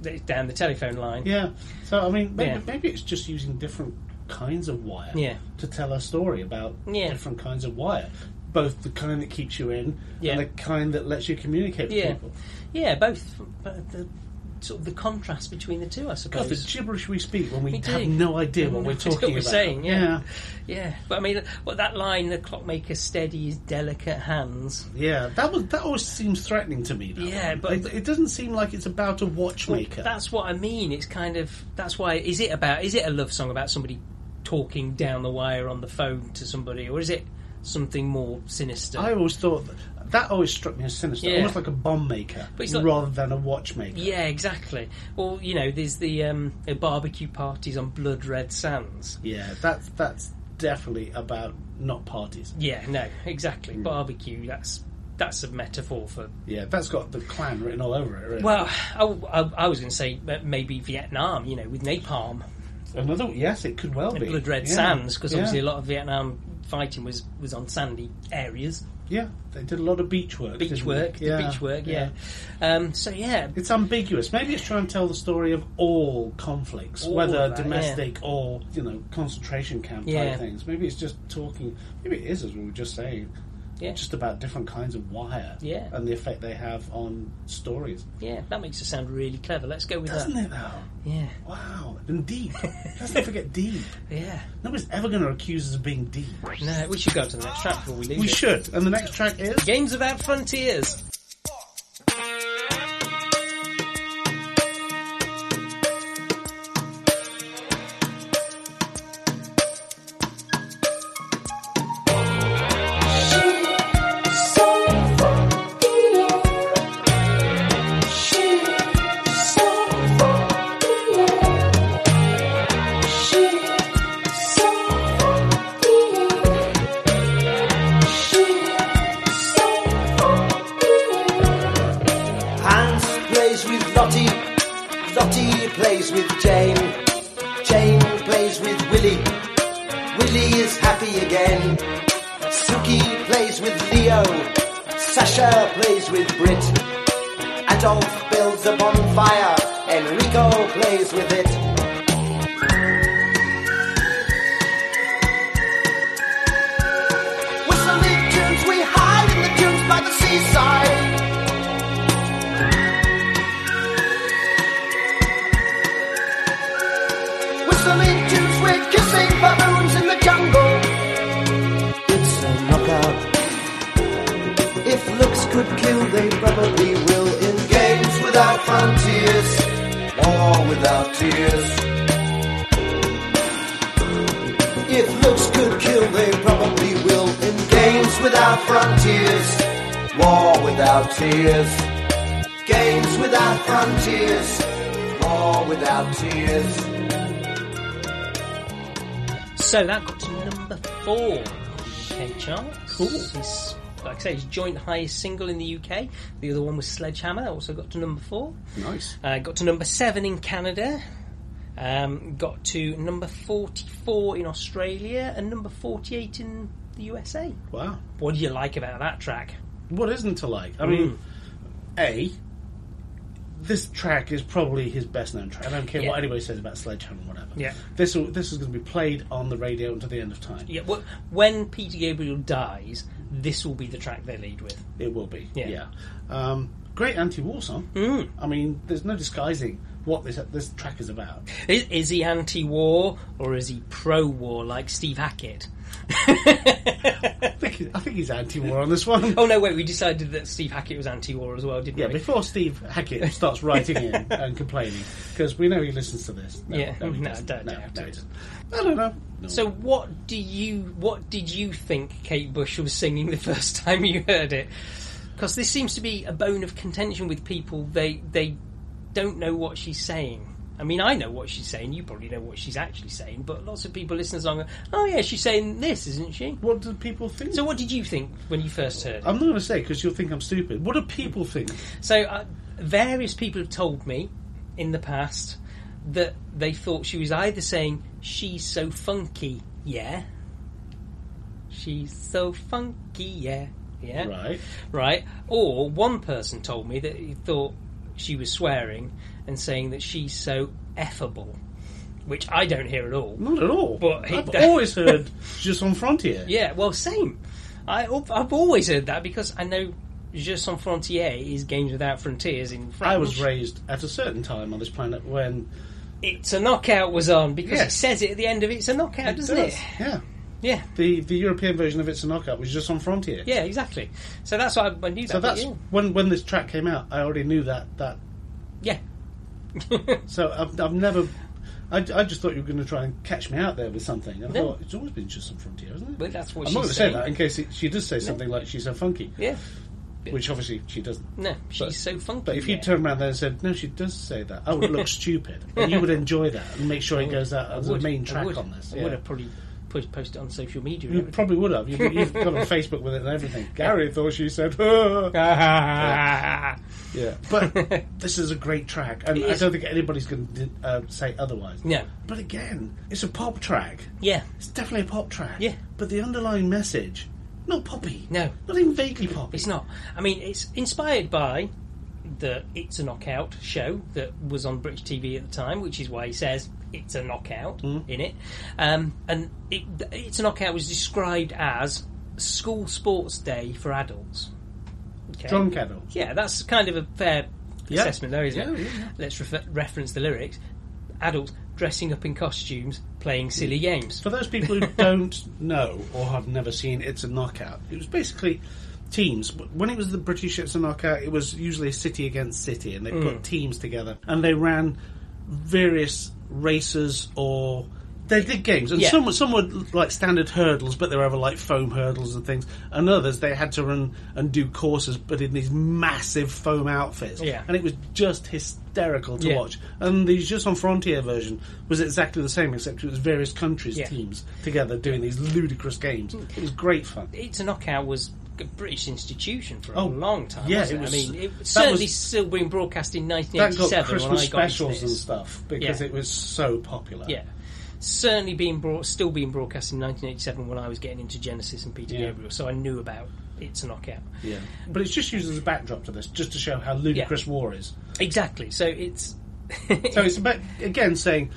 [SPEAKER 3] That- down the telephone line.
[SPEAKER 1] Hmm. Yeah. So I mean, maybe,
[SPEAKER 3] Yeah.
[SPEAKER 1] maybe it's just using different kinds of wire
[SPEAKER 3] Yeah.
[SPEAKER 1] to tell a story about
[SPEAKER 3] Yeah.
[SPEAKER 1] different kinds of wire. Both the kind that keeps you in
[SPEAKER 3] Yeah.
[SPEAKER 1] and the kind that lets you communicate with
[SPEAKER 3] yeah,
[SPEAKER 1] people.
[SPEAKER 3] yeah, both. But the sort of the contrast between the two, I
[SPEAKER 1] God,
[SPEAKER 3] suppose.
[SPEAKER 1] the gibberish we speak when we,
[SPEAKER 3] We
[SPEAKER 1] have
[SPEAKER 3] do.
[SPEAKER 1] no idea what
[SPEAKER 3] No
[SPEAKER 1] we're
[SPEAKER 3] idea
[SPEAKER 1] talking
[SPEAKER 3] what we're
[SPEAKER 1] about.
[SPEAKER 3] saying, yeah. yeah, but I mean, what that line, the clockmaker steady his delicate hands.
[SPEAKER 1] yeah, Yeah, That was that always seems threatening to me. Though.
[SPEAKER 3] Yeah, but-
[SPEAKER 1] it, it doesn't seem like it's about a
[SPEAKER 3] Well,
[SPEAKER 1] watchmaker.
[SPEAKER 3] that's what I mean. It's kind of that's why is it about is it a love song about somebody talking down the wire on the phone to somebody, or is it something more sinister?
[SPEAKER 1] I always thought that, that always struck me as sinister,
[SPEAKER 3] Yeah.
[SPEAKER 1] almost like a bomb maker
[SPEAKER 3] But it's like-
[SPEAKER 1] rather than a watchmaker.
[SPEAKER 3] Yeah, exactly. Well, you know, there's the um, the barbecue parties on Blood Red Sands.
[SPEAKER 1] Yeah, that's that's definitely about not parties.
[SPEAKER 3] Yeah, no, exactly. Barbecue. That's that's a metaphor for.
[SPEAKER 1] Yeah, that's got the clan written all over it. Really.
[SPEAKER 3] Well, I, I- I was going to say uh, maybe Vietnam. You know, with napalm
[SPEAKER 1] another yes, it could well
[SPEAKER 3] and
[SPEAKER 1] be
[SPEAKER 3] Blood Red
[SPEAKER 1] Yeah.
[SPEAKER 3] Sands, because
[SPEAKER 1] Yeah.
[SPEAKER 3] obviously a lot of Vietnam fighting was was on sandy areas,
[SPEAKER 1] Yeah, they did a lot of beach work.
[SPEAKER 3] beach
[SPEAKER 1] didn't
[SPEAKER 3] work,
[SPEAKER 1] they?
[SPEAKER 3] the beach work. Yeah. Um, so yeah,
[SPEAKER 1] It's ambiguous. Maybe it's trying to tell the story of all conflicts,
[SPEAKER 3] All
[SPEAKER 1] whether
[SPEAKER 3] of that,
[SPEAKER 1] domestic or you know concentration camp
[SPEAKER 3] Yeah.
[SPEAKER 1] type things. Maybe it's just talking. Maybe it is, as we were just saying,
[SPEAKER 3] Yeah.
[SPEAKER 1] just about different kinds of wire
[SPEAKER 3] Yeah.
[SPEAKER 1] and the effect they have on stories.
[SPEAKER 3] yeah, that makes it sound really clever. Let's go with
[SPEAKER 1] Doesn't
[SPEAKER 3] that.
[SPEAKER 1] it though?
[SPEAKER 3] Yeah,
[SPEAKER 1] Wow, and deep. Let's not forget deep.
[SPEAKER 3] yeah.
[SPEAKER 1] Nobody's ever going to accuse us of being deep.
[SPEAKER 3] No, we should go to the next track before we leave.
[SPEAKER 1] We
[SPEAKER 3] it.
[SPEAKER 1] should. And the next track is.
[SPEAKER 3] Games Without Frontiers.
[SPEAKER 11] Hans plays with Lottie. Lottie plays with Jane. Jane plays with Willie. Willie is happy again. Suki plays with Leo. Sasha plays with Brit. Adolf builds a bonfire. Enrico plays with it. Whistling tunes, we hide in the dunes by the seaside. Whistling tunes, we're kissing baboons in the jungle. It's a knockout. If looks could kill, they probably will in games without frontiers, war without tears. If looks could kill, they probably will in games without frontiers, war without tears. Games without frontiers, war without tears.
[SPEAKER 3] So that got to number four in the UK chart. Cool. It's, like I say, it's joint highest single in the UK. The other one was Sledgehammer, also got to number four.
[SPEAKER 1] Nice.
[SPEAKER 3] Uh, got to number seven in Canada. Um, got to number 44 in Australia and number 48 in the USA.
[SPEAKER 1] Wow.
[SPEAKER 3] What do you like about that track?
[SPEAKER 1] What isn't to like? I mean, A, this track is probably his best known track. I don't care
[SPEAKER 3] Yeah.
[SPEAKER 1] what anybody says about Sledgehammer or whatever.
[SPEAKER 3] Yeah.
[SPEAKER 1] This, will- this is going to be played on the radio until the end of time.
[SPEAKER 3] Yeah, well, when Peter Gabriel dies, this will be the track they lead with.
[SPEAKER 1] It will be.
[SPEAKER 3] Yeah. Mm.
[SPEAKER 1] Yeah. Um, great anti war song. I mean, there's no disguising what this, this track is about.
[SPEAKER 3] Is, is he anti-war or is he pro-war like Steve Hackett?
[SPEAKER 1] I think, he- I think he's anti war on this one.
[SPEAKER 3] oh no, wait, we decided that Steve Hackett was anti-war as well, didn't
[SPEAKER 1] Yeah,
[SPEAKER 3] we?
[SPEAKER 1] before Steve Hackett starts writing in and complaining, because we know he listens to this. No,
[SPEAKER 3] Yeah.
[SPEAKER 1] no, he
[SPEAKER 3] No,
[SPEAKER 1] doesn't.
[SPEAKER 3] don't
[SPEAKER 1] no,
[SPEAKER 3] doubt
[SPEAKER 1] no,
[SPEAKER 3] it.
[SPEAKER 1] he doesn't. I don't know. No.
[SPEAKER 3] So what do you what did you think Kate Bush was singing the first time you heard it? Because this seems to be a bone of contention with people. They they don't know what she's saying. I mean, I know what she's saying. You probably know what she's actually saying, but lots of people listen to the song. and, Oh yeah, she's saying this, isn't she?
[SPEAKER 1] what do people think?
[SPEAKER 3] So what did you think when you first heard? it?
[SPEAKER 1] I'm not going to say because you'll think I'm stupid. What do people think?
[SPEAKER 3] So, uh, various people have told me in the past that they thought she was either saying, She's so funky, yeah. She's so funky, yeah. Yeah.
[SPEAKER 1] Right.
[SPEAKER 3] Right. Or one person told me that he thought she was swearing and saying that she's so effable, which I don't hear at all.
[SPEAKER 1] Not at all.
[SPEAKER 3] But he-
[SPEAKER 1] I've always heard just on Frontier.
[SPEAKER 3] Yeah, well, same. I, I've always heard that because I know Jeux sans frontières is Games Without Frontiers in French.
[SPEAKER 1] I was raised at a certain time on this planet when
[SPEAKER 3] It's a Knockout was on because it
[SPEAKER 1] Yes.
[SPEAKER 3] says it at the end of It's a Knockout, doesn't
[SPEAKER 1] does,
[SPEAKER 3] it?
[SPEAKER 1] Yeah.
[SPEAKER 3] Yeah.
[SPEAKER 1] The the European version of It's a Knockout was just on Frontier.
[SPEAKER 3] Yeah, exactly. So that's why I, I knew that.
[SPEAKER 1] So
[SPEAKER 3] but
[SPEAKER 1] that's
[SPEAKER 3] yeah.
[SPEAKER 1] when when this track came out, I already knew that that.
[SPEAKER 3] Yeah.
[SPEAKER 1] so I've, I've never. I, I just thought you were going to try and catch me out there with something. I
[SPEAKER 3] No.
[SPEAKER 1] thought it's always been just on Frontier, isn't it?
[SPEAKER 3] But that's what
[SPEAKER 1] I'm
[SPEAKER 3] she's
[SPEAKER 1] not going to say
[SPEAKER 3] saying.
[SPEAKER 1] that in case it, she does say something like she's so funky,
[SPEAKER 3] Yeah.
[SPEAKER 1] which obviously she doesn't.
[SPEAKER 3] No, she's so funky.
[SPEAKER 1] But if
[SPEAKER 3] yeah.
[SPEAKER 1] you turn around there and said no, she does say that, I would look stupid, and you would enjoy that and make sure it goes out
[SPEAKER 3] I
[SPEAKER 1] as
[SPEAKER 3] would-
[SPEAKER 1] a main
[SPEAKER 3] I
[SPEAKER 1] track
[SPEAKER 3] would-
[SPEAKER 1] on this.
[SPEAKER 3] I
[SPEAKER 1] yeah.
[SPEAKER 3] would have probably put, posted it on social media. and
[SPEAKER 1] You
[SPEAKER 3] everything.
[SPEAKER 1] probably would have. You've, you've got on Facebook with it and everything. Gary thought she said, yeah. But this is a great track, and
[SPEAKER 3] It
[SPEAKER 1] I
[SPEAKER 3] is.
[SPEAKER 1] don't think anybody's going to uh, say otherwise.
[SPEAKER 3] No.
[SPEAKER 1] But again, it's a pop track.
[SPEAKER 3] Yeah.
[SPEAKER 1] It's definitely a pop track.
[SPEAKER 3] Yeah.
[SPEAKER 1] But the underlying message, not poppy.
[SPEAKER 3] No.
[SPEAKER 1] Not even vaguely poppy.
[SPEAKER 3] It's not. I mean, it's inspired by the It's a Knockout show that was on British TV at the time, which is why he says It's a Knockout
[SPEAKER 1] Hmm.
[SPEAKER 3] in it. Um, and it, It's a Knockout was described as school sports day for adults. Okay.
[SPEAKER 1] Drunk adults.
[SPEAKER 3] Yeah, that's kind of a fair
[SPEAKER 1] Yeah.
[SPEAKER 3] assessment, though, isn't it?
[SPEAKER 1] Yeah, yeah, yeah.
[SPEAKER 3] Let's refer- reference the lyrics. Adults dressing up in costumes, playing silly games.
[SPEAKER 1] Hmm. For those people who don't know or have never seen It's a Knockout, it was basically teams. When it was the British It's a Knockout, it was usually city against city, and they put
[SPEAKER 3] Mm.
[SPEAKER 1] teams together and they ran various races or. They did games, and
[SPEAKER 3] Yeah.
[SPEAKER 1] some, some were like standard hurdles, but they were over like foam hurdles and things. And others they had to run and do courses, but in these massive foam outfits.
[SPEAKER 3] Yeah.
[SPEAKER 1] And it was just hysterical to
[SPEAKER 3] Yeah.
[SPEAKER 1] watch. And the Just on Frontier version was exactly the same, except it was various countries'
[SPEAKER 3] Yeah. Hmm.
[SPEAKER 1] teams together doing these ludicrous games. It was great fun.
[SPEAKER 3] It's a knockout was a British institution for a
[SPEAKER 1] Oh,
[SPEAKER 3] long time.
[SPEAKER 1] yeah,
[SPEAKER 3] wasn't
[SPEAKER 1] it
[SPEAKER 3] it
[SPEAKER 1] was- uh,
[SPEAKER 3] I mean,
[SPEAKER 1] that
[SPEAKER 3] it certainly
[SPEAKER 1] was-
[SPEAKER 3] still being broadcast in
[SPEAKER 1] That got
[SPEAKER 3] 1987 when
[SPEAKER 1] Christmas
[SPEAKER 3] I got
[SPEAKER 1] specials
[SPEAKER 3] into
[SPEAKER 1] and
[SPEAKER 3] this.
[SPEAKER 1] stuff because
[SPEAKER 3] Yeah.
[SPEAKER 1] it was so popular.
[SPEAKER 3] Yeah, certainly being brought, still being broadcast in 1987 when I was getting into Genesis and Peter
[SPEAKER 1] Yeah.
[SPEAKER 3] Gabriel, so I knew about it's a knockout.
[SPEAKER 1] yeah. But it's just used as a backdrop to this, just to show how ludicrous war is.
[SPEAKER 3] Exactly. So it's
[SPEAKER 1] So it's about again saying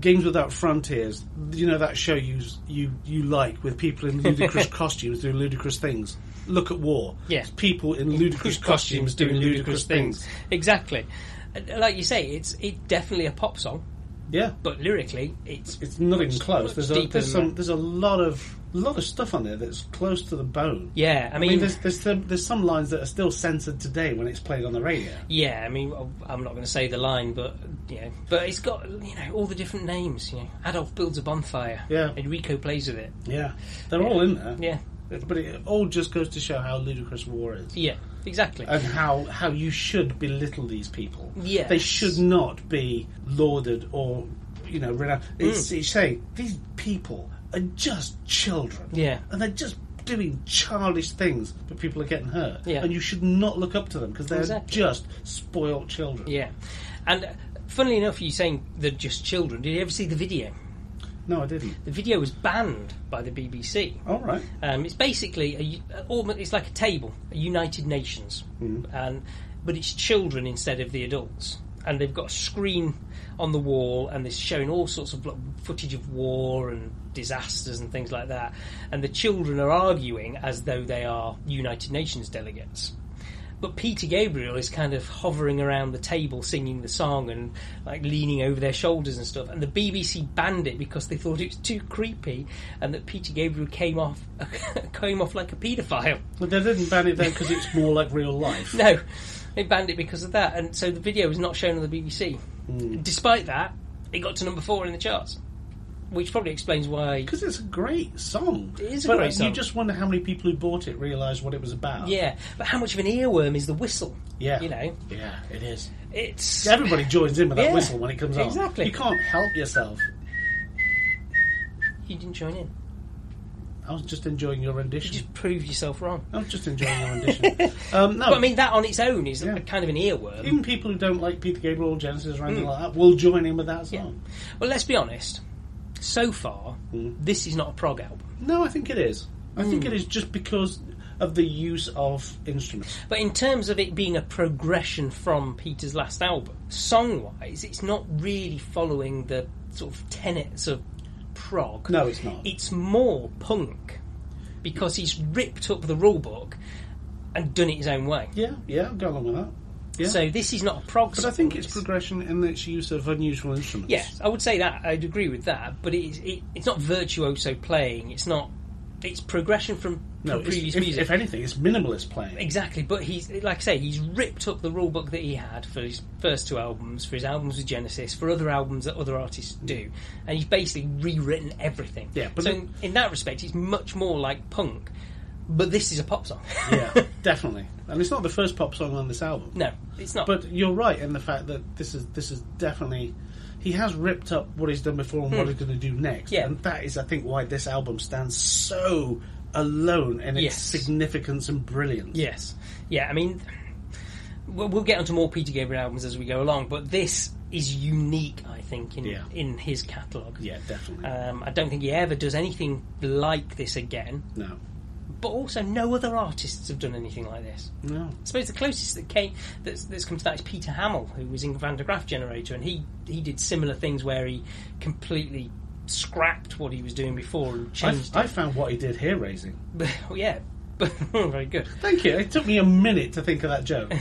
[SPEAKER 1] games without frontiers. You know that show you you you like with people in ludicrous costumes doing ludicrous things. Look at war.
[SPEAKER 3] Yeah.
[SPEAKER 1] It's people in ludicrous costumes doing ludicrous things.
[SPEAKER 3] Exactly. And Like you say, it's it definitely a pop song,
[SPEAKER 1] Yeah.
[SPEAKER 3] but lyrically, it's
[SPEAKER 1] It's not even close.
[SPEAKER 3] much
[SPEAKER 1] There's a,
[SPEAKER 3] deeper
[SPEAKER 1] there's
[SPEAKER 3] than
[SPEAKER 1] some
[SPEAKER 3] that.
[SPEAKER 1] there's a lot of lot of stuff on there that's close to the bone.
[SPEAKER 3] yeah. I
[SPEAKER 1] I
[SPEAKER 3] mean,
[SPEAKER 1] mean, there's there's some, there's some lines that are still censored today when it's played on the radio.
[SPEAKER 3] Yeah, I mean, I'm not going to say the line, but you know, but it's got you know all the different names. You know, Adolf builds a bonfire.
[SPEAKER 1] Yeah. Mm.
[SPEAKER 3] Enrico plays with it.
[SPEAKER 1] Yeah, they're all in there.
[SPEAKER 3] Yeah,
[SPEAKER 1] but it all just goes to show how ludicrous war is.
[SPEAKER 3] yeah, exactly.
[SPEAKER 1] and how how you should belittle these people.
[SPEAKER 3] Yes.
[SPEAKER 1] They should not be lauded or you know renowned.
[SPEAKER 3] Mm.
[SPEAKER 1] It's, it's saying these people are just children.
[SPEAKER 3] Yeah.
[SPEAKER 1] and they're just doing childish things, but people are getting hurt.
[SPEAKER 3] Yeah.
[SPEAKER 1] and you should not look up to them because they're
[SPEAKER 3] Exactly.
[SPEAKER 1] just spoilt children.
[SPEAKER 3] yeah, and uh, funnily enough, you saying they're just children. Did you ever see the video?
[SPEAKER 1] No, I didn't.
[SPEAKER 3] The video was banned by the BBC.
[SPEAKER 1] All right.
[SPEAKER 3] Um, it's basically a u- a, almo- it's like a table, a United Nations, and but it's children instead of the adults. And they've got a screen on the wall, and they're showing all sorts of like, footage of war and disasters and things like that. And the children are arguing as though they are United Nations delegates. But Peter Gabriel is kind of hovering around the table singing the song and like leaning over their shoulders and stuff. And the BBC banned it because they thought it was too creepy and that Peter Gabriel came off came off like a paedophile.
[SPEAKER 1] Well, they didn't ban it then because it's more like real life.
[SPEAKER 3] No, they banned it because of that. And so the video was not shown on the BBC. Despite that, it got to number four in the charts, which probably explains why.
[SPEAKER 1] Because it's a great song.
[SPEAKER 3] It is a
[SPEAKER 1] but
[SPEAKER 3] great
[SPEAKER 1] you
[SPEAKER 3] song.
[SPEAKER 1] just wonder how many people who bought it realised what it was about.
[SPEAKER 3] Yeah, but how much of an earworm is the whistle?
[SPEAKER 1] Yeah.
[SPEAKER 3] you know,
[SPEAKER 1] Yeah, it is.
[SPEAKER 3] it's
[SPEAKER 1] Everybody joins in with that
[SPEAKER 3] Yeah,
[SPEAKER 1] whistle when it comes on.
[SPEAKER 3] exactly.
[SPEAKER 1] You can't help yourself.
[SPEAKER 3] you didn't join in.
[SPEAKER 1] I was just enjoying your
[SPEAKER 3] You
[SPEAKER 1] rendition.
[SPEAKER 3] just proved yourself wrong.
[SPEAKER 1] I was just enjoying your rendition. Um, no,
[SPEAKER 3] But I mean, that on its own is
[SPEAKER 1] Yeah.
[SPEAKER 3] a kind of an earworm.
[SPEAKER 1] even people who don't like Peter Gabriel or Genesis or
[SPEAKER 3] Hmm.
[SPEAKER 1] anything like that will join in with that song.
[SPEAKER 3] Well, let's be honest. So far,
[SPEAKER 1] Hmm.
[SPEAKER 3] this is not a prog album.
[SPEAKER 1] No, I think it is. I
[SPEAKER 3] Hmm.
[SPEAKER 1] think it is just because of the use of instruments.
[SPEAKER 3] But in terms of it being a progression from Peter's last album, song wise, it's not really following the sort of tenets of prog.
[SPEAKER 1] No, it's not.
[SPEAKER 3] It's more punk because he's ripped up the rule book and done it his own way.
[SPEAKER 1] Yeah, yeah, I'll go along with that. Yeah.
[SPEAKER 3] So this is not a prog.
[SPEAKER 1] But I think it's progression in its use of unusual instruments.
[SPEAKER 3] Yes, I would say that. I'd agree with that. But it's it, it's not virtuoso playing. It's not. It's progression from,
[SPEAKER 1] No,
[SPEAKER 3] from
[SPEAKER 1] it's,
[SPEAKER 3] previous
[SPEAKER 1] if,
[SPEAKER 3] music.
[SPEAKER 1] if anything, it's minimalist playing.
[SPEAKER 3] Exactly, but he's like I say, he's ripped up the rule book that he had for his first two albums, for his albums with Genesis, for other albums that other artists do, and he's basically rewritten everything.
[SPEAKER 1] Yeah, but
[SPEAKER 3] so
[SPEAKER 1] the-
[SPEAKER 3] in, in that respect, it's much more like punk. But this is a pop song.
[SPEAKER 1] yeah, definitely. And it's not the first pop song on this album.
[SPEAKER 3] no, it's not.
[SPEAKER 1] But you're right in the fact that this is this is definitely he has ripped up what he's done before and what he's going to do next.
[SPEAKER 3] Hmm. Yeah.
[SPEAKER 1] And that is I think why this album stands so alone in its
[SPEAKER 3] Yes.
[SPEAKER 1] significance and brilliance.
[SPEAKER 3] Yes. Yeah, I mean, we'll, we'll get onto more Peter Gabriel albums as we go along, but this is unique, I think, in,
[SPEAKER 1] Yeah.
[SPEAKER 3] in his catalogue.
[SPEAKER 1] Yeah, definitely.
[SPEAKER 3] Um, I don't think he ever does anything like this again,
[SPEAKER 1] no.
[SPEAKER 3] but also no other artists have done anything like this.
[SPEAKER 1] No.
[SPEAKER 3] I suppose the closest that came that's, that's come to that is Peter Hamill, who was in Van de Graaff Generator, and he, he did similar things where he completely scrapped what he was doing before and
[SPEAKER 1] I,
[SPEAKER 3] changed
[SPEAKER 1] I found what he did hair raising.
[SPEAKER 3] it. yeah, very good.
[SPEAKER 1] Thank you. It took me a minute to think of that joke.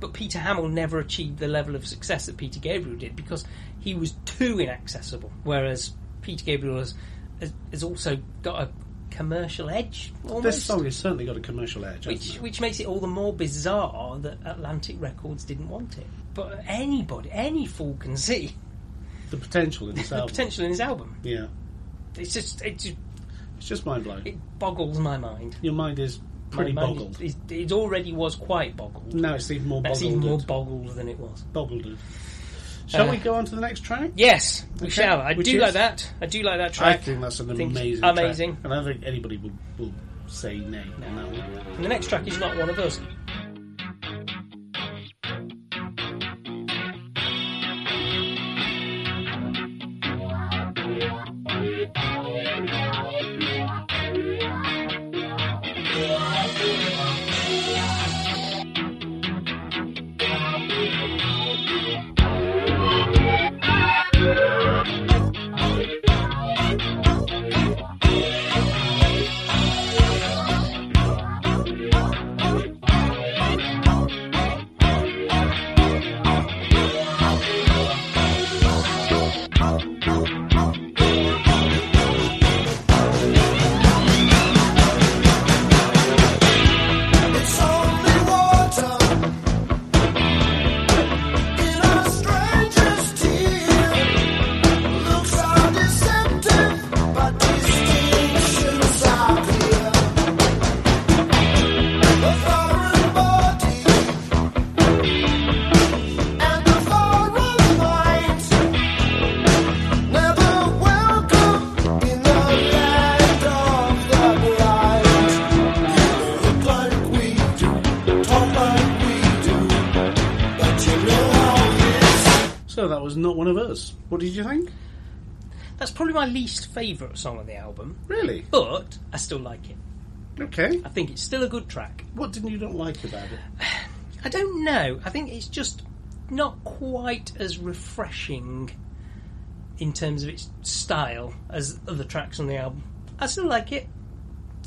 [SPEAKER 3] but Peter Hamill never achieved the level of success that Peter Gabriel did because he was too inaccessible. Whereas Peter Gabriel has, has, has also got a commercial edge, almost,
[SPEAKER 1] this song has certainly got a commercial edge. hasn't
[SPEAKER 3] which
[SPEAKER 1] it?
[SPEAKER 3] which makes it all the more bizarre that Atlantic Records didn't want it. But anybody, any fool can see
[SPEAKER 1] the potential in this
[SPEAKER 3] the
[SPEAKER 1] album.
[SPEAKER 3] potential in his album.
[SPEAKER 1] yeah.
[SPEAKER 3] It's just it just
[SPEAKER 1] It's just mind blowing.
[SPEAKER 3] it boggles my mind.
[SPEAKER 1] Your mind is pretty
[SPEAKER 3] my mind
[SPEAKER 1] boggled.
[SPEAKER 3] is- is- it already was quite boggled.
[SPEAKER 1] now it's even more
[SPEAKER 3] That's
[SPEAKER 1] boggled.
[SPEAKER 3] even more boggled than it was.
[SPEAKER 1] boggled. Shall
[SPEAKER 3] Uh,
[SPEAKER 1] we go on to the next track?
[SPEAKER 3] Yes, we
[SPEAKER 1] Okay,
[SPEAKER 3] shall. I
[SPEAKER 1] which
[SPEAKER 3] do
[SPEAKER 1] is-
[SPEAKER 3] like that. I do like that
[SPEAKER 1] I
[SPEAKER 3] track.
[SPEAKER 1] think that's an
[SPEAKER 3] think it's
[SPEAKER 1] amazing, track,
[SPEAKER 3] amazing.
[SPEAKER 1] and I don't think anybody will, will say nay on that one.
[SPEAKER 3] And the next track is not one of us.
[SPEAKER 10] It's only water in our strangest tear. Looks are deceptive, but distinctions are clear. The foreign body and the foreign mind never welcome in the land of the blind. Look like we do, talk like we do, but you know how it
[SPEAKER 1] So that was not one of us. What did you think?
[SPEAKER 3] That's probably my least favourite song on the album,
[SPEAKER 1] Really?
[SPEAKER 3] but I still like it.
[SPEAKER 1] Okay.
[SPEAKER 3] I think it's still a good track.
[SPEAKER 1] What didn't you not like about it?
[SPEAKER 3] I don't know. I think it's just not quite as refreshing in terms of its style as other tracks on the album. I still like it.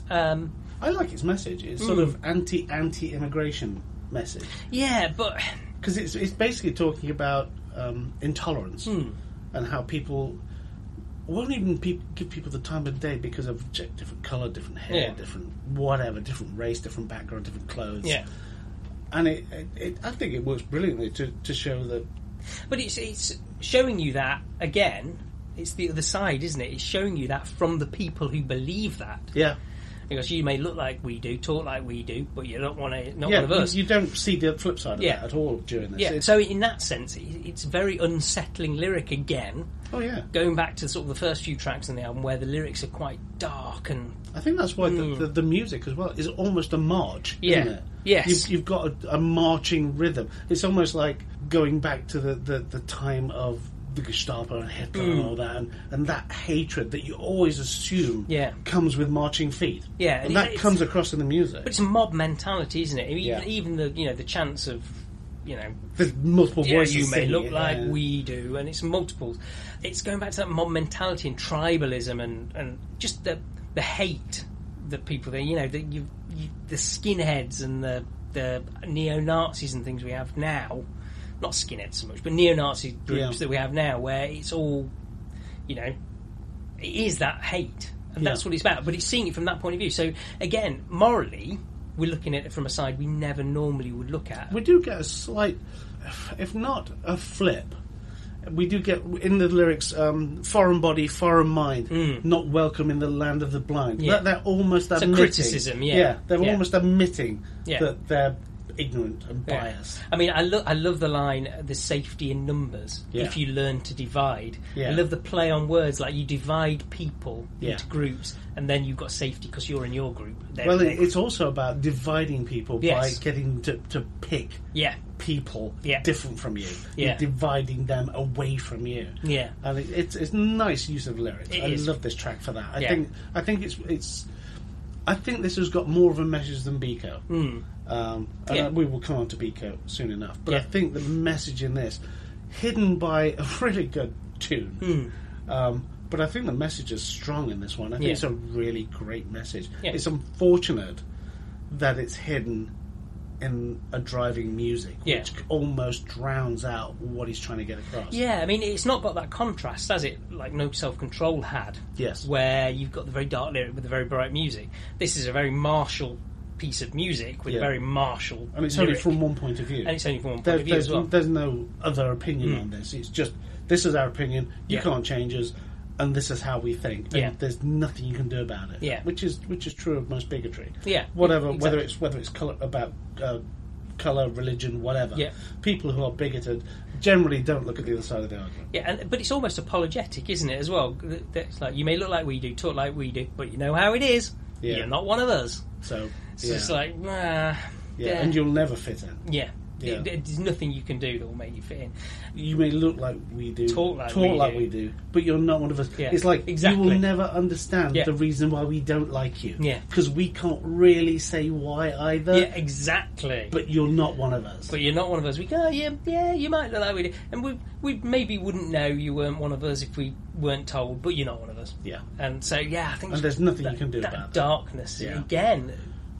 [SPEAKER 3] Um,
[SPEAKER 1] I like its message. It's
[SPEAKER 3] Hmm.
[SPEAKER 1] sort of anti anti immigration message
[SPEAKER 3] yeah, but
[SPEAKER 1] because it's it's basically talking about um, intolerance
[SPEAKER 3] Hmm.
[SPEAKER 1] and how people won't even pe- give people the time of day because of j- different color, different hair,
[SPEAKER 3] Yeah.
[SPEAKER 1] different whatever, different race, different background, different clothes.
[SPEAKER 3] yeah,
[SPEAKER 1] and it, it, it I think it works brilliantly to, to show that
[SPEAKER 3] but it's it's showing you that again. It's the other side, isn't it? It's showing you that from the people who believe that.
[SPEAKER 1] yeah
[SPEAKER 3] Because you may look like we do, talk like we do, but you're not one of, not
[SPEAKER 1] yeah
[SPEAKER 3] one of us.
[SPEAKER 1] you, you don't see the flip side of
[SPEAKER 3] Yeah.
[SPEAKER 1] that at all during this.
[SPEAKER 3] yeah.
[SPEAKER 1] It's-
[SPEAKER 3] So in that sense, it, it's a very unsettling lyric again.
[SPEAKER 1] oh yeah,
[SPEAKER 3] Going back to sort of the first few tracks on the album, where the lyrics are quite dark and
[SPEAKER 1] I think that's why the, the, the music as well is almost a march.
[SPEAKER 3] Mm. Yeah.
[SPEAKER 1] isn't it?
[SPEAKER 3] Yes.
[SPEAKER 1] you've, you've got a, a marching rhythm. It's almost like going back to the, the, the time of the Gestapo and Hitler
[SPEAKER 3] Mm.
[SPEAKER 1] and all that, and, and that hatred that you always assume
[SPEAKER 3] Yeah.
[SPEAKER 1] comes with marching feet.
[SPEAKER 3] Yeah,
[SPEAKER 1] and,
[SPEAKER 3] and
[SPEAKER 1] that
[SPEAKER 3] it's-
[SPEAKER 1] comes across in the music.
[SPEAKER 3] but it's a mob mentality, isn't it? Even,
[SPEAKER 1] Yeah.
[SPEAKER 3] even the you know the chance of you know
[SPEAKER 1] There's multiple
[SPEAKER 3] yeah,
[SPEAKER 1] voices.
[SPEAKER 3] you may
[SPEAKER 1] singing
[SPEAKER 3] look
[SPEAKER 1] it,
[SPEAKER 3] like
[SPEAKER 1] yeah.
[SPEAKER 3] we do, and it's multiples. It's going back to that mob mentality and tribalism and, and just the the hate that people, that, you know, that you you, the skinheads and the the neo Nazis and things we have now, not skinheads so much, but neo Nazi groups
[SPEAKER 1] Yeah.
[SPEAKER 3] that we have now, where it's all, you know, it is that hate, and that's
[SPEAKER 1] Yeah.
[SPEAKER 3] what it's about. But it's seeing it from that point of view. So again, morally, we're looking at it from a side we never normally would look at.
[SPEAKER 1] We do get a slight, if not a flip. We do get in the lyrics, um, foreign body, foreign mind, not welcome in the land of the blind.
[SPEAKER 3] Hmm. Yeah.
[SPEAKER 1] That, they're almost
[SPEAKER 3] It's a
[SPEAKER 1] admitting.
[SPEAKER 3] criticism, yeah.
[SPEAKER 1] they're
[SPEAKER 3] Yeah.
[SPEAKER 1] almost admitting
[SPEAKER 3] Yeah.
[SPEAKER 1] that they're ignorant and
[SPEAKER 3] Yeah.
[SPEAKER 1] biased.
[SPEAKER 3] I mean, I, lo- I love the line, uh, the safety in numbers,
[SPEAKER 1] Yeah.
[SPEAKER 3] if you learn to divide.
[SPEAKER 1] Yeah.
[SPEAKER 3] I love the play on words, like you divide people
[SPEAKER 1] Yeah.
[SPEAKER 3] into groups, and then you've got safety because you're in your group. They're-
[SPEAKER 1] Well,
[SPEAKER 3] they're-
[SPEAKER 1] it, it's also about dividing people
[SPEAKER 3] Yes.
[SPEAKER 1] by getting to, to pick
[SPEAKER 3] Yeah,
[SPEAKER 1] people
[SPEAKER 3] Yeah.
[SPEAKER 1] different from you,
[SPEAKER 3] Yeah.
[SPEAKER 1] and dividing them away from you.
[SPEAKER 3] yeah.
[SPEAKER 1] And it, it's it's nice use of lyrics.
[SPEAKER 3] It
[SPEAKER 1] I
[SPEAKER 3] is.
[SPEAKER 1] love this track for that. I
[SPEAKER 3] Yeah.
[SPEAKER 1] think I think it's it's I think this has got more of a message than Biko.
[SPEAKER 3] Mm.
[SPEAKER 1] Um, and
[SPEAKER 3] Yeah.
[SPEAKER 1] uh, we will come on to Biko soon enough. But I
[SPEAKER 3] Yeah.
[SPEAKER 1] think the message in this, hidden by a really good tune. Um, but I think the message is strong in this one. I think
[SPEAKER 3] Hmm. Yeah.
[SPEAKER 1] it's a really great message.
[SPEAKER 3] Yeah.
[SPEAKER 1] It's unfortunate that it's hidden in a driving music,
[SPEAKER 3] Yeah.
[SPEAKER 1] which almost drowns out what he's trying to get across.
[SPEAKER 3] Yeah, I mean, it's not got that contrast, has it? Like No Self Control had.
[SPEAKER 1] Yes.
[SPEAKER 3] Where you've got the very dark lyric with the very bright music. This is a very martial piece of music with
[SPEAKER 1] Yeah.
[SPEAKER 3] a very martial.
[SPEAKER 1] And it's only
[SPEAKER 3] lyric.
[SPEAKER 1] from one point of view.
[SPEAKER 3] And it's only from one
[SPEAKER 1] There-
[SPEAKER 3] point of view
[SPEAKER 1] there's,
[SPEAKER 3] as well. Hmm.
[SPEAKER 1] there's no other opinion on this. It's just this is our opinion. You
[SPEAKER 3] Yeah.
[SPEAKER 1] can't change us, and this is how we think. And
[SPEAKER 3] Yeah.
[SPEAKER 1] there's nothing you can do about it.
[SPEAKER 3] Yeah.
[SPEAKER 1] which is which is true of most bigotry.
[SPEAKER 3] Yeah,
[SPEAKER 1] whatever.
[SPEAKER 3] exactly.
[SPEAKER 1] Whether it's whether it's color about uh, color, religion, whatever.
[SPEAKER 3] Yeah.
[SPEAKER 1] people who are bigoted generally don't look at the other side of the argument.
[SPEAKER 3] Yeah, and, but it's almost apologetic, isn't it? As well, That- that's like you may look like we do, talk like we do, but you know how it is.
[SPEAKER 1] Yeah.
[SPEAKER 3] You're not one of us.
[SPEAKER 1] So,
[SPEAKER 3] So
[SPEAKER 1] yeah.
[SPEAKER 3] it's like, ah,
[SPEAKER 1] yeah.
[SPEAKER 3] yeah,
[SPEAKER 1] and you'll never fit in.
[SPEAKER 3] yeah.
[SPEAKER 1] Yeah.
[SPEAKER 3] There- There's nothing you can do that will make you fit in.
[SPEAKER 1] You may look like we do,
[SPEAKER 3] Talk like we do.
[SPEAKER 1] but you're not one of us.
[SPEAKER 3] Yeah,
[SPEAKER 1] It's like you
[SPEAKER 3] exactly.
[SPEAKER 1] will never understand
[SPEAKER 3] Yeah.
[SPEAKER 1] the reason why we don't like you.
[SPEAKER 3] Yeah.
[SPEAKER 1] because we can't really say why either.
[SPEAKER 3] yeah, exactly.
[SPEAKER 1] Uh, but you're not one of us.
[SPEAKER 3] But you're not one of us. We go, oh, yeah, yeah, you might look like we do, and we we maybe wouldn't know you weren't one of us if we weren't told. But you're not one of us.
[SPEAKER 1] yeah,
[SPEAKER 3] And so yeah, I think
[SPEAKER 1] And there's nothing
[SPEAKER 3] that,
[SPEAKER 1] you can do
[SPEAKER 3] that
[SPEAKER 1] about that.
[SPEAKER 3] darkness
[SPEAKER 1] Yeah.
[SPEAKER 3] again,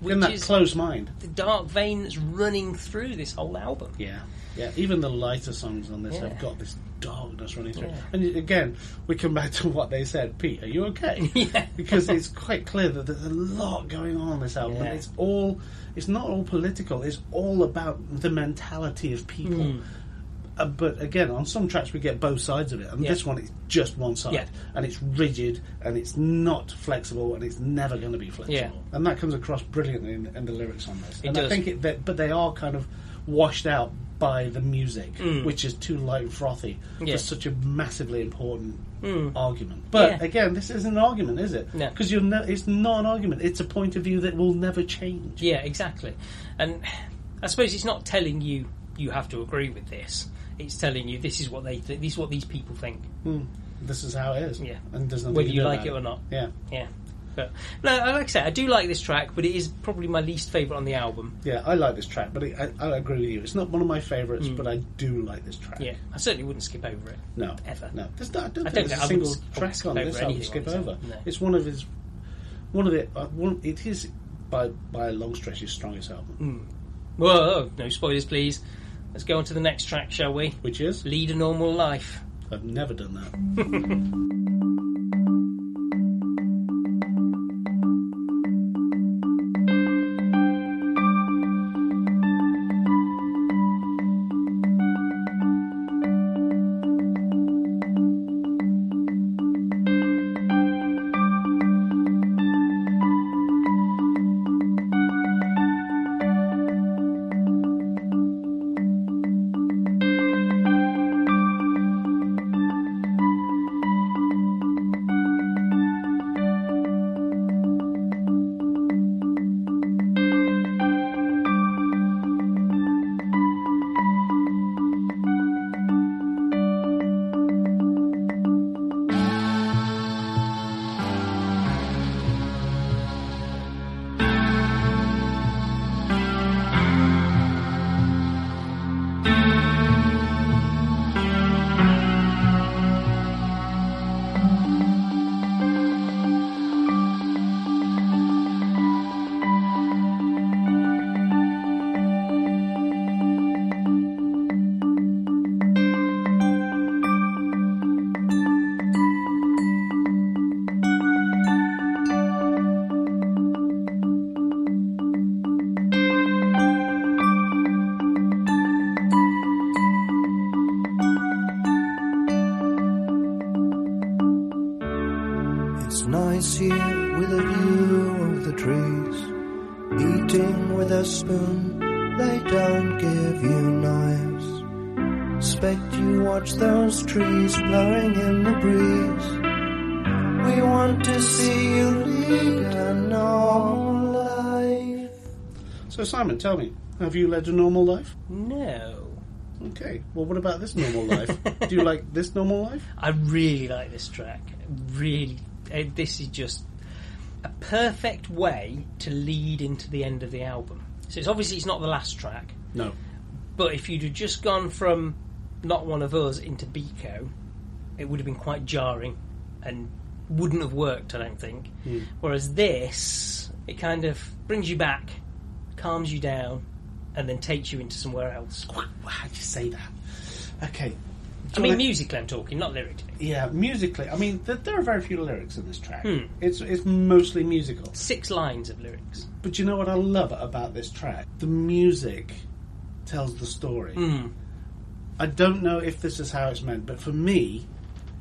[SPEAKER 3] which
[SPEAKER 1] in that
[SPEAKER 3] is
[SPEAKER 1] closed mind.
[SPEAKER 3] the dark vein that's running through this whole album.
[SPEAKER 1] Yeah, yeah. Even the lighter songs on this
[SPEAKER 3] Yeah.
[SPEAKER 1] have got this darkness running through.
[SPEAKER 3] Yeah.
[SPEAKER 1] And y- again, we come back to what they said. Pete, are you okay?
[SPEAKER 3] Yeah.
[SPEAKER 1] because it's quite clear that there's a lot going on on this album.
[SPEAKER 3] Yeah.
[SPEAKER 1] And it's all. It's not all political. It's all about the mentality of people.
[SPEAKER 3] Hmm.
[SPEAKER 1] Uh, but again, on some tracks we get both sides of it, and
[SPEAKER 3] Yeah.
[SPEAKER 1] this one is just one side,
[SPEAKER 3] Yeah.
[SPEAKER 1] and it's rigid, and it's not flexible, and it's never going to be flexible.
[SPEAKER 3] Yeah.
[SPEAKER 1] And that comes across brilliantly in, in the lyrics on this.
[SPEAKER 3] It
[SPEAKER 1] and I
[SPEAKER 3] does.
[SPEAKER 1] think it, that, but they are kind of washed out by the music, which is too light and frothy
[SPEAKER 3] Hmm. Yeah. Hmm.
[SPEAKER 1] for such a massively important argument. But
[SPEAKER 3] Yeah.
[SPEAKER 1] again, this isn't an argument, is it?
[SPEAKER 3] No.
[SPEAKER 1] Because you're no, it's not an argument. It's a point of view that will never change.
[SPEAKER 3] Yeah, exactly. And I suppose it's not telling you you have to agree with this. It's telling you this is what they th- this is what these people think.
[SPEAKER 1] This is how it is.
[SPEAKER 3] Yeah.
[SPEAKER 1] And there's nothing
[SPEAKER 3] Whether
[SPEAKER 1] can
[SPEAKER 3] you
[SPEAKER 1] do
[SPEAKER 3] like
[SPEAKER 1] about
[SPEAKER 3] it or not.
[SPEAKER 1] Yeah.
[SPEAKER 3] Yeah. But no, like I said, I do like this track, but it is probably my least favourite on the album.
[SPEAKER 1] Yeah, I like this track, but it, I, I agree with you. It's not one of my favourites, but I do like this track.
[SPEAKER 3] Hmm. Yeah, I certainly wouldn't skip over it.
[SPEAKER 1] No.
[SPEAKER 3] Ever.
[SPEAKER 1] No. There's not, I don't
[SPEAKER 3] I
[SPEAKER 1] think there's
[SPEAKER 3] don't know,
[SPEAKER 1] a
[SPEAKER 3] I
[SPEAKER 1] single
[SPEAKER 3] wouldn't skip- I wouldn't
[SPEAKER 1] track
[SPEAKER 3] skip
[SPEAKER 1] on
[SPEAKER 3] over
[SPEAKER 1] this album
[SPEAKER 3] anything
[SPEAKER 1] skip
[SPEAKER 3] on this
[SPEAKER 1] over.
[SPEAKER 3] album, no.
[SPEAKER 1] It's one of his. One of the. Uh, one, it is, by, by a long stretch, his strongest album,
[SPEAKER 3] Mm. Whoa, no spoilers, please. Let's go on to the next track, shall we?
[SPEAKER 1] which is.
[SPEAKER 3] Lead a normal life.
[SPEAKER 1] I've never done that.
[SPEAKER 12] sits here with a view of the trees, eating with a spoon. They don't give you knives. Expect you watch those trees blowing in the breeze. We want to see you lead a normal life.
[SPEAKER 1] So, Simon, tell me, have you led a normal life?
[SPEAKER 3] No.
[SPEAKER 1] Okay. Well, what about this normal life? Do you like this normal life?
[SPEAKER 3] I really like this track. Really, uh, this is just a perfect way to lead into the end of the album. So it's obviously it's not the last track,
[SPEAKER 1] No.
[SPEAKER 3] but if you'd have just gone from not one of us into Biko, it would have been quite jarring and wouldn't have worked. I don't think.
[SPEAKER 1] Mm.
[SPEAKER 3] Whereas this, it kind of brings you back, calms you down, and then takes you into somewhere else.
[SPEAKER 1] How'd you say that? Okay.
[SPEAKER 3] I
[SPEAKER 1] Do you
[SPEAKER 3] mean,
[SPEAKER 1] wanna-
[SPEAKER 3] musically, I'm talking, not lyrically.
[SPEAKER 1] Yeah, musically. I mean, th- there are very few lyrics in this track.
[SPEAKER 3] Hmm.
[SPEAKER 1] It's it's mostly musical.
[SPEAKER 3] Six lines of lyrics.
[SPEAKER 1] But you know what I love about this track? The music tells the story.
[SPEAKER 3] Mm.
[SPEAKER 1] I don't know if this is how it's meant, but for me,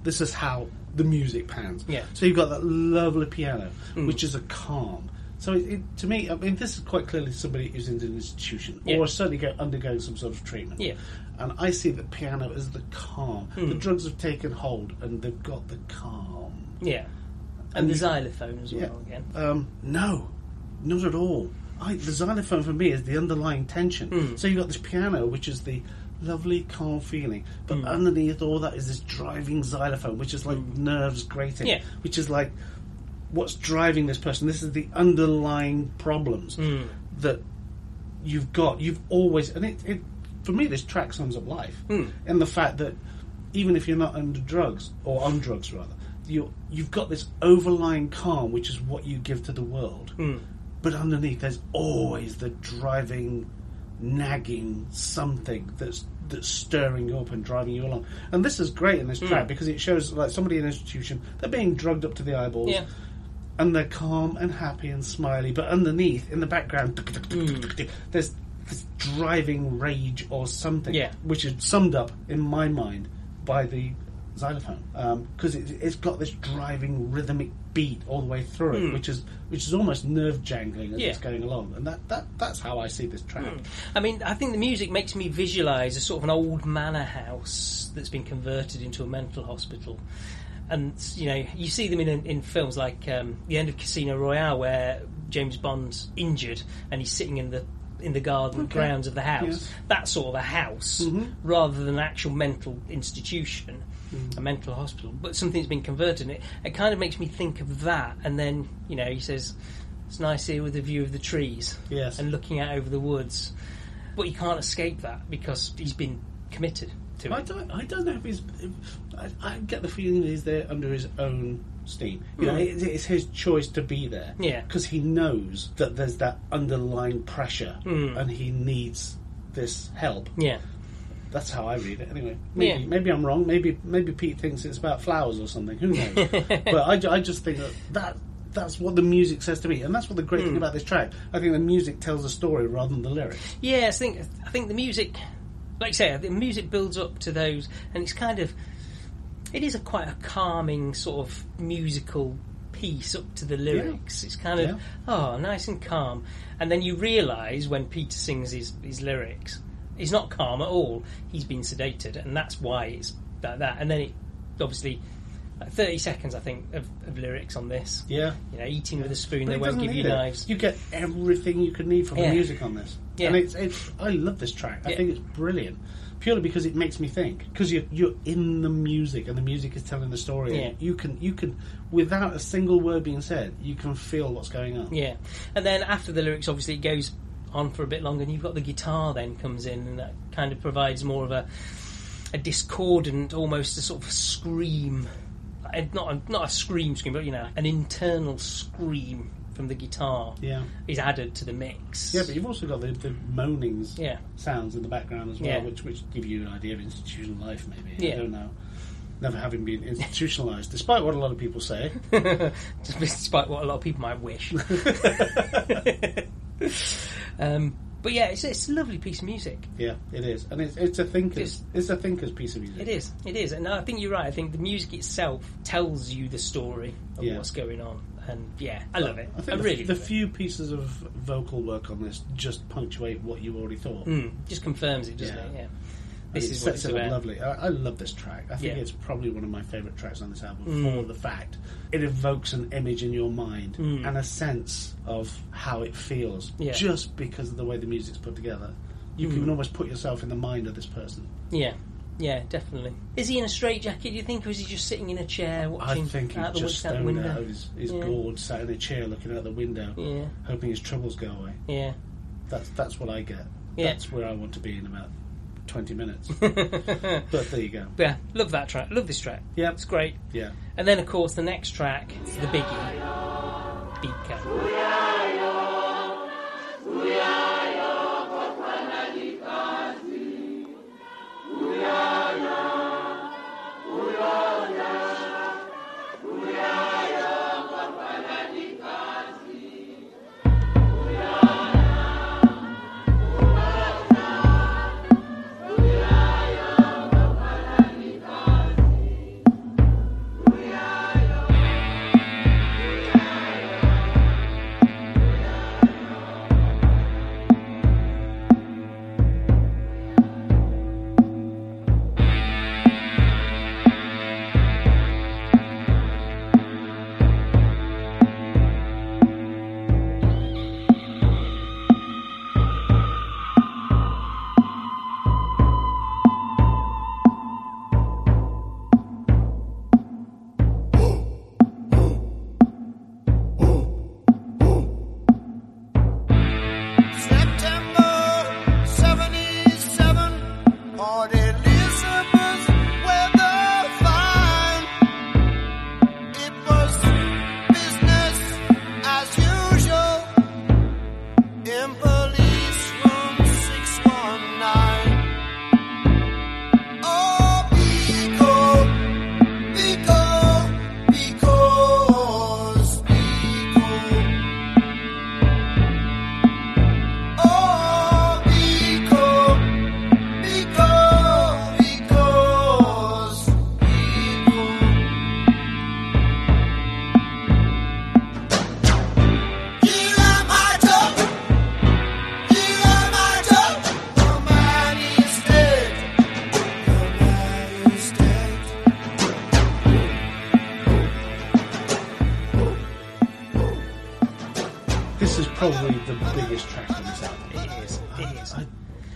[SPEAKER 1] this is how the music pans.
[SPEAKER 3] Yeah.
[SPEAKER 1] So you've got that lovely piano,
[SPEAKER 3] Mm.
[SPEAKER 1] which is a calm. So it, it, to me, I mean, this is quite clearly somebody who's in an institution
[SPEAKER 3] Yeah.
[SPEAKER 1] or certainly go, undergoing some sort of treatment.
[SPEAKER 3] Yeah.
[SPEAKER 1] And I see the piano as the calm. The
[SPEAKER 3] Mm.
[SPEAKER 1] drugs have taken hold, and they've got the calm.
[SPEAKER 3] Yeah. And,
[SPEAKER 1] And
[SPEAKER 3] the
[SPEAKER 1] you-
[SPEAKER 3] xylophone as well
[SPEAKER 1] Yeah.
[SPEAKER 3] again.
[SPEAKER 1] Um, no, not at all. I, the xylophone for me is the underlying tension.
[SPEAKER 3] Mm.
[SPEAKER 1] So you've got this piano, which is the lovely, calm feeling, but
[SPEAKER 3] Mm.
[SPEAKER 1] underneath all that is this driving xylophone, which is like nerves grating,
[SPEAKER 3] Yeah.
[SPEAKER 1] which is like what's driving this person. This is the underlying problems
[SPEAKER 3] Mm.
[SPEAKER 1] that you've got. You've always, and it, it for me, this track sums up life,
[SPEAKER 3] Mm.
[SPEAKER 1] and the fact that even if you're not under drugs or on drugs rather, you you've got this overlying calm, which is what you give to the world.
[SPEAKER 3] Mm.
[SPEAKER 1] But underneath, there's always the driving, nagging something that's that's stirring you up and driving you along. And this is great in this track because it shows like somebody in an institution they're being drugged up to the eyeballs.
[SPEAKER 3] Yeah.
[SPEAKER 1] And they're calm and happy and smiley, but underneath, in the background,
[SPEAKER 3] Hmm.
[SPEAKER 1] there's this driving rage or something,
[SPEAKER 3] Yeah.
[SPEAKER 1] which is summed up in my mind by the xylophone, because it, it's got this driving rhythmic beat all the way through it,
[SPEAKER 3] Mm.
[SPEAKER 1] which is which is almost nerve jangling as
[SPEAKER 3] Yeah. Hmm.
[SPEAKER 1] it's going along, and that, that that's how I see this track.
[SPEAKER 3] I mean, I think the music makes me visualise a sort of an old manor house that's been converted into a mental hospital. And, you know, you see them in, in films like um, the end of Casino Royale where James Bond's injured and he's sitting in the in the garden
[SPEAKER 1] Okay.
[SPEAKER 3] grounds of the house.
[SPEAKER 1] Yes.
[SPEAKER 3] That's sort of a house
[SPEAKER 1] Mhm.
[SPEAKER 3] rather than an actual mental institution,
[SPEAKER 1] Mm.
[SPEAKER 3] a mental hospital. But something's been converted in it. It kind of makes me think of that. And then, you know, he says, it's nice here with the view of the trees
[SPEAKER 1] Yes.
[SPEAKER 3] and looking out over the woods. But he can't escape that because he's been committed to
[SPEAKER 1] I
[SPEAKER 3] it.
[SPEAKER 1] don't. I don't know if he's. If, I, I get the feeling that he's there under his own steam. You know,
[SPEAKER 3] Right.
[SPEAKER 1] it, it's his choice to be there.
[SPEAKER 3] Hmm. Yeah.
[SPEAKER 1] Because he knows that there's that underlying pressure,
[SPEAKER 3] Mm.
[SPEAKER 1] and he needs this help.
[SPEAKER 3] Yeah.
[SPEAKER 1] That's how I read it. Anyway, maybe
[SPEAKER 3] Yeah.
[SPEAKER 1] maybe I'm wrong. Maybe maybe Pete thinks it's about flowers or something. Who knows? but I, ju- I just think that, that that's what the music says to me, and that's what the great
[SPEAKER 3] Hmm.
[SPEAKER 1] thing about this track. I think the music tells a story rather than the lyrics.
[SPEAKER 3] Yeah, I think I think the music, like you say, the music builds up to those, and it's kind of it is a quite a calming sort of musical piece up to the lyrics. It's kind of
[SPEAKER 1] Yeah.
[SPEAKER 3] oh, nice and calm, and then you realise when Peter sings his his lyrics, he's not calm at all. He's been sedated, and that's why it's like that. And then it obviously. like, 30 seconds, I think, of, of lyrics on this.
[SPEAKER 1] Yeah.
[SPEAKER 3] You know, eating with a spoon,
[SPEAKER 1] But
[SPEAKER 3] they
[SPEAKER 1] it
[SPEAKER 3] won't
[SPEAKER 1] doesn't
[SPEAKER 3] give you
[SPEAKER 1] need it.
[SPEAKER 3] knives.
[SPEAKER 1] You get everything you could need from
[SPEAKER 3] Yeah.
[SPEAKER 1] the music on this,
[SPEAKER 3] Yeah.
[SPEAKER 1] and it's, it's I love this track. I
[SPEAKER 3] Yeah.
[SPEAKER 1] think it's brilliant, purely because it makes me think. Because you're you're in the music, and the music is telling the story.
[SPEAKER 3] Yeah.
[SPEAKER 1] You can you can without a single word being said, you can feel what's going on.
[SPEAKER 3] Yeah, and then after the lyrics, obviously it goes on for a bit longer, and you've got the guitar then comes in, and that kind of provides more of a a discordant, almost a sort of scream, Uh, not a, not a scream scream, but you know, an internal scream from the guitar
[SPEAKER 1] Yeah.
[SPEAKER 3] is added to the mix.
[SPEAKER 1] Yeah, but you've also got the, the moanings
[SPEAKER 3] Yeah.
[SPEAKER 1] sounds in the background as well,
[SPEAKER 3] Yeah.
[SPEAKER 1] which which give you an idea of institutional life. Maybe I
[SPEAKER 3] Yeah.
[SPEAKER 1] don't know. Never having been institutionalised, despite what a lot of people say.
[SPEAKER 3] despite what a lot of people might wish. um, But yeah, it's, it's a lovely piece of music.
[SPEAKER 1] Yeah, it is, and it's, it's a thinker's. It's, a thinker's piece of music.
[SPEAKER 3] It is, it is, and I think you're right. I think the music itself tells you the story of
[SPEAKER 1] Yeah.
[SPEAKER 3] what's going on, and yeah, I love it. I,
[SPEAKER 1] I think the,
[SPEAKER 3] really
[SPEAKER 1] the
[SPEAKER 3] love it.
[SPEAKER 1] few pieces of vocal work on this just punctuate what you already thought.
[SPEAKER 3] Mm, just confirms it, doesn't it? Yeah. This
[SPEAKER 1] it
[SPEAKER 3] is what
[SPEAKER 1] sets it
[SPEAKER 3] it's
[SPEAKER 1] up
[SPEAKER 3] about.
[SPEAKER 1] lovely. I, I love this track. I think
[SPEAKER 3] Yeah.
[SPEAKER 1] it's probably one of my favourite tracks on this album
[SPEAKER 3] Mm.
[SPEAKER 1] for the fact it evokes an image in your mind
[SPEAKER 3] Mm.
[SPEAKER 1] and a sense of how it feels
[SPEAKER 3] Yeah.
[SPEAKER 1] just because of the way the music's put together. You
[SPEAKER 3] Mm.
[SPEAKER 1] can almost put yourself in the mind of this person.
[SPEAKER 3] Yeah, yeah, definitely. Is he in a straitjacket? Do you think, or is he just sitting in a chair watching
[SPEAKER 1] I think
[SPEAKER 3] out
[SPEAKER 1] he's
[SPEAKER 3] the,
[SPEAKER 1] just
[SPEAKER 3] out the
[SPEAKER 1] stoned
[SPEAKER 3] window?
[SPEAKER 1] out of his, his
[SPEAKER 3] yeah.
[SPEAKER 1] gourd, sat in a chair looking out the window,
[SPEAKER 3] Yeah.
[SPEAKER 1] hoping his troubles go away.
[SPEAKER 3] Yeah.
[SPEAKER 1] That's that's what I get.
[SPEAKER 3] Yeah.
[SPEAKER 1] That's where I want to be in about twenty minutes. but there you go.
[SPEAKER 3] Yeah, love that track. Love this track. Yeah, it's great.
[SPEAKER 1] Yeah.
[SPEAKER 3] And then, of course, the next track is the biggie, Beaker.
[SPEAKER 10] September 77, Port Elizabeth's weather fine. It was business as usual in police room 619. Oh, because, because, because, because. Oh, because, because, because, because. Here am I, Joe. Here am I, Joe. The man is dead. The man is dead.
[SPEAKER 1] This is probably the biggest track on this album.
[SPEAKER 3] It is. It is.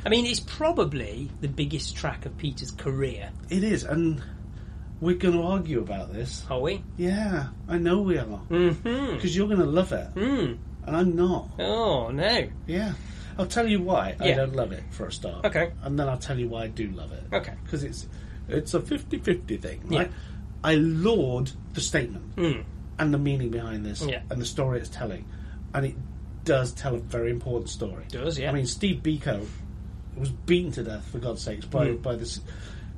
[SPEAKER 3] I, mean, it's probably the biggest track of Peter's career.
[SPEAKER 1] It is, and we're going to argue about this.
[SPEAKER 3] Are we?
[SPEAKER 1] Yeah, I know we are.
[SPEAKER 3] Because
[SPEAKER 1] you're going to love it,
[SPEAKER 3] Mm-hmm. Mm.
[SPEAKER 1] and I'm not.
[SPEAKER 3] Oh no.
[SPEAKER 1] Yeah, I'll tell you why I
[SPEAKER 3] Yeah.
[SPEAKER 1] don't love it for a start.
[SPEAKER 3] Okay.
[SPEAKER 1] and then I'll tell you why I do love it.
[SPEAKER 3] Okay.
[SPEAKER 1] because it's it's a 50-50 thing.
[SPEAKER 3] Yeah.
[SPEAKER 1] Right? I laud the statement
[SPEAKER 3] Mm.
[SPEAKER 1] and the meaning behind this,
[SPEAKER 3] Yeah.
[SPEAKER 1] and the story it's telling, and it does tell a very important story.
[SPEAKER 3] Does, yeah.
[SPEAKER 1] I mean, Steve Biko was beaten to death for God's sakes by
[SPEAKER 3] Mm.
[SPEAKER 1] by this.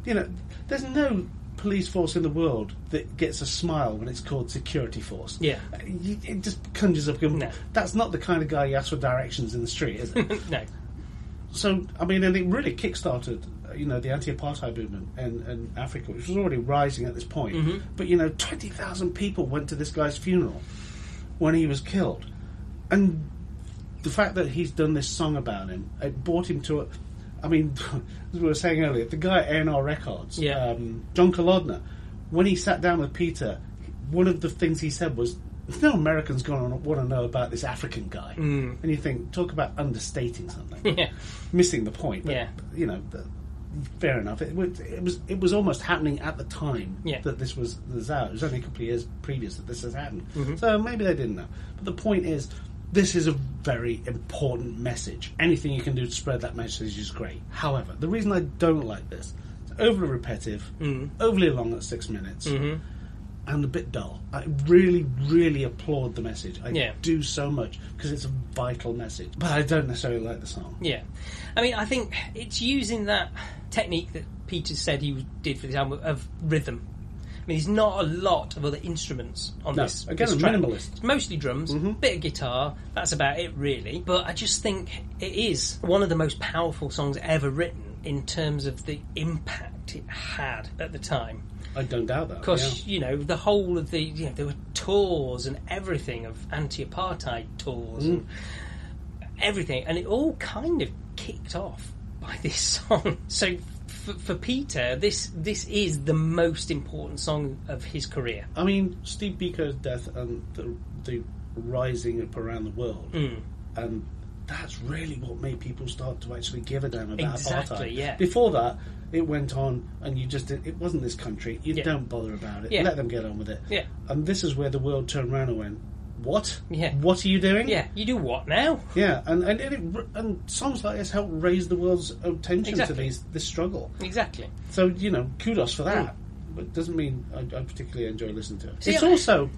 [SPEAKER 1] You know, there's no police force in the world that gets a smile when it's called security force.
[SPEAKER 3] Yeah.
[SPEAKER 1] You- it just conjures up.
[SPEAKER 3] No.
[SPEAKER 1] That's not the kind of guy you ask for directions in the street, is it?
[SPEAKER 3] no.
[SPEAKER 1] so, I mean, and it really kick-started, uh, you know, the anti-apartheid movement in, in Africa, which was already rising at this point.
[SPEAKER 3] Mhm.
[SPEAKER 1] But you know, twenty thousand people went to this guy's funeral when he was killed, and the fact that he's done this song about him, it brought him to a. I mean, as we were saying earlier, the guy at A&R Records,
[SPEAKER 3] Yeah.
[SPEAKER 1] um, John Colodner, when he sat down with Peter, one of the things he said was, "No American's going to want to know about this African guy."
[SPEAKER 3] Mm.
[SPEAKER 1] And you think, talk about understating something,
[SPEAKER 3] Yeah.
[SPEAKER 1] missing the point. But,
[SPEAKER 3] Yeah.
[SPEAKER 1] you know, th- fair enough. It, was- it was it was almost happening at the time
[SPEAKER 3] Yeah.
[SPEAKER 1] that this was this out. It was only a couple of years previous that this has happened.
[SPEAKER 3] Mhm.
[SPEAKER 1] So maybe they didn't know. But the point is, this is a very important message. Anything you can do to spread that message is great. However, the reason I don't like this, it's overly repetitive,
[SPEAKER 3] Mm.
[SPEAKER 1] overly long at six minutes,
[SPEAKER 3] Mhm.
[SPEAKER 1] and a bit dull. I really, really applaud the message. I
[SPEAKER 3] Yeah.
[SPEAKER 1] do so much because it's a vital message. But I don't necessarily like the song.
[SPEAKER 3] Yeah, I mean, I think it's using that technique that Peter said he did for this album of rhythm, mean, there's not a lot of other instruments on
[SPEAKER 1] No,
[SPEAKER 3] this.
[SPEAKER 1] again,
[SPEAKER 3] this
[SPEAKER 1] a
[SPEAKER 3] track.
[SPEAKER 1] minimalist. Mm-hmm.
[SPEAKER 3] It's mostly drums, bit of guitar. That's about it, really. But I just think it is one of the most powerful songs ever written in terms of the impact it had at the time.
[SPEAKER 1] I don't doubt that.
[SPEAKER 3] Because you know the whole of the you know, there were tours and everything of anti-apartheid tours and everything, and it all kind of kicked off by this song. So f- for Peter, this this is the most important song of his career.
[SPEAKER 1] I mean, Steve Biko's death and the, the rising up around the world,
[SPEAKER 3] Mm.
[SPEAKER 1] and that's really what made people start to actually give a damn about
[SPEAKER 3] Exactly,
[SPEAKER 1] apartheid.
[SPEAKER 3] yeah.
[SPEAKER 1] Before that, it went on, and you just it wasn't this country. You
[SPEAKER 3] Yeah.
[SPEAKER 1] don't bother about it.
[SPEAKER 3] Yeah.
[SPEAKER 1] Let them get on with it.
[SPEAKER 3] Yeah.
[SPEAKER 1] And this is where the world turned around and went, "What?
[SPEAKER 3] Yeah.
[SPEAKER 1] What are you doing?
[SPEAKER 3] Yeah, you do what now?
[SPEAKER 1] Yeah, and and, and, it, r- and songs like this help raise the world's attention to
[SPEAKER 3] Exactly.
[SPEAKER 1] these this struggle.
[SPEAKER 3] Exactly.
[SPEAKER 1] So you know, kudos for that. But it doesn't mean I, I particularly enjoy listening to it.
[SPEAKER 3] Mm. See,
[SPEAKER 1] it's
[SPEAKER 3] I-
[SPEAKER 1] also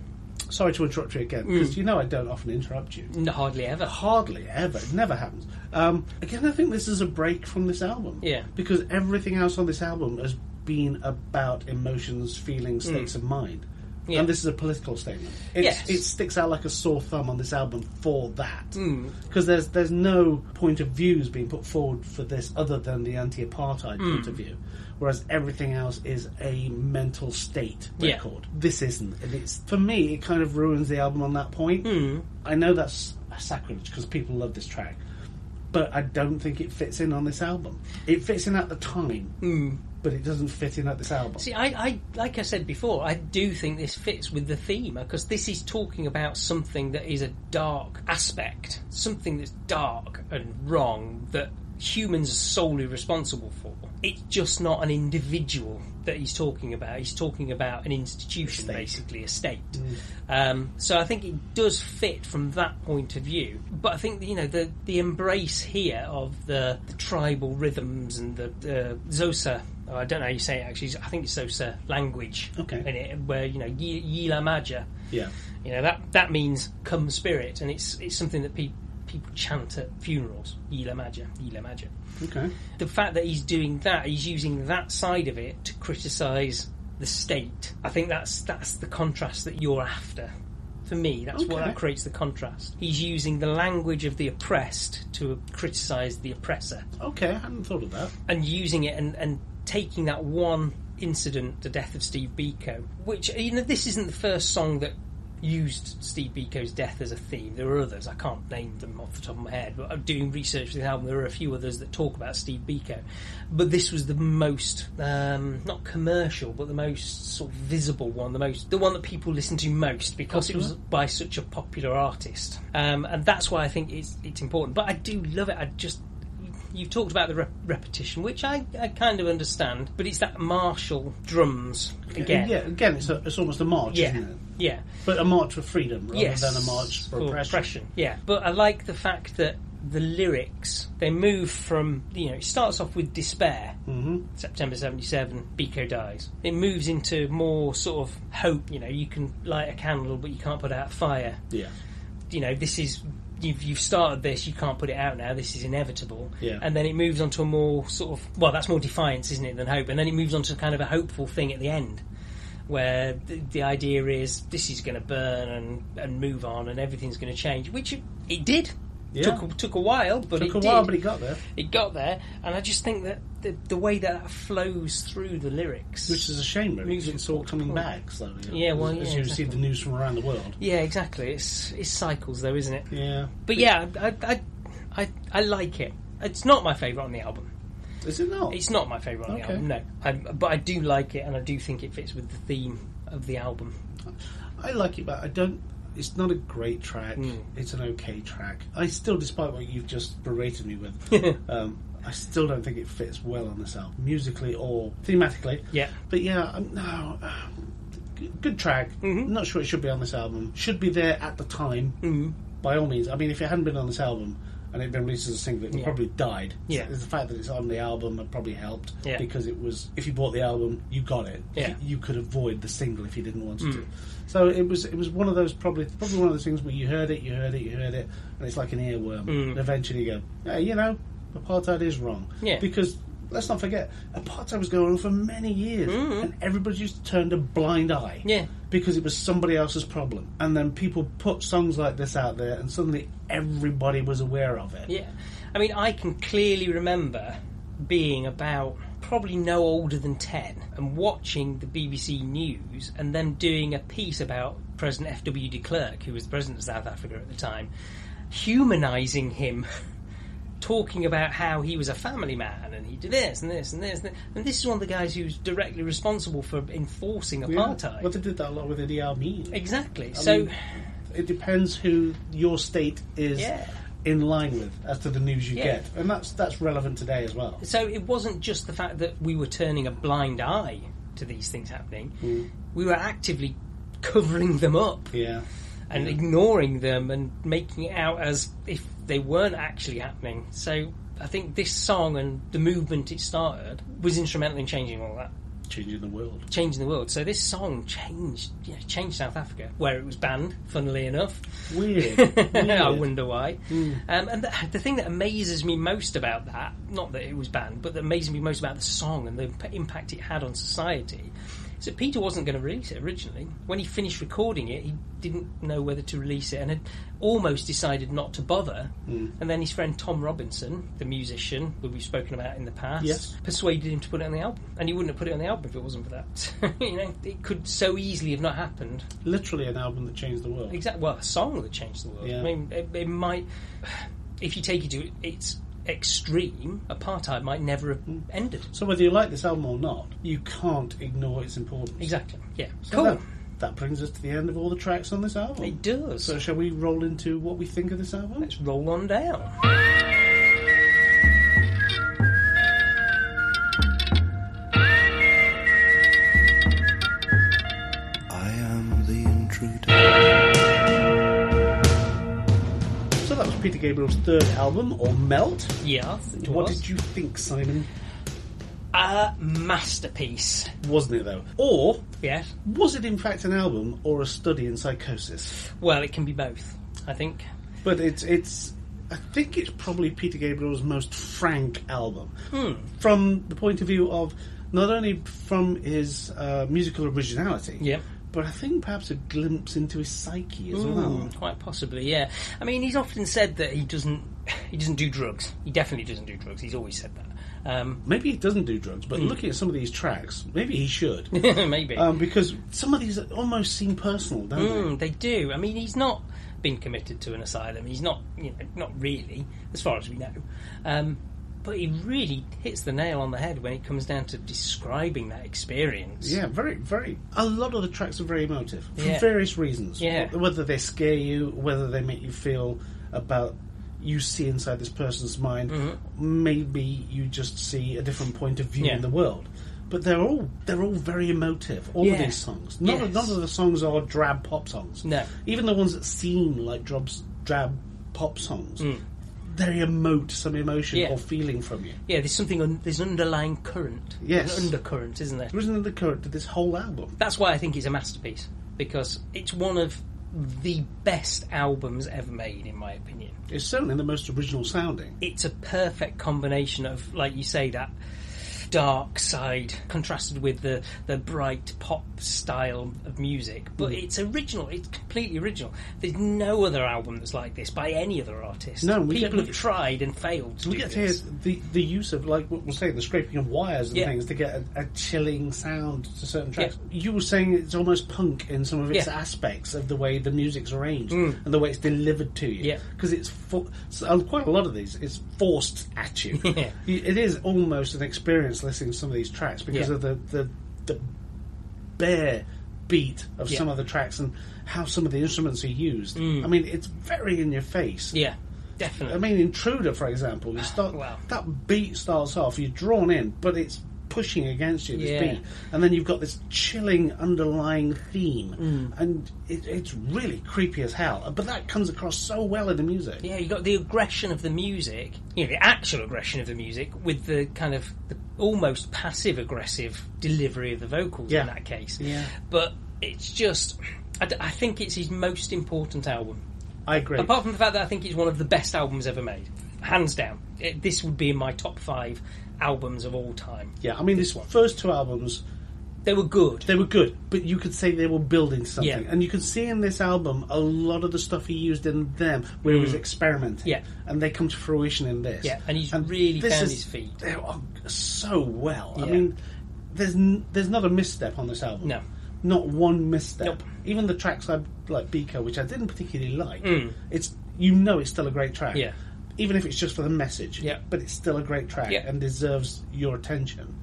[SPEAKER 1] sorry to interrupt you again because
[SPEAKER 3] Mm.
[SPEAKER 1] you know I don't often interrupt you.
[SPEAKER 3] No, hardly ever.
[SPEAKER 1] Hardly ever. It never happens. Um, again, I think this is a break from this album.
[SPEAKER 3] Yeah.
[SPEAKER 1] Because everything else on this album has been about emotions, feelings, states of mind.
[SPEAKER 3] Mm. Yeah.
[SPEAKER 1] And this is a political statement. It's,
[SPEAKER 3] Yes.
[SPEAKER 1] It sticks out like a sore thumb on this album for that.
[SPEAKER 3] Mm.
[SPEAKER 1] Because there's there's no point of views being put forward for this other than the anti-apartheid
[SPEAKER 3] Mm.
[SPEAKER 1] point of view, whereas everything else is a mental state
[SPEAKER 3] Yeah.
[SPEAKER 1] record. This isn't, and it's for me it kind of ruins the album on that point.
[SPEAKER 3] Hmm.
[SPEAKER 1] I know that's a sacrilege because people love this track, but I don't think it fits in on this album. It fits in at the time, but it doesn't fit in at this album.
[SPEAKER 3] Hmm. See, I, I like I said before, I do think this fits with the theme because this is talking about something that is a dark aspect, something that's dark and wrong that humans are solely responsible for. It's just not an individual that he's talking about. He's talking about an institution,
[SPEAKER 1] State.
[SPEAKER 3] basically a state. Um, so I think it does fit from that point of view. But I think you know the the embrace here of the, the tribal rhythms and the, the Xhosa. oh, I don't know how you say it actually. I think it's Xhosa language.
[SPEAKER 1] Okay.
[SPEAKER 3] In it, where you know Ye- Yila Maja.
[SPEAKER 1] Yeah.
[SPEAKER 3] You know that that means come spirit, and it's it's something that people people chant at funerals. Yila Maja, Yila Maja
[SPEAKER 1] Okay.
[SPEAKER 3] the fact that he's doing that, he's using that side of it to criticise the state. I think that's that's the contrast that you're after. For me, that's what
[SPEAKER 1] Okay.
[SPEAKER 3] that creates the contrast. He's using the language of the oppressed to criticise the oppressor,
[SPEAKER 1] Okay, I hadn't thought of that.
[SPEAKER 3] and using it and, and taking that one incident, the death of Steve Biko, which you know this isn't the first song that used Steve Biko's death as a theme. There are others I can't name them off the top of my head, but I'm doing research for the album. There are a few others that talk about Steve Biko, but this was the most um, not commercial, but the most sort of visible one, the most the one that people listened to most because it was by such a popular artist, um, and that's why I think it's it's important. But I do love it. I just You've talked about the rep- repetition, which I, I kind of understand, but it's that martial drums again.
[SPEAKER 1] yeah. Again, it's, a, it's almost a march,
[SPEAKER 3] Yeah.
[SPEAKER 1] isn't it?
[SPEAKER 3] Yeah.
[SPEAKER 1] But a march for freedom rather
[SPEAKER 3] Yes.
[SPEAKER 1] than a march for, oppression.
[SPEAKER 3] Yeah. But I like the fact that the lyrics they move from you know it starts off with despair.
[SPEAKER 1] hmm
[SPEAKER 3] September seventy seven, Biko dies. It moves into more sort of hope. You know, you can light a candle, but you can't put out a fire.
[SPEAKER 1] Yeah.
[SPEAKER 3] you know, this is you've you've started this, you can't put it out now. This is inevitable.
[SPEAKER 1] Yeah.
[SPEAKER 3] And then it moves on to a more sort of well, that's more defiance, isn't it, than hope? And then it moves on to kind of a hopeful thing at the end, where the, the idea is this is going to burn and and move on, and everything's going to change, which it, it did.
[SPEAKER 1] Yeah.
[SPEAKER 3] Took took a while, but
[SPEAKER 1] Took
[SPEAKER 3] it
[SPEAKER 1] a while,
[SPEAKER 3] did.
[SPEAKER 1] but it got there.
[SPEAKER 3] It got there, and I just think that the, the way that, that flows through the lyrics,
[SPEAKER 1] Which is a shame, really. because
[SPEAKER 3] Music
[SPEAKER 1] It's all coming
[SPEAKER 3] forward.
[SPEAKER 1] back slowly.
[SPEAKER 3] Yeah, well,
[SPEAKER 1] as, as
[SPEAKER 3] yeah,
[SPEAKER 1] you
[SPEAKER 3] exactly.
[SPEAKER 1] receive the news from around the world.
[SPEAKER 3] yeah, exactly. It's it's cycles, though, isn't it?
[SPEAKER 1] Yeah.
[SPEAKER 3] But yeah, I, I, I, I like it. It's not my favourite on the album.
[SPEAKER 1] Is it not?
[SPEAKER 3] It's not my favourite on
[SPEAKER 1] Okay.
[SPEAKER 3] the album, no. I, but I do like it, and I do think it fits with the theme of the album.
[SPEAKER 1] I like it, but I don't. It's not a great track.
[SPEAKER 3] Mm.
[SPEAKER 1] It's an okay track. I still, despite what you've just berated me with, um, I still don't think it fits well on this album, musically or thematically.
[SPEAKER 3] Yeah.
[SPEAKER 1] But yeah, um, no. um, g- Good track.
[SPEAKER 3] Mm-hmm.
[SPEAKER 1] Not sure it should be on this album. Should be there at the time.
[SPEAKER 3] Mm.
[SPEAKER 1] By all means. I mean, if it hadn't been on this album and it'd been released as a single, it would
[SPEAKER 3] Yeah.
[SPEAKER 1] probably died.
[SPEAKER 3] Yeah.
[SPEAKER 1] The fact that it's on the album had probably helped
[SPEAKER 3] Yeah.
[SPEAKER 1] because it was. If you bought the album, you got it.
[SPEAKER 3] Yeah.
[SPEAKER 1] You, you could avoid the single if you didn't want
[SPEAKER 3] Mm.
[SPEAKER 1] to. So it was it was one of those probably probably one of those things where you heard it, you heard it, you heard it, and it's like an earworm.
[SPEAKER 3] Mm.
[SPEAKER 1] And eventually you go, yeah, you know, apartheid is wrong.
[SPEAKER 3] Yeah.
[SPEAKER 1] Because let's not forget, apartheid was going on for many years, and everybody just turned a blind eye.
[SPEAKER 3] Mm-hmm. Yeah.
[SPEAKER 1] Because it was somebody else's problem. And then people put songs like this out there, and suddenly everybody was aware of it.
[SPEAKER 3] Yeah. I mean, I can clearly remember being about probably no older than 10 and watching the BBC News and them doing a piece about President F.W. de Klerk, who was president of South Africa at the time, humanising him. Talking about how he was a family man and he did this and this and this and this. And this is one of the guys who's directly responsible for enforcing apartheid.
[SPEAKER 1] Well, they did that a lot with Idi Amin.
[SPEAKER 3] Exactly.
[SPEAKER 1] I
[SPEAKER 3] so,
[SPEAKER 1] mean, it depends who your state is
[SPEAKER 3] Yeah.
[SPEAKER 1] in line with as to the news you
[SPEAKER 3] Yeah.
[SPEAKER 1] get, and that's that's relevant today as well.
[SPEAKER 3] so it wasn't just the fact that we were turning a blind eye to these things happening. we were actively covering them up
[SPEAKER 1] Yeah.
[SPEAKER 3] and
[SPEAKER 1] Yeah.
[SPEAKER 3] ignoring them and making it out as if they weren't actually happening. So I think this song and the movement it started was instrumental in changing all that,
[SPEAKER 1] Changing the world.
[SPEAKER 3] changing the world. So this song changed, yeah, changed South Africa, where it was banned. Funnily enough,
[SPEAKER 1] Weird.
[SPEAKER 3] I wonder why. Um, and the, the thing that amazes me most about that, not that it was banned, but that amazes me most about the song and the imp- impact it had on society, is that Peter wasn't going to release it originally. When he finished recording it, he didn't know whether to release it and had almost decided not to bother. And then his friend Tom Robinson, the musician that we've spoken about in the past,
[SPEAKER 1] Yes.
[SPEAKER 3] persuaded him to put it on the album. And he wouldn't have put it on the album if it wasn't for that. you know, it could so easily have not happened.
[SPEAKER 1] Literally an album that changed the world.
[SPEAKER 3] Exactly. Well, a song that changed the world.
[SPEAKER 1] Yeah.
[SPEAKER 3] I mean, it, it might. If you take it to its extreme, apartheid might never have ended.
[SPEAKER 1] So whether you like this album or not, you can't ignore its importance.
[SPEAKER 3] Exactly. Yeah.
[SPEAKER 1] So
[SPEAKER 3] cool.
[SPEAKER 1] That, that brings us to the end of all the tracks on this album.
[SPEAKER 3] It does.
[SPEAKER 1] So shall we roll into what we think of this album?
[SPEAKER 3] Let's roll on down.
[SPEAKER 12] I am the intruder.
[SPEAKER 1] So that was Peter Gabriel's third album, or Melt.
[SPEAKER 3] Yeah. it
[SPEAKER 1] What
[SPEAKER 3] was.
[SPEAKER 1] did you think, Simon?
[SPEAKER 3] A masterpiece.
[SPEAKER 1] Wasn't it though? Or
[SPEAKER 3] Yeah.
[SPEAKER 1] was it in fact an album or a study in psychosis?
[SPEAKER 3] Well, it can be both. I think.
[SPEAKER 1] But it's it's I think it's probably Peter Gabriel's most frank album. From the point of view of not only from his uh, musical originality,
[SPEAKER 3] Yeah.
[SPEAKER 1] but I think perhaps a glimpse into his psyche as well.
[SPEAKER 3] Mm, Quite possibly, yeah. I mean, he's often said that he doesn't he doesn't do drugs. He definitely doesn't do drugs. He's always said that. Um,
[SPEAKER 1] Maybe he doesn't do drugs, but looking at some of these tracks, maybe he should.
[SPEAKER 3] maybe.
[SPEAKER 1] um, because some of these almost seem personal, don't they?
[SPEAKER 3] Mm, they do. I mean, he's not been committed to an asylum. He's not, you know, not really, as far as we know. Um, but he really hits the nail on the head when it comes down to describing that experience.
[SPEAKER 1] Yeah, very, very. A lot of the tracks are very emotive for
[SPEAKER 3] Yeah.
[SPEAKER 1] various reasons.
[SPEAKER 3] Yeah.
[SPEAKER 1] Wh- Whether they scare you, whether they make you feel about you see inside this person's mind, maybe you just see a different point of view
[SPEAKER 3] Mm-hmm. Yeah.
[SPEAKER 1] in the world. But they're all they're all very emotive. All of
[SPEAKER 3] Yeah.
[SPEAKER 1] these songs. None, of,
[SPEAKER 3] Yes.
[SPEAKER 1] none of the songs are drab pop songs.
[SPEAKER 3] No.
[SPEAKER 1] Even the ones that seem like drabs, drab pop songs, they emote some emotion
[SPEAKER 3] Mm. Yeah.
[SPEAKER 1] or feeling from you.
[SPEAKER 3] Yeah, there's something, un- there's an underlying current.
[SPEAKER 1] Yes.
[SPEAKER 3] There's an undercurrent, isn't there?
[SPEAKER 1] There isn't the current to this whole album.
[SPEAKER 3] That's why I think it's a masterpiece, because it's one of the best albums ever made, in my opinion.
[SPEAKER 1] It's certainly the most original sounding.
[SPEAKER 3] it's a perfect combination of, like you say, that dark side contrasted with the, the bright pop style of music. But
[SPEAKER 1] Hmm.
[SPEAKER 3] it's original. It's completely original. There's no other album that's like this by any other artist.
[SPEAKER 1] No, we
[SPEAKER 3] people
[SPEAKER 1] get-
[SPEAKER 3] have tried and failed. To
[SPEAKER 1] We
[SPEAKER 3] do
[SPEAKER 1] get to hear
[SPEAKER 3] this.
[SPEAKER 1] the, the use of, like what we're saying, the scraping of wires and
[SPEAKER 3] Yeah.
[SPEAKER 1] things to get a, a chilling sound to certain tracks. You were saying it's almost punk in some of its
[SPEAKER 3] Yeah. Mm.
[SPEAKER 1] aspects of the way the music's arranged and the way it's delivered to you.
[SPEAKER 3] Yeah.
[SPEAKER 1] Because it's for, so, quite a lot of these, it's forced at you.
[SPEAKER 3] Yeah.
[SPEAKER 1] You- It is almost an experience listening to some of these tracks because
[SPEAKER 3] Yeah.
[SPEAKER 1] of the, the, the bare beat of
[SPEAKER 3] Yeah. Mm.
[SPEAKER 1] some of the tracks and how some of the instruments are used. I mean, it's very in your face.
[SPEAKER 3] Yeah, definitely.
[SPEAKER 1] I mean, Intruder, for example, you start
[SPEAKER 3] Wow.
[SPEAKER 1] that beat starts off. You're drawn in, but it's pushing against you this
[SPEAKER 3] Yeah.
[SPEAKER 1] beat, and then you've got this chilling underlying theme,
[SPEAKER 3] Mm.
[SPEAKER 1] and it, it's really creepy as hell. But that comes across so well in the music.
[SPEAKER 3] Yeah, you got the aggression of the music, you know, the actual aggression of the music, with the kind of the almost passive aggressive delivery of the vocals
[SPEAKER 1] Yeah.
[SPEAKER 3] in that case.
[SPEAKER 1] Yeah.
[SPEAKER 3] But it's just, I, d- I think it's his most important album.
[SPEAKER 1] I agree.
[SPEAKER 3] Apart from the fact that I think it's one of the best albums ever made, hands down. It, this would be in my top five albums of all time.
[SPEAKER 1] Yeah, I mean, this first two albums.
[SPEAKER 3] They were good.
[SPEAKER 1] They were good, but you could say they were building something.
[SPEAKER 3] Yeah.
[SPEAKER 1] And you can see in this album a lot of the stuff he used in them where he was
[SPEAKER 3] Mm.
[SPEAKER 1] experimenting.
[SPEAKER 3] Yeah.
[SPEAKER 1] And they come to fruition in this.
[SPEAKER 3] Yeah, and he's really
[SPEAKER 1] this
[SPEAKER 3] found
[SPEAKER 1] is-
[SPEAKER 3] his feet.
[SPEAKER 1] They are so well. I
[SPEAKER 3] Yeah.
[SPEAKER 1] mean, there's n- there's not a misstep on this album.
[SPEAKER 3] No.
[SPEAKER 1] Not one misstep.
[SPEAKER 3] Nope.
[SPEAKER 1] Even the tracks I like Biko, which I didn't particularly like,
[SPEAKER 3] Mm.
[SPEAKER 1] it's you know it's still a great track.
[SPEAKER 3] Yeah.
[SPEAKER 1] Even if it's just for the message. Yeah. But it's still a great track
[SPEAKER 3] Yeah.
[SPEAKER 1] and deserves your attention.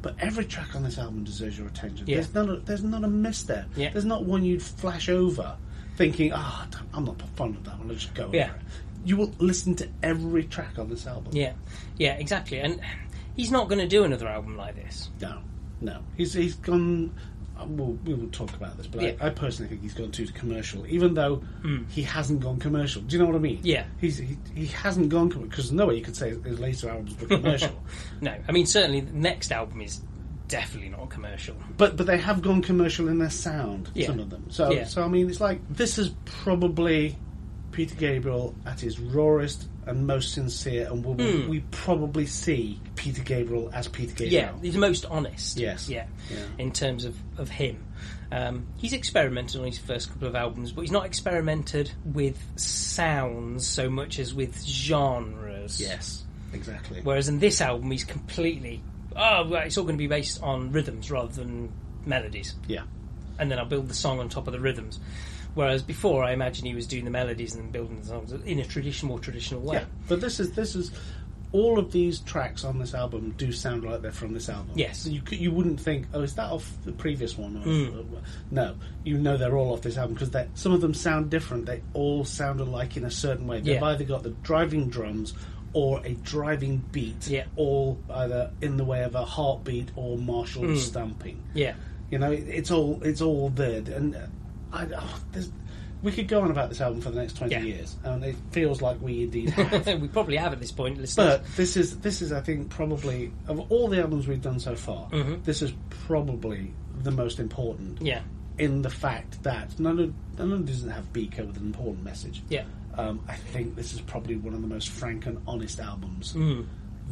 [SPEAKER 1] But every track on this album deserves your attention.
[SPEAKER 3] Yeah.
[SPEAKER 1] There's not a, there's not a misstep.
[SPEAKER 3] Yeah.
[SPEAKER 1] There's not one you'd flash over, thinking, "Ah, oh, I'm not fond of that one. I'll just go." over
[SPEAKER 3] Yeah.
[SPEAKER 1] it." You will listen to every track on this album.
[SPEAKER 3] Yeah, yeah, exactly. And he's not going to do another album like this.
[SPEAKER 1] No, no. He's he's gone. uh, We'll, we will talk about this, but
[SPEAKER 3] Yeah. Hmm.
[SPEAKER 1] I, I personally think he's gone too commercial, even though he hasn't gone commercial. Do you know what I mean?
[SPEAKER 3] Yeah.
[SPEAKER 1] He's he, he hasn't gone commercial because no way you could say his later albums were commercial.
[SPEAKER 3] no, I mean certainly the next album is definitely not commercial.
[SPEAKER 1] but but they have gone commercial in their sound.
[SPEAKER 3] Yeah.
[SPEAKER 1] Some of them. So
[SPEAKER 3] Yeah.
[SPEAKER 1] so I mean, it's like this is probably Peter Gabriel at his rawest and most sincere, and we'll,
[SPEAKER 3] Mm.
[SPEAKER 1] we probably see Peter Gabriel as Peter
[SPEAKER 3] Yeah,
[SPEAKER 1] Gabriel.
[SPEAKER 3] he's the most honest.
[SPEAKER 1] Yes.
[SPEAKER 3] yeah,
[SPEAKER 1] Yeah.
[SPEAKER 3] in terms of of him. Um, he's experimented on his first couple of albums, but he's not experimented with sounds so much as with genres.
[SPEAKER 1] Yes, exactly.
[SPEAKER 3] Whereas in this album, he's completely oh, well, it's all going to be based on rhythms rather than melodies.
[SPEAKER 1] Yeah.
[SPEAKER 3] and then I'll build the song on top of the rhythms. Whereas before, I imagine he was doing the melodies and building the songs in a traditional, more traditional way.
[SPEAKER 1] Yeah, but this is this is all of these tracks on this album do sound like they're from this album.
[SPEAKER 3] Yes.
[SPEAKER 1] so you c- you wouldn't think, oh, is that off the previous one? Or,
[SPEAKER 3] Mm.
[SPEAKER 1] uh, no, you know they're all off this album because some of them sound different. They all sound alike in a certain way. They've
[SPEAKER 3] Yeah.
[SPEAKER 1] either got the driving drums. Or a driving beat,
[SPEAKER 3] Yeah.
[SPEAKER 1] all either in the way of a heartbeat or martial
[SPEAKER 3] Mm.
[SPEAKER 1] stamping.
[SPEAKER 3] Yeah.
[SPEAKER 1] You know, it- it's all it's all there, and uh, I, oh, there's, we could go on about this album for the next twenty
[SPEAKER 3] Yeah.
[SPEAKER 1] years, and it feels like we indeed have.
[SPEAKER 3] we probably have at this point. Listeners.
[SPEAKER 1] But this is this is I think probably of all the albums we've done so far,
[SPEAKER 3] Mhm.
[SPEAKER 1] this is probably the most important.
[SPEAKER 3] yeah,
[SPEAKER 1] In the fact that none of none of these doesn't have Beaker with an important message.
[SPEAKER 3] yeah,
[SPEAKER 1] Um, I think this is probably one of the most frank and honest albums
[SPEAKER 3] Mm.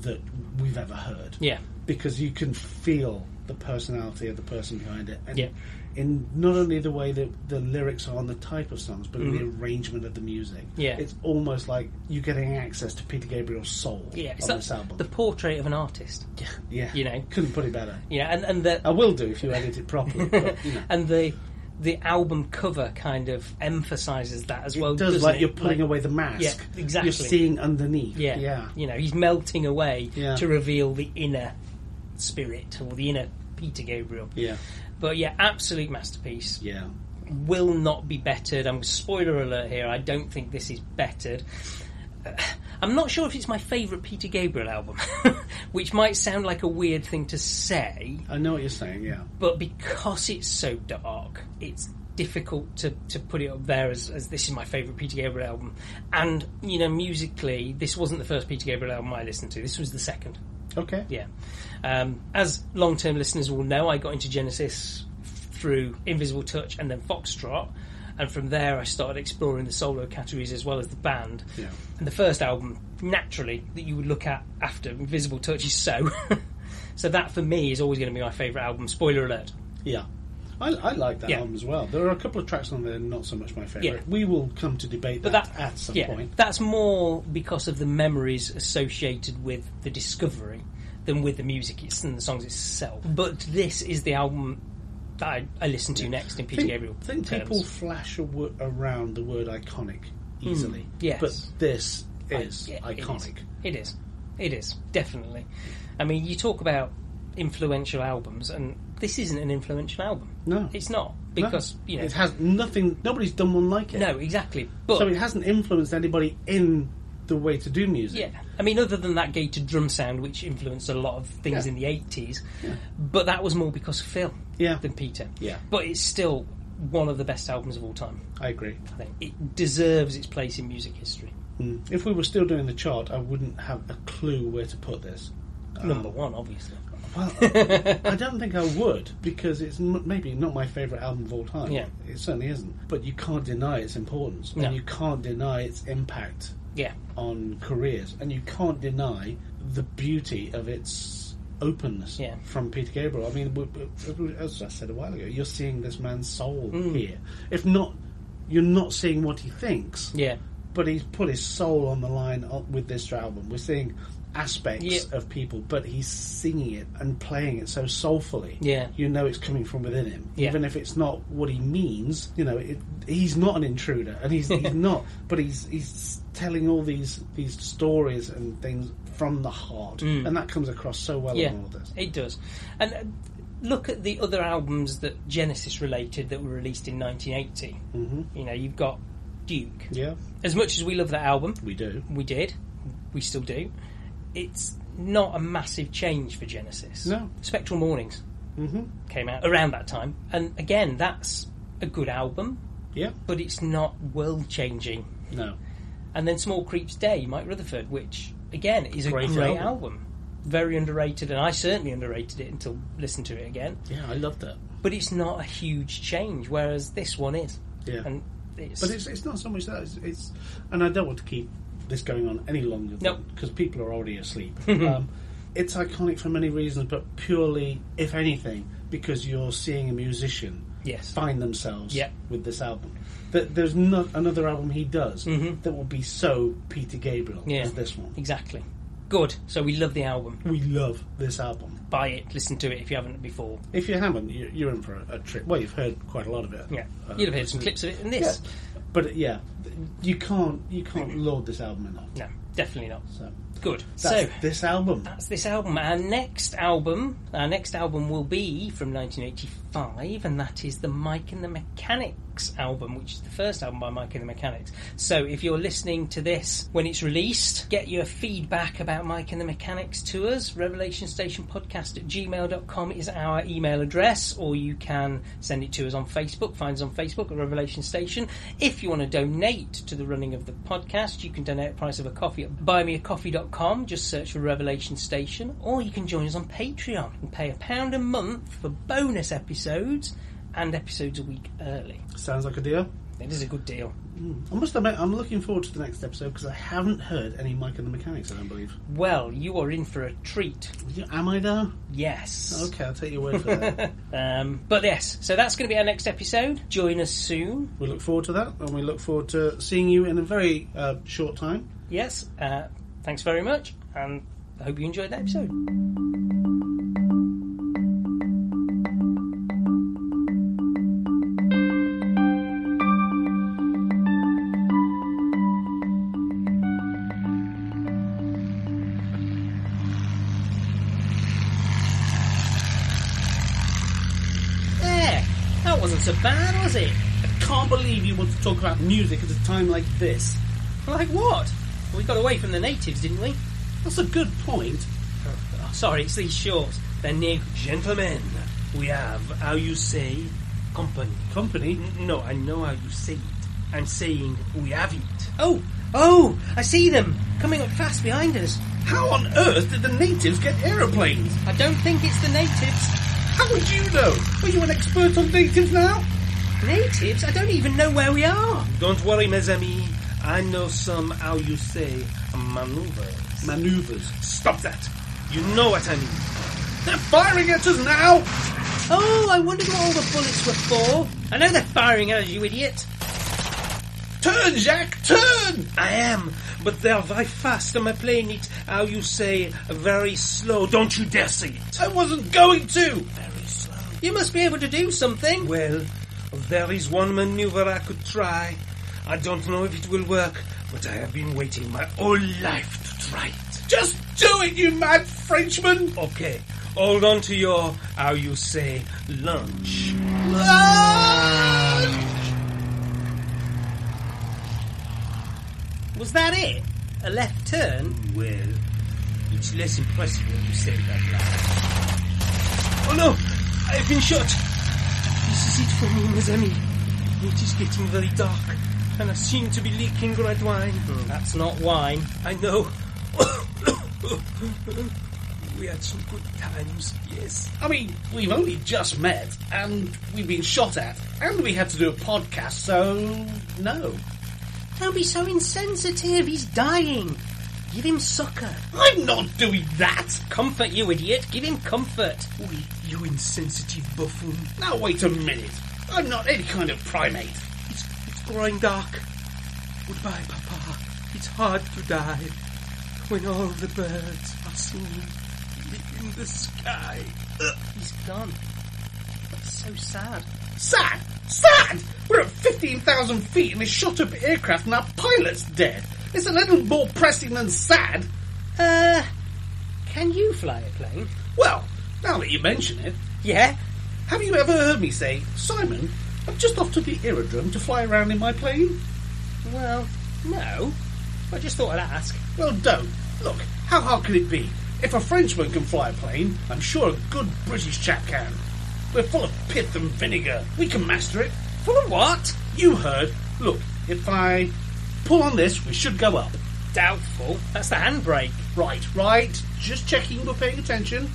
[SPEAKER 1] that we've ever heard.
[SPEAKER 3] yeah,
[SPEAKER 1] Because you can feel the personality of the person behind it, and
[SPEAKER 3] Yeah.
[SPEAKER 1] in not only the way that the lyrics are and the type of songs, but in
[SPEAKER 3] Mhm.
[SPEAKER 1] the arrangement of the music.
[SPEAKER 3] Yeah.
[SPEAKER 1] it's almost like you're getting access to Peter Gabriel's soul
[SPEAKER 3] yeah. It's
[SPEAKER 1] on
[SPEAKER 3] that-
[SPEAKER 1] this album.
[SPEAKER 3] the portrait of an artist.
[SPEAKER 1] Yeah,
[SPEAKER 3] You know,
[SPEAKER 1] couldn't put it better.
[SPEAKER 3] yeah, and and the
[SPEAKER 1] I will do if you edit it properly. But, you know.
[SPEAKER 3] and the the album cover kind of emphasizes that as well.
[SPEAKER 1] it does
[SPEAKER 3] doesn't
[SPEAKER 1] like
[SPEAKER 3] it?
[SPEAKER 1] you're pulling away the mask.
[SPEAKER 3] Yeah, exactly.
[SPEAKER 1] You're seeing underneath.
[SPEAKER 3] Yeah,
[SPEAKER 1] yeah.
[SPEAKER 3] You know, he's melting away
[SPEAKER 1] Yeah.
[SPEAKER 3] to reveal the inner spirit or the inner Peter Gabriel.
[SPEAKER 1] Yeah.
[SPEAKER 3] But yeah, absolute masterpiece.
[SPEAKER 1] Yeah.
[SPEAKER 3] will not be bettered. I'm spoiler alert here. I don't think this is bettered. Uh, I'm not sure if it's my favourite Peter Gabriel album, which might sound like a weird thing to say,
[SPEAKER 1] I know what you're saying. Yeah,
[SPEAKER 3] but because it's so dark, it's difficult to, to put it up there as, as this is my favourite Peter Gabriel album. And, you know, musically, this wasn't the first Peter Gabriel album I listened to, this was the second.
[SPEAKER 1] okay.
[SPEAKER 3] Yeah. Um, as long term listeners will know, I got into Genesis through Invisible Touch and then Foxtrot. And from there, I started exploring the solo categories as well as the band.
[SPEAKER 1] Yeah.
[SPEAKER 3] And the first album, naturally, that you would look at after Invisible Touch is So. so that for me is always going to be my favourite album. Spoiler alert.
[SPEAKER 1] Yeah. I, I like that
[SPEAKER 3] Yeah.
[SPEAKER 1] album as well. There are a couple of tracks on there not so much my favourite.
[SPEAKER 3] Yeah.
[SPEAKER 1] We will come to debate
[SPEAKER 3] But
[SPEAKER 1] that,
[SPEAKER 3] that,
[SPEAKER 1] at some
[SPEAKER 3] yeah,
[SPEAKER 1] point.
[SPEAKER 3] that's more because of the memories associated with the discovery than with the music it's, and the songs itself. But this is the album that I, I listen to next in Peter
[SPEAKER 1] think,
[SPEAKER 3] Gabriel.
[SPEAKER 1] think
[SPEAKER 3] terms.
[SPEAKER 1] people flash a wo- around the word iconic easily.
[SPEAKER 3] Hmm. yes.
[SPEAKER 1] But this is
[SPEAKER 3] I- yeah, it
[SPEAKER 1] iconic.
[SPEAKER 3] It is. It is definitely. I mean, you talk about influential albums, and this isn't an influential album.
[SPEAKER 1] No.
[SPEAKER 3] it's not
[SPEAKER 1] No.
[SPEAKER 3] because you know.
[SPEAKER 1] It has nothing, nobody's done one like it.
[SPEAKER 3] no, exactly. But
[SPEAKER 1] So it hasn't influenced anybody in the way to do music.
[SPEAKER 3] Yeah, I mean, other than that gated drum sound, which influenced a lot of things
[SPEAKER 1] Yeah.
[SPEAKER 3] in the eighties,
[SPEAKER 1] Yeah.
[SPEAKER 3] but that was more because of Phil
[SPEAKER 1] Yeah.
[SPEAKER 3] than Peter.
[SPEAKER 1] Yeah.
[SPEAKER 3] but it's still one of the best albums of all time.
[SPEAKER 1] I agree.
[SPEAKER 3] I think it deserves its place in music history.
[SPEAKER 1] Mm. If we were still doing the chart, I wouldn't have a clue where to put this.
[SPEAKER 3] Number one, obviously.
[SPEAKER 1] Well, I don't think I would because it's m- maybe not my favourite album of all time.
[SPEAKER 3] Yeah.
[SPEAKER 1] It certainly isn't. But you can't deny its importance
[SPEAKER 3] No.
[SPEAKER 1] and you can't deny its impact
[SPEAKER 3] Yeah,
[SPEAKER 1] on careers and you can't deny the beauty of its openness
[SPEAKER 3] Yeah.
[SPEAKER 1] from Peter Gabriel. I mean, w- w- as I said a while ago, you're seeing this man's soul
[SPEAKER 3] Mm.
[SPEAKER 1] here. If not, you're not seeing what he thinks.
[SPEAKER 3] Yeah.
[SPEAKER 1] But he's put his soul on the line o- with this album. We're seeing aspects
[SPEAKER 3] Yeah.
[SPEAKER 1] of people, but he's singing it and playing it so soulfully.
[SPEAKER 3] Yeah.
[SPEAKER 1] You know it's coming from within him.
[SPEAKER 3] Yeah.
[SPEAKER 1] Even if it's not what he means, you know, it, he's not an intruder and he's, he's not, but he's he's telling all these these stories and things from the heart.
[SPEAKER 3] Mm.
[SPEAKER 1] And that comes across so well
[SPEAKER 3] yeah,
[SPEAKER 1] in all this.
[SPEAKER 3] it does. And uh, look at the other albums that Genesis related that were released in 1980.
[SPEAKER 1] Mm-hmm.
[SPEAKER 3] You know, you've got Duke.
[SPEAKER 1] Yeah.
[SPEAKER 3] As much as we love that album,
[SPEAKER 1] We do.
[SPEAKER 3] we did, we still do. It's not a massive change for Genesis.
[SPEAKER 1] No.
[SPEAKER 3] Spectral Mornings
[SPEAKER 1] Mm-hmm.
[SPEAKER 3] came out around that time, and again, that's a good album,
[SPEAKER 1] Yeah.
[SPEAKER 3] but it's not world changing.
[SPEAKER 1] No.
[SPEAKER 3] And then Small Creeps Day, Mike Rutherford, which again is a
[SPEAKER 1] Great
[SPEAKER 3] great,
[SPEAKER 1] album.
[SPEAKER 3] album. Very underrated, and I certainly underrated it until listened to it again.
[SPEAKER 1] Yeah, I love that.
[SPEAKER 3] But it's not a huge change, whereas this one is.
[SPEAKER 1] Yeah.
[SPEAKER 3] And it's,
[SPEAKER 1] But it's, it's not so much that. It's, it's and I don't want to keep this going on any longer
[SPEAKER 3] Nope.
[SPEAKER 1] because people are already asleep. um, it's iconic for many reasons, but purely, if anything, because you're seeing a musician
[SPEAKER 3] Yes.
[SPEAKER 1] find themselves
[SPEAKER 3] Yep.
[SPEAKER 1] with this album. That there's not another album he does
[SPEAKER 3] Mhm.
[SPEAKER 1] that will be so Peter Gabriel
[SPEAKER 3] Yeah.
[SPEAKER 1] as this one.
[SPEAKER 3] Exactly. Good. So we love the album.
[SPEAKER 1] We love this album.
[SPEAKER 3] Buy it, listen to it if you haven't before.
[SPEAKER 1] If you haven't, you- you're in for a, a trip. Well, you've heard quite a lot of it.
[SPEAKER 3] Yeah.
[SPEAKER 1] Uh,
[SPEAKER 3] You'll have heard some clips of it in this.
[SPEAKER 1] But yeah, th- you can't you can't laud this album enough.
[SPEAKER 3] No, definitely not.
[SPEAKER 1] So
[SPEAKER 3] Good.
[SPEAKER 1] that's
[SPEAKER 3] so
[SPEAKER 1] this album.
[SPEAKER 3] that's this album. Our next album, our next album will be from 1985, and that is the Mike and the Mechanics album, which is the first album by Mike and the Mechanics. So if you're listening to this when it's released, get your feedback about Mike and the Mechanics to us. Revelationstationpodcast at gmail.com is our email address, or you can send it to us on Facebook. Find us on Facebook at Revelation Station. If you want to donate to the running of the podcast, you can donate at the price of a coffee at buymeacoffee.com. Just search for Revelation Station, or you can join us on Patreon and pay a pound a month for bonus episodes and episodes a week early.
[SPEAKER 1] Sounds like a deal.
[SPEAKER 3] It is a good deal.
[SPEAKER 1] I must admit, I'm looking forward to the next episode because I haven't heard any Mike and the Mechanics. I don't believe.
[SPEAKER 3] Well, you are in for a treat.
[SPEAKER 1] Am I though?
[SPEAKER 3] Yes.
[SPEAKER 1] Okay, I'll take your word for that.
[SPEAKER 3] Um, but yes, so that's going to be our next episode. Join us soon.
[SPEAKER 1] we look forward to that, and we look forward to seeing you in a very uh, short time.
[SPEAKER 3] Yes, uh, thanks very much, and I hope you enjoyed that episode. There, Eh, that wasn't so bad, was it?
[SPEAKER 1] I can't believe you want to talk about music at a time like this.
[SPEAKER 3] Like what? We got away from the natives, didn't we?
[SPEAKER 1] That's a good point.
[SPEAKER 3] Oh, sorry, it's these shorts. They're near.
[SPEAKER 7] Gentlemen, we have, how you say, company.
[SPEAKER 1] Company.
[SPEAKER 7] N- No, I know how you say it. I'm saying we have it.
[SPEAKER 3] Oh, oh, I see them coming up fast behind us.
[SPEAKER 1] How on earth did the natives get aeroplanes?
[SPEAKER 3] I don't think it's the natives.
[SPEAKER 1] How would you know? Are you an expert on natives now?
[SPEAKER 3] Natives? I don't even know where we are.
[SPEAKER 7] Don't worry, mes amis. I know some, how you say, maneuvers.
[SPEAKER 1] Maneuvers.
[SPEAKER 7] Stop that. You know what I mean.
[SPEAKER 1] They're firing at us now!
[SPEAKER 3] Oh, I wondered what all the bullets were for. I know they're firing at us, you idiot.
[SPEAKER 1] Turn, Jack, turn!
[SPEAKER 7] I am, but they're very fast. and I'm playing it, how you say, very slow. Don't you dare say it.
[SPEAKER 1] I wasn't going to!
[SPEAKER 7] Very slow.
[SPEAKER 3] You must be able to do something.
[SPEAKER 7] Well, there is one maneuver I could try. I don't know if it will work, but I have been waiting my whole life to try it.
[SPEAKER 1] Just do it, you mad Frenchman!
[SPEAKER 7] Okay, hold on to your, how you say, lunch.
[SPEAKER 3] Was that it? A left turn?
[SPEAKER 7] Well, it's less impressive when you say it that loud. Oh no! I've been shot! This is it for me, mes amis. It is getting very dark, and I seem to be leaking red wine.
[SPEAKER 3] That's not wine.
[SPEAKER 7] I know. we had some good times, yes.
[SPEAKER 1] I mean, we've only just met, and we've been shot at, and we had to do a podcast, so no.
[SPEAKER 3] Don't be so insensitive. He's dying. Give him sucker.
[SPEAKER 1] I'm not doing that.
[SPEAKER 3] Comfort, you idiot. Give him comfort.
[SPEAKER 7] you insensitive buffoon.
[SPEAKER 1] Now wait a minute. I'm not any kind of primate.
[SPEAKER 7] It's growing dark. Goodbye, Papa. It's hard to die when all the birds are seen in the sky.
[SPEAKER 3] He's gone. That's so sad.
[SPEAKER 1] Sad! Sad! We're at 15,000 feet in a shot up aircraft and our pilot's dead. It's a little more pressing than sad.
[SPEAKER 3] Uh, can you fly a plane?
[SPEAKER 1] Well, now that you mention it,
[SPEAKER 3] Yeah?
[SPEAKER 1] have you ever heard me say, Simon, I'm just off to the aerodrome to fly around in my plane?
[SPEAKER 3] Well, no. I just thought I'd ask.
[SPEAKER 1] Well, don't. Look, how hard could it be? If a Frenchman can fly a plane, I'm sure a good British chap can. We're full of pith and vinegar. We can master it.
[SPEAKER 3] Full of what?
[SPEAKER 1] You heard. Look, if I pull on this, we should go up.
[SPEAKER 3] Doubtful. That's the handbrake.
[SPEAKER 1] Right, right. Just checking we're paying attention.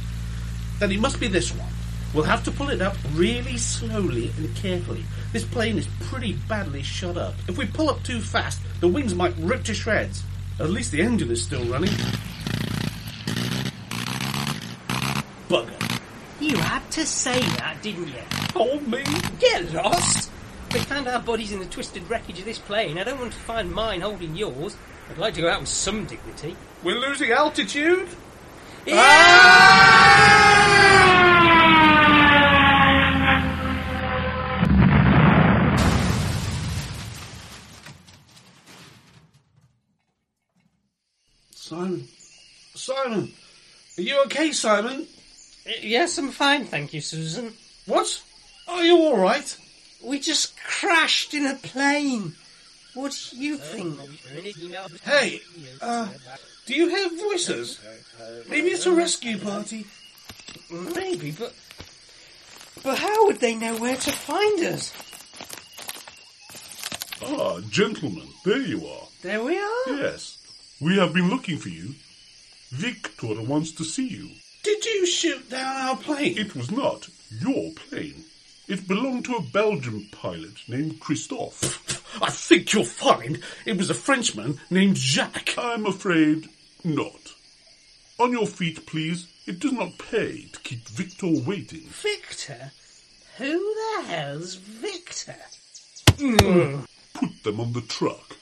[SPEAKER 1] Then it must be this one. We'll have to pull it up really slowly and carefully. This plane is pretty badly shot up. If we pull up too fast, the wings might rip to shreds. At least the engine is still running. Bugger.
[SPEAKER 3] You had to say that, didn't you?
[SPEAKER 1] Told me.
[SPEAKER 3] Get lost! We found our bodies in the twisted wreckage of this plane. I don't want to find mine holding yours. I'd like to go out with some dignity.
[SPEAKER 1] We're losing altitude. Simon. Simon. Are you okay, Simon?
[SPEAKER 3] Uh, Yes, I'm fine, thank you, Susan.
[SPEAKER 1] What? Are you alright?
[SPEAKER 3] We just crashed in a plane. What do you think?
[SPEAKER 1] Hey, uh, do you hear voices? Maybe it's a rescue party.
[SPEAKER 3] Maybe, but but how would they know where to find us?
[SPEAKER 8] Ah, gentlemen, there you are.
[SPEAKER 3] There we are.
[SPEAKER 8] Yes, we have been looking for you. Victor wants to see you.
[SPEAKER 1] Did you shoot down our plane?
[SPEAKER 8] It was not your plane. It belonged to a Belgian pilot named Christophe.
[SPEAKER 1] I think you'll find it was a Frenchman named Jacques.
[SPEAKER 8] I'm afraid not. On your feet, please. It does not pay to keep Victor waiting.
[SPEAKER 3] Victor? Who the hell's Victor?
[SPEAKER 8] Put them on the truck.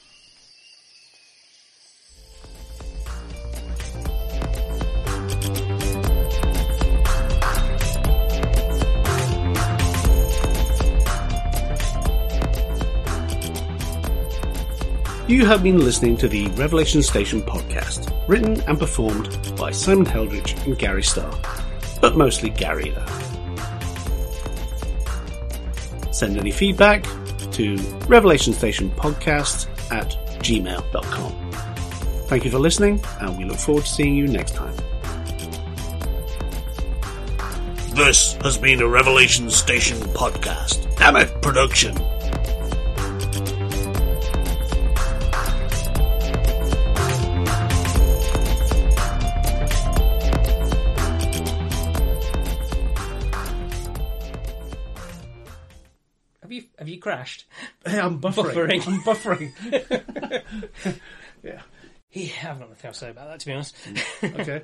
[SPEAKER 1] You have been listening to the Revelation Station podcast, written and performed by Simon Heldridge and Gary Starr, but mostly Gary though. Send any feedback to Revelation Station Podcast at gmail.com. Thank you for listening, and we look forward to seeing you next time. This has been a Revelation Station podcast. Damn it, production.
[SPEAKER 3] Have you have you crashed?
[SPEAKER 1] I'm
[SPEAKER 3] buffering. Buffering.
[SPEAKER 1] I'm buffering. yeah.
[SPEAKER 3] Yeah, I've not nothing else to say about that, to be honest.
[SPEAKER 1] Okay.